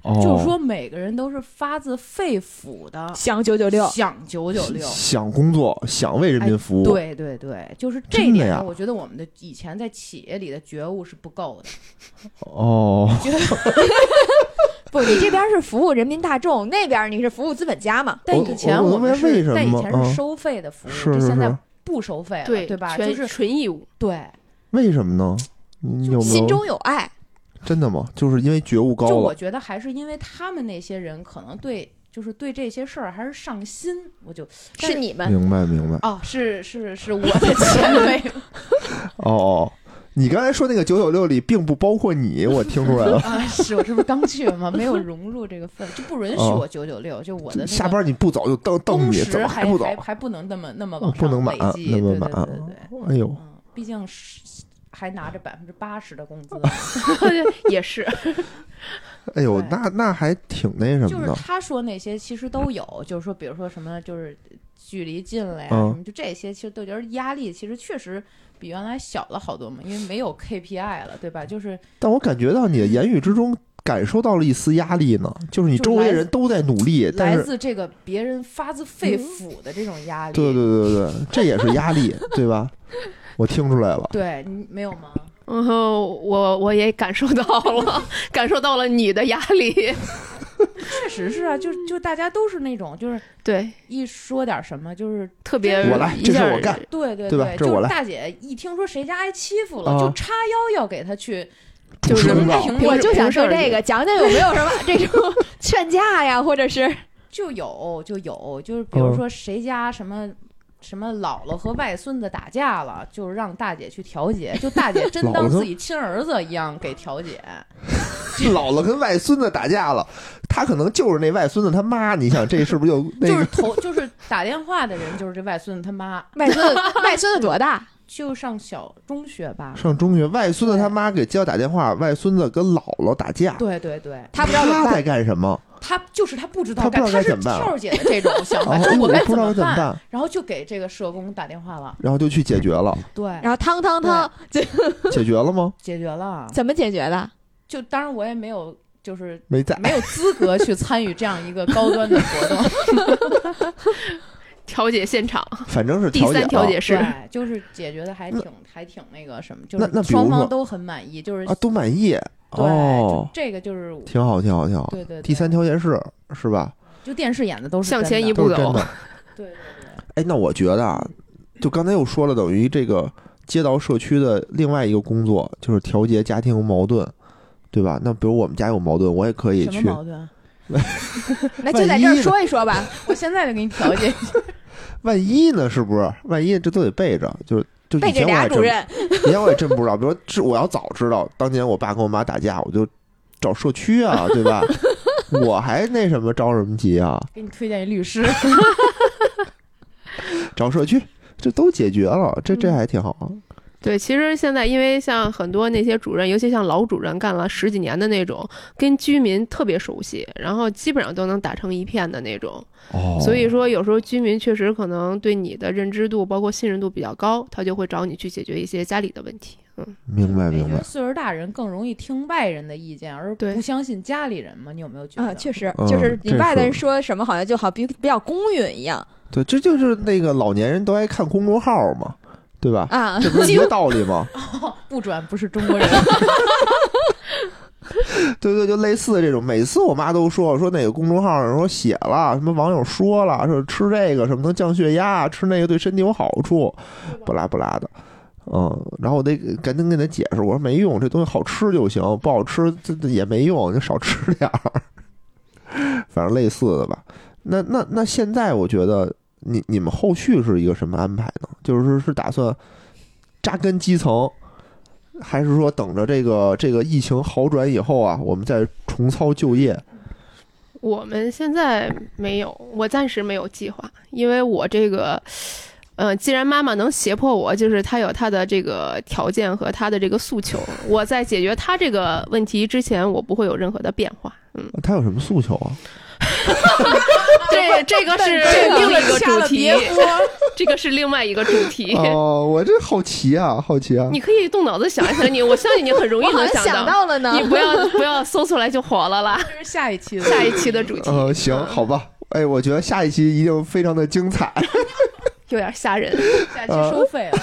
[SPEAKER 1] 哦，
[SPEAKER 5] 就是说每个人都是发自肺腑的
[SPEAKER 4] 想九九六，
[SPEAKER 5] 想九九六。
[SPEAKER 1] 想工作，想为人民服务。，
[SPEAKER 5] 哎对对对，就是这一
[SPEAKER 1] 真的
[SPEAKER 5] 点
[SPEAKER 1] 呀
[SPEAKER 5] 上，我觉得我们的以前在企业里的觉悟是不够的。
[SPEAKER 1] 哦，
[SPEAKER 4] 不，你这边是服务人民大众，那边你是服务资本家嘛？
[SPEAKER 5] 但
[SPEAKER 1] 我
[SPEAKER 5] 以前
[SPEAKER 1] 我我
[SPEAKER 5] 们
[SPEAKER 1] 为什
[SPEAKER 5] 是，
[SPEAKER 1] 么
[SPEAKER 5] 但以前
[SPEAKER 1] 嗯
[SPEAKER 5] 是收费的服务，
[SPEAKER 1] 是
[SPEAKER 5] 就是现在
[SPEAKER 1] 是，
[SPEAKER 5] 不收费了，
[SPEAKER 3] 对
[SPEAKER 5] 对吧？
[SPEAKER 3] 全
[SPEAKER 5] 就是
[SPEAKER 3] 纯义务。 *laughs*
[SPEAKER 5] 对，
[SPEAKER 1] 为什么呢？你有没
[SPEAKER 4] 心
[SPEAKER 1] 有
[SPEAKER 4] 中有爱，
[SPEAKER 1] 真的吗？就是因为觉悟高
[SPEAKER 5] 就我
[SPEAKER 1] 了。
[SPEAKER 5] 觉得还是因为他们那些人可能对，就是对这些事儿还是上心，我就是
[SPEAKER 4] 你们。
[SPEAKER 1] 明白明白。
[SPEAKER 5] 哦，是是是我 *laughs* 的前辈，
[SPEAKER 1] 哦哦，你刚才说那个九九六里并不包括你，我听出来了。
[SPEAKER 5] 啊，是我这不是刚去吗？没有融入这个氛，就不允许
[SPEAKER 1] 哦
[SPEAKER 5] 我九九六， *laughs* 就我的那个
[SPEAKER 1] 下班你不早就瞪瞪
[SPEAKER 5] 工
[SPEAKER 1] 你，
[SPEAKER 5] 时
[SPEAKER 1] 怎么
[SPEAKER 5] 还
[SPEAKER 1] 不走？
[SPEAKER 5] 还还不能那么那么
[SPEAKER 1] 哦
[SPEAKER 5] 往
[SPEAKER 1] 不能
[SPEAKER 5] 上
[SPEAKER 1] 满
[SPEAKER 5] 累积，
[SPEAKER 1] 那么
[SPEAKER 5] 对对
[SPEAKER 1] 满
[SPEAKER 5] 对对对，
[SPEAKER 1] 哎呦，
[SPEAKER 5] *laughs* 嗯，毕竟是还拿着百分之八十的工资，
[SPEAKER 3] 也是，
[SPEAKER 1] 哎呦，
[SPEAKER 5] 对
[SPEAKER 1] 那那还挺嗯那什
[SPEAKER 5] *laughs* 就
[SPEAKER 1] 么
[SPEAKER 5] 是
[SPEAKER 1] 的。
[SPEAKER 5] 他说那些其实都有， *laughs* 就是说比如说什么就是距离近了呀，
[SPEAKER 1] 嗯
[SPEAKER 5] 什么就这些，其实都觉得压力其实确实比原来小了好多嘛，因为没有 KPI 了，对吧？就是
[SPEAKER 1] 但我感觉到你的言语之中感受到了一丝压力呢，就是你周围的人都在努力，但
[SPEAKER 5] 来
[SPEAKER 1] 是
[SPEAKER 5] 自这个别人发自肺腑的这种压力，
[SPEAKER 1] 对对对对对，这也是压力，对吧？我听出来了，
[SPEAKER 5] 对，你没有吗？
[SPEAKER 3] 然后我我也感受到了， *laughs* 感受到了你的压力。
[SPEAKER 5] 确实是啊，就就大家都是那种就是
[SPEAKER 3] 对，
[SPEAKER 5] 一说点什么就是
[SPEAKER 3] 特别
[SPEAKER 1] 我来，这事儿我干。
[SPEAKER 5] 对对
[SPEAKER 1] 对吧这
[SPEAKER 5] 就
[SPEAKER 1] 我
[SPEAKER 5] 是
[SPEAKER 1] 来
[SPEAKER 5] 大姐一听说谁家挨欺负了，
[SPEAKER 1] 啊
[SPEAKER 5] 就叉腰要给他去，
[SPEAKER 3] 就
[SPEAKER 1] 主
[SPEAKER 3] 是
[SPEAKER 1] 持啊公
[SPEAKER 5] 哎
[SPEAKER 1] 告
[SPEAKER 5] 平
[SPEAKER 4] 我
[SPEAKER 5] 我
[SPEAKER 4] 就
[SPEAKER 5] 就
[SPEAKER 4] 想
[SPEAKER 5] 想
[SPEAKER 4] 说
[SPEAKER 3] 说
[SPEAKER 4] 这
[SPEAKER 3] 这
[SPEAKER 4] 个，讲讲有没有什么这种劝架呀，或者是
[SPEAKER 5] 就有就有，就是比如
[SPEAKER 1] 嗯
[SPEAKER 5] 说谁家什么。什么姥姥和外孙子打架了，
[SPEAKER 1] *laughs*
[SPEAKER 5] 就让大姐去调解，就大姐真
[SPEAKER 1] 姥
[SPEAKER 5] 当
[SPEAKER 1] 姥
[SPEAKER 5] 自己亲儿子一样给调解，
[SPEAKER 1] 姥姥跟外孙子打架了，他可能就是那外孙子他妈，你想这是不是就那
[SPEAKER 5] 就是
[SPEAKER 1] 个？
[SPEAKER 5] 头就是打电话的人就是这外孙子他妈，
[SPEAKER 4] 外孙 *laughs* 子外孙子多大？
[SPEAKER 5] 就上小中学吧。
[SPEAKER 1] 上中学，外孙子他妈给接到打电话，外孙子跟姥姥打架，
[SPEAKER 5] 对对对，
[SPEAKER 4] 他不知道怎么
[SPEAKER 1] 在
[SPEAKER 4] 办，
[SPEAKER 1] 干什么？
[SPEAKER 5] 他就是他不知
[SPEAKER 1] 他
[SPEAKER 5] 道
[SPEAKER 1] 不知道
[SPEAKER 5] 干，他
[SPEAKER 1] 该
[SPEAKER 5] 是
[SPEAKER 1] 怎么办
[SPEAKER 5] 跳姐的这种想法，
[SPEAKER 1] 哦
[SPEAKER 5] 就是我
[SPEAKER 1] 我
[SPEAKER 5] 该
[SPEAKER 1] 不知道
[SPEAKER 5] 么
[SPEAKER 1] 该怎么
[SPEAKER 5] 办，
[SPEAKER 1] 办，
[SPEAKER 5] 然后就给这个社工打电话了，
[SPEAKER 1] 然后就去解决了，
[SPEAKER 5] 对，
[SPEAKER 4] 然后汤汤汤
[SPEAKER 1] 解决了吗？
[SPEAKER 5] 解决了。
[SPEAKER 4] 怎么解决的？
[SPEAKER 5] 就当然我也没有就是
[SPEAKER 1] 没在，
[SPEAKER 5] 没有资格去参与这样一个高端的活动，
[SPEAKER 3] 调解现场，
[SPEAKER 1] 反正是
[SPEAKER 3] 第
[SPEAKER 1] 调解啊
[SPEAKER 3] 三
[SPEAKER 1] 了。
[SPEAKER 3] 调解室，
[SPEAKER 5] 对，就是解决的还挺还挺那个什么，就
[SPEAKER 1] 那那
[SPEAKER 5] 是
[SPEAKER 1] 比如
[SPEAKER 5] 双
[SPEAKER 1] 说
[SPEAKER 5] 方都很满意，就是
[SPEAKER 1] 啊，都满意
[SPEAKER 5] 对
[SPEAKER 1] 哦，
[SPEAKER 5] 这个就是我
[SPEAKER 1] 挺好，挺好，挺好。
[SPEAKER 5] 对对对
[SPEAKER 1] 第三调解室是吧？
[SPEAKER 5] 就电视演的都是
[SPEAKER 3] 向
[SPEAKER 5] 真
[SPEAKER 3] 前
[SPEAKER 5] 的
[SPEAKER 3] 一步
[SPEAKER 1] 都是真
[SPEAKER 3] 走
[SPEAKER 1] 的。
[SPEAKER 5] 对对对。
[SPEAKER 1] 哎，那我觉得啊，就刚才又说了，等于这个街道社区的另外一个工作就是调节家庭矛盾，对吧？那比如我们家有矛盾，我也可以
[SPEAKER 5] 什么
[SPEAKER 1] 去，
[SPEAKER 5] 矛盾？啊
[SPEAKER 4] *laughs* 那就
[SPEAKER 1] 万
[SPEAKER 4] 在这儿
[SPEAKER 1] 一呢
[SPEAKER 4] 说一说吧。
[SPEAKER 5] 我现在就给你调解。
[SPEAKER 1] 万一呢？是不是？万一这都得备着，就是。就以
[SPEAKER 4] 背着
[SPEAKER 1] 前我
[SPEAKER 4] 俩
[SPEAKER 1] 还
[SPEAKER 4] 主
[SPEAKER 1] 真，
[SPEAKER 4] 任，
[SPEAKER 1] 以前我也真不知道。比如说，是我要早知道，当年我爸跟我妈打架，我就找社区啊，对吧？我还那什么着什么急啊？
[SPEAKER 5] 给你推荐一律师，
[SPEAKER 1] 找社区，这都解决了，这这
[SPEAKER 3] 嗯
[SPEAKER 1] 还挺好。
[SPEAKER 3] 对，其实现在因为像很多那些主任，尤其像老主任干了十几年的那种，跟居民特别熟悉，然后基本上都能打成一片的那种。
[SPEAKER 1] 哦
[SPEAKER 3] 所以说，有时候居民确实可能对你的认知度，包括信任度比较高，他就会找你去解决一些家里的问题。嗯，
[SPEAKER 1] 明
[SPEAKER 5] *laughs*
[SPEAKER 1] 白
[SPEAKER 5] 我
[SPEAKER 1] 明
[SPEAKER 5] 觉得
[SPEAKER 1] 白，
[SPEAKER 5] 岁数大人更容易听外人的意见，而
[SPEAKER 3] 对
[SPEAKER 5] 不相信家里人嘛？你有没有觉得？
[SPEAKER 4] 啊，确实
[SPEAKER 1] 嗯，
[SPEAKER 4] 就是你
[SPEAKER 1] 这
[SPEAKER 4] 外头
[SPEAKER 1] 是
[SPEAKER 4] 人说什么好像就好比比较公允一样
[SPEAKER 1] 对，这就是那个老年人都爱看公众号嘛，对吧？
[SPEAKER 4] 啊。 *laughs*
[SPEAKER 1] 这不是一个道理吗？
[SPEAKER 5] *laughs* 不转不是
[SPEAKER 1] *laughs*
[SPEAKER 5] 中国人。
[SPEAKER 1] 对对，就类似的这种。每次我妈都说说哪个公众号上说写了什么网友说了，说吃这个什么能降血压，吃那个对身体有好处，不拉不拉的。嗯，然后我得赶紧跟她解释，我说没用，这东西好吃就行，不好吃这这也没用，就少吃点儿。 *laughs* 反正类似的吧。那那那现在我觉得你你们后续是一个什么安排呢？就是是打算扎根基层，还是说等着这个这个疫情好转以后啊，我们再重操旧业？
[SPEAKER 3] 我们现在没有，我暂时没有计划，因为我这个。呃，既然妈妈能胁迫我，就是她有她的这个条件和她的这个诉求。我在解决她这个问题之前，我不会有任何的变化。嗯，
[SPEAKER 1] 他有什么诉求
[SPEAKER 5] *laughs*
[SPEAKER 1] 啊？
[SPEAKER 3] *laughs* 这这个是
[SPEAKER 5] 这个
[SPEAKER 3] 另一个
[SPEAKER 5] 下
[SPEAKER 3] 主
[SPEAKER 5] 了
[SPEAKER 3] 题
[SPEAKER 5] 别，
[SPEAKER 3] 这个是另外一个主题。
[SPEAKER 1] 哦，我这好奇啊，好奇啊！
[SPEAKER 3] *laughs* 你可以动脑子想一想你，我相信你很容易
[SPEAKER 4] 我好
[SPEAKER 3] 能
[SPEAKER 4] 像想
[SPEAKER 3] 到。
[SPEAKER 4] 到了呢，
[SPEAKER 3] 你不要不要搜出来就火了啦！
[SPEAKER 5] 这是下一
[SPEAKER 1] *laughs*
[SPEAKER 5] 期的，
[SPEAKER 3] 下一期的主题
[SPEAKER 1] 呃，行，好吧。哎，我觉得下一期一定非常的精彩。 *laughs*
[SPEAKER 3] 有点吓人。
[SPEAKER 5] 下一期
[SPEAKER 1] 呃
[SPEAKER 5] 收费了。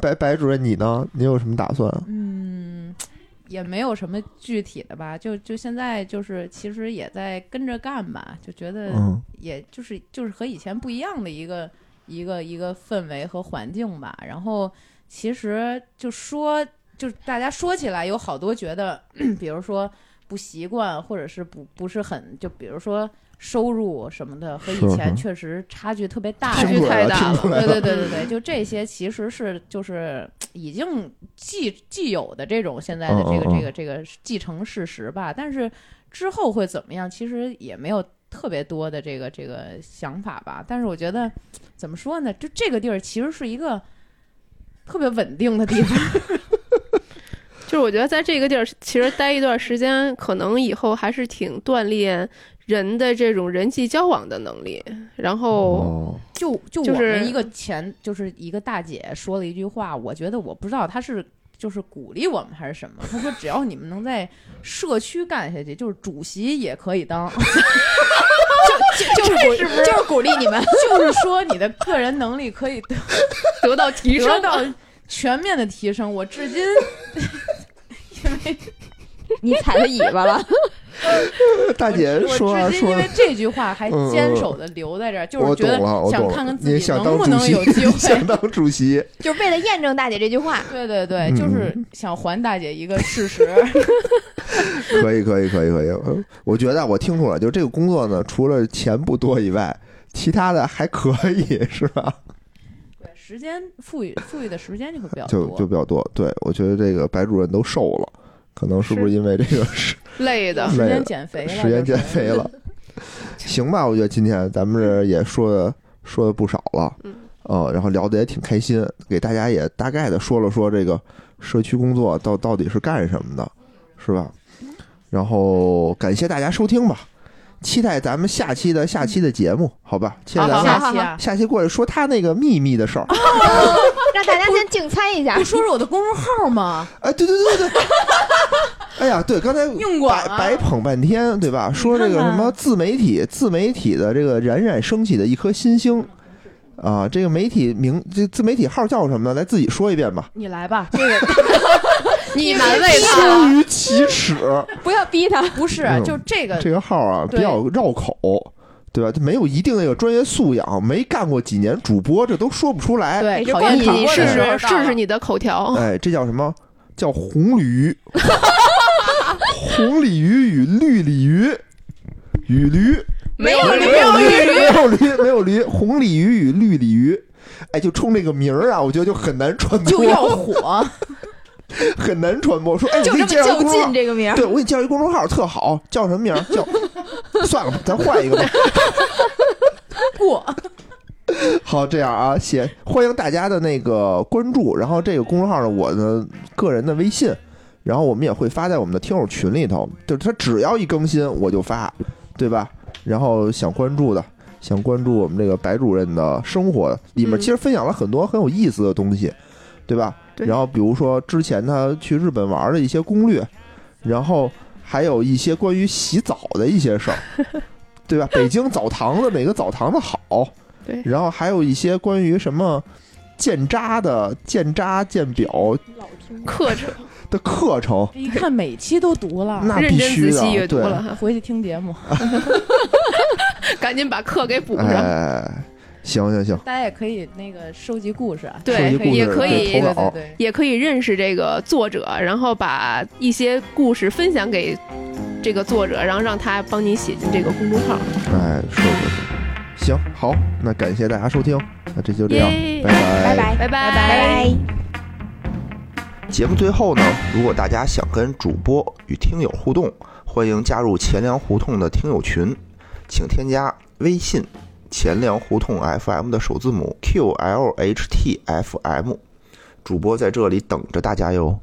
[SPEAKER 1] 白白主任，你呢？你有什么打算？啊
[SPEAKER 5] 嗯，也没有什么具体的吧，就就现在就是其实也在跟着干吧，就觉得
[SPEAKER 1] 嗯
[SPEAKER 5] 也就是就是和以前不一样的一个一个一个氛围和环境吧。然后其实就说，就是大家说起来有好多觉得， *coughs* 比如说不习惯，或者是不不是很，就比如说收入什么的，和
[SPEAKER 1] 是
[SPEAKER 5] 以前
[SPEAKER 1] 是
[SPEAKER 5] 确实差距特别大，
[SPEAKER 3] 差距
[SPEAKER 1] 听出来
[SPEAKER 3] 太大
[SPEAKER 1] 了，听出来
[SPEAKER 5] 对
[SPEAKER 1] 了。
[SPEAKER 5] 对对对对，就这些其实是就是已经既既有的这种现在的这个
[SPEAKER 1] 嗯嗯嗯
[SPEAKER 5] 这个这个既成事实吧，但是之后会怎么样，其实也没有特别多的这个这个想法吧。但是我觉得怎么说呢，就这个地儿其实是一个特别稳定的地方，
[SPEAKER 3] 就是我觉得在这个地儿其实待一段时间，可能以后还是挺锻炼人的这种人际交往的能力。然后，
[SPEAKER 1] 哦，
[SPEAKER 5] 就就
[SPEAKER 3] 就
[SPEAKER 5] 我们
[SPEAKER 3] 是
[SPEAKER 5] 一个前就是一个大姐说了一句话，我觉得我不知道她是就是鼓励我们还是什么。她说只要你们能在社区干下去，就是主席也可以当，
[SPEAKER 4] *laughs* 就就是鼓 *laughs* 就是鼓励你们， *laughs*
[SPEAKER 5] 就是说你的个人能力可以得
[SPEAKER 3] 得到提
[SPEAKER 5] 得
[SPEAKER 3] 升，
[SPEAKER 5] 到全面的提升。我至今因为
[SPEAKER 4] 你踩他尾巴了。
[SPEAKER 1] 大姐
[SPEAKER 5] 我
[SPEAKER 1] 说啊
[SPEAKER 5] 至今
[SPEAKER 1] 说
[SPEAKER 5] 因
[SPEAKER 1] 啊，
[SPEAKER 5] 为这句话还
[SPEAKER 1] 嗯嗯
[SPEAKER 5] 坚守的留在这儿，就是
[SPEAKER 1] 我
[SPEAKER 5] 觉
[SPEAKER 1] 懂
[SPEAKER 5] 得
[SPEAKER 1] 了，我
[SPEAKER 5] 想
[SPEAKER 1] 懂
[SPEAKER 5] 看
[SPEAKER 1] 了
[SPEAKER 5] 看。自
[SPEAKER 1] 你
[SPEAKER 5] 己
[SPEAKER 1] 想
[SPEAKER 5] 能
[SPEAKER 1] 当
[SPEAKER 5] 不
[SPEAKER 1] 主
[SPEAKER 5] 能
[SPEAKER 1] 席
[SPEAKER 5] 有
[SPEAKER 1] *laughs*
[SPEAKER 5] 机会
[SPEAKER 1] 想。当主席，
[SPEAKER 4] 就是为了验证大姐这句话，
[SPEAKER 5] 对对对，
[SPEAKER 1] 嗯
[SPEAKER 5] 就是想还大姐一个事实。
[SPEAKER 1] 可以，可以，可以，可以。呃我觉得啊我听出来，就这个工作呢，除了钱不多以外，其他的还可以，是吧？
[SPEAKER 5] 对，时间富裕富裕的时间就会比较
[SPEAKER 1] 就
[SPEAKER 5] 多。
[SPEAKER 1] 就比较多。对，我觉得这个白主任都瘦了，可能是不是因为这个时
[SPEAKER 3] 累的。
[SPEAKER 1] 累
[SPEAKER 5] 时
[SPEAKER 1] 了
[SPEAKER 5] 间减肥了，
[SPEAKER 1] 时间减肥了？行吧，我觉得今天咱们这也说的说的不少了，
[SPEAKER 3] 嗯
[SPEAKER 1] 呃，然后聊的也挺开心，给大家也大概的说了说这个社区工作到到底是干什么的，是吧？然后感谢大家收听吧，期待咱们下期的下期的节目，好吧？期待
[SPEAKER 3] 好
[SPEAKER 1] 咱
[SPEAKER 3] 好
[SPEAKER 1] 们
[SPEAKER 3] 好
[SPEAKER 5] 下期啊，
[SPEAKER 1] 下期过来说他那个秘密的事儿。
[SPEAKER 4] 让大家先竞猜一下
[SPEAKER 5] 不。说说我的公众号吗？
[SPEAKER 1] 哎，对对对对 *laughs* 对，哎呀，对，刚才
[SPEAKER 5] 用过
[SPEAKER 1] 白
[SPEAKER 5] 啊
[SPEAKER 1] 白捧半天，对吧？说这个什么自媒体，自媒体的这个冉冉升起的一颗新星啊，这个媒体名这自媒体号叫什么呢？来自己说一遍吧。
[SPEAKER 5] 你来吧，
[SPEAKER 3] 你难为他
[SPEAKER 1] 羞
[SPEAKER 3] 了，
[SPEAKER 1] 于启齿，
[SPEAKER 4] 不要逼他。
[SPEAKER 5] 不是
[SPEAKER 1] 嗯，
[SPEAKER 5] 就这个
[SPEAKER 1] 这个号啊比
[SPEAKER 5] *laughs* 对
[SPEAKER 1] 较绕口，对吧？它没有一定的这个专业素养，没干过几年主播，这都说不出来。
[SPEAKER 5] 对
[SPEAKER 4] 就
[SPEAKER 5] 考
[SPEAKER 4] 光
[SPEAKER 5] 验
[SPEAKER 4] 你
[SPEAKER 5] 考
[SPEAKER 3] 哎你
[SPEAKER 5] 过
[SPEAKER 3] 试
[SPEAKER 5] 的时
[SPEAKER 3] 试
[SPEAKER 5] 候到了
[SPEAKER 3] 试试你的口条，
[SPEAKER 1] 哎，这叫什么？叫红鲤
[SPEAKER 5] *laughs*
[SPEAKER 1] 鱼，红鲤鱼与绿鲤鱼，与驴。没
[SPEAKER 3] 没
[SPEAKER 1] 有
[SPEAKER 3] 有
[SPEAKER 1] 驴，
[SPEAKER 3] 理
[SPEAKER 1] 没
[SPEAKER 3] 由
[SPEAKER 1] 有驴，没有驴，没有驴，红鲤鱼与绿鲤鱼。哎，就冲这个名儿啊，我觉得就很难传播，
[SPEAKER 5] 就要火，
[SPEAKER 3] *laughs*
[SPEAKER 1] 很难传播。说，哎，我
[SPEAKER 4] 就
[SPEAKER 1] 给
[SPEAKER 4] 这
[SPEAKER 1] 你
[SPEAKER 4] 么
[SPEAKER 1] 介绍一
[SPEAKER 4] 较
[SPEAKER 1] 公众号
[SPEAKER 4] 劲，，这个名儿
[SPEAKER 1] 对我给你介绍一公众号，特好，叫什么名儿？
[SPEAKER 4] *laughs*
[SPEAKER 1] 叫算了吧，咱换一个吧。
[SPEAKER 5] 过
[SPEAKER 1] 好，这样啊，写欢迎大家的那个关注，然后这个公众号呢，我的个人的微信，然后我们也会发在我们的听友群里头，就是它只要一更新我就发，对吧？然后想关注的，想关注我们这个白主任的生活，里面
[SPEAKER 3] 嗯
[SPEAKER 1] 其实分享了很多很有意思的东西，对吧？
[SPEAKER 3] 对
[SPEAKER 1] 然后比如说之前他去日本玩的一些攻略，然后还有一些关于洗澡的一些事儿，对吧？北京澡堂子每个澡堂子好，
[SPEAKER 3] 对
[SPEAKER 1] 然后还有一些关于什么建渣的建渣建表
[SPEAKER 3] 课程
[SPEAKER 1] 的课程，
[SPEAKER 5] 一看每期都读了，
[SPEAKER 1] 那
[SPEAKER 3] 认
[SPEAKER 1] 必
[SPEAKER 3] 真
[SPEAKER 1] 须
[SPEAKER 3] 仔细阅
[SPEAKER 1] 的，
[SPEAKER 3] 读
[SPEAKER 1] 对，
[SPEAKER 3] 了 *laughs* 哈，
[SPEAKER 5] 回去听节目，
[SPEAKER 3] 赶紧把课给补上。
[SPEAKER 1] 哎，行行行，
[SPEAKER 5] 大家也可以那个收集故事啊，
[SPEAKER 3] 对
[SPEAKER 1] 收集故，事
[SPEAKER 3] 也可
[SPEAKER 1] 对
[SPEAKER 3] 以
[SPEAKER 1] 投稿
[SPEAKER 5] 对对对，
[SPEAKER 3] 也可以认识这个作者，然后把一些故事分享给这个作者，然后让他帮你写进这个公众号。
[SPEAKER 1] 哎，说说说，行好，那感谢大家收听，那这就这样
[SPEAKER 3] 耶，
[SPEAKER 4] 拜拜。
[SPEAKER 3] 拜拜
[SPEAKER 4] 拜拜。
[SPEAKER 6] 节目最后呢，如果大家想跟主播与听友互动，欢迎加入钱粮胡同的听友群，请添加微信“钱粮胡同 FM” 的首字母 “QLHTFM”，主播在这里等着大家哟。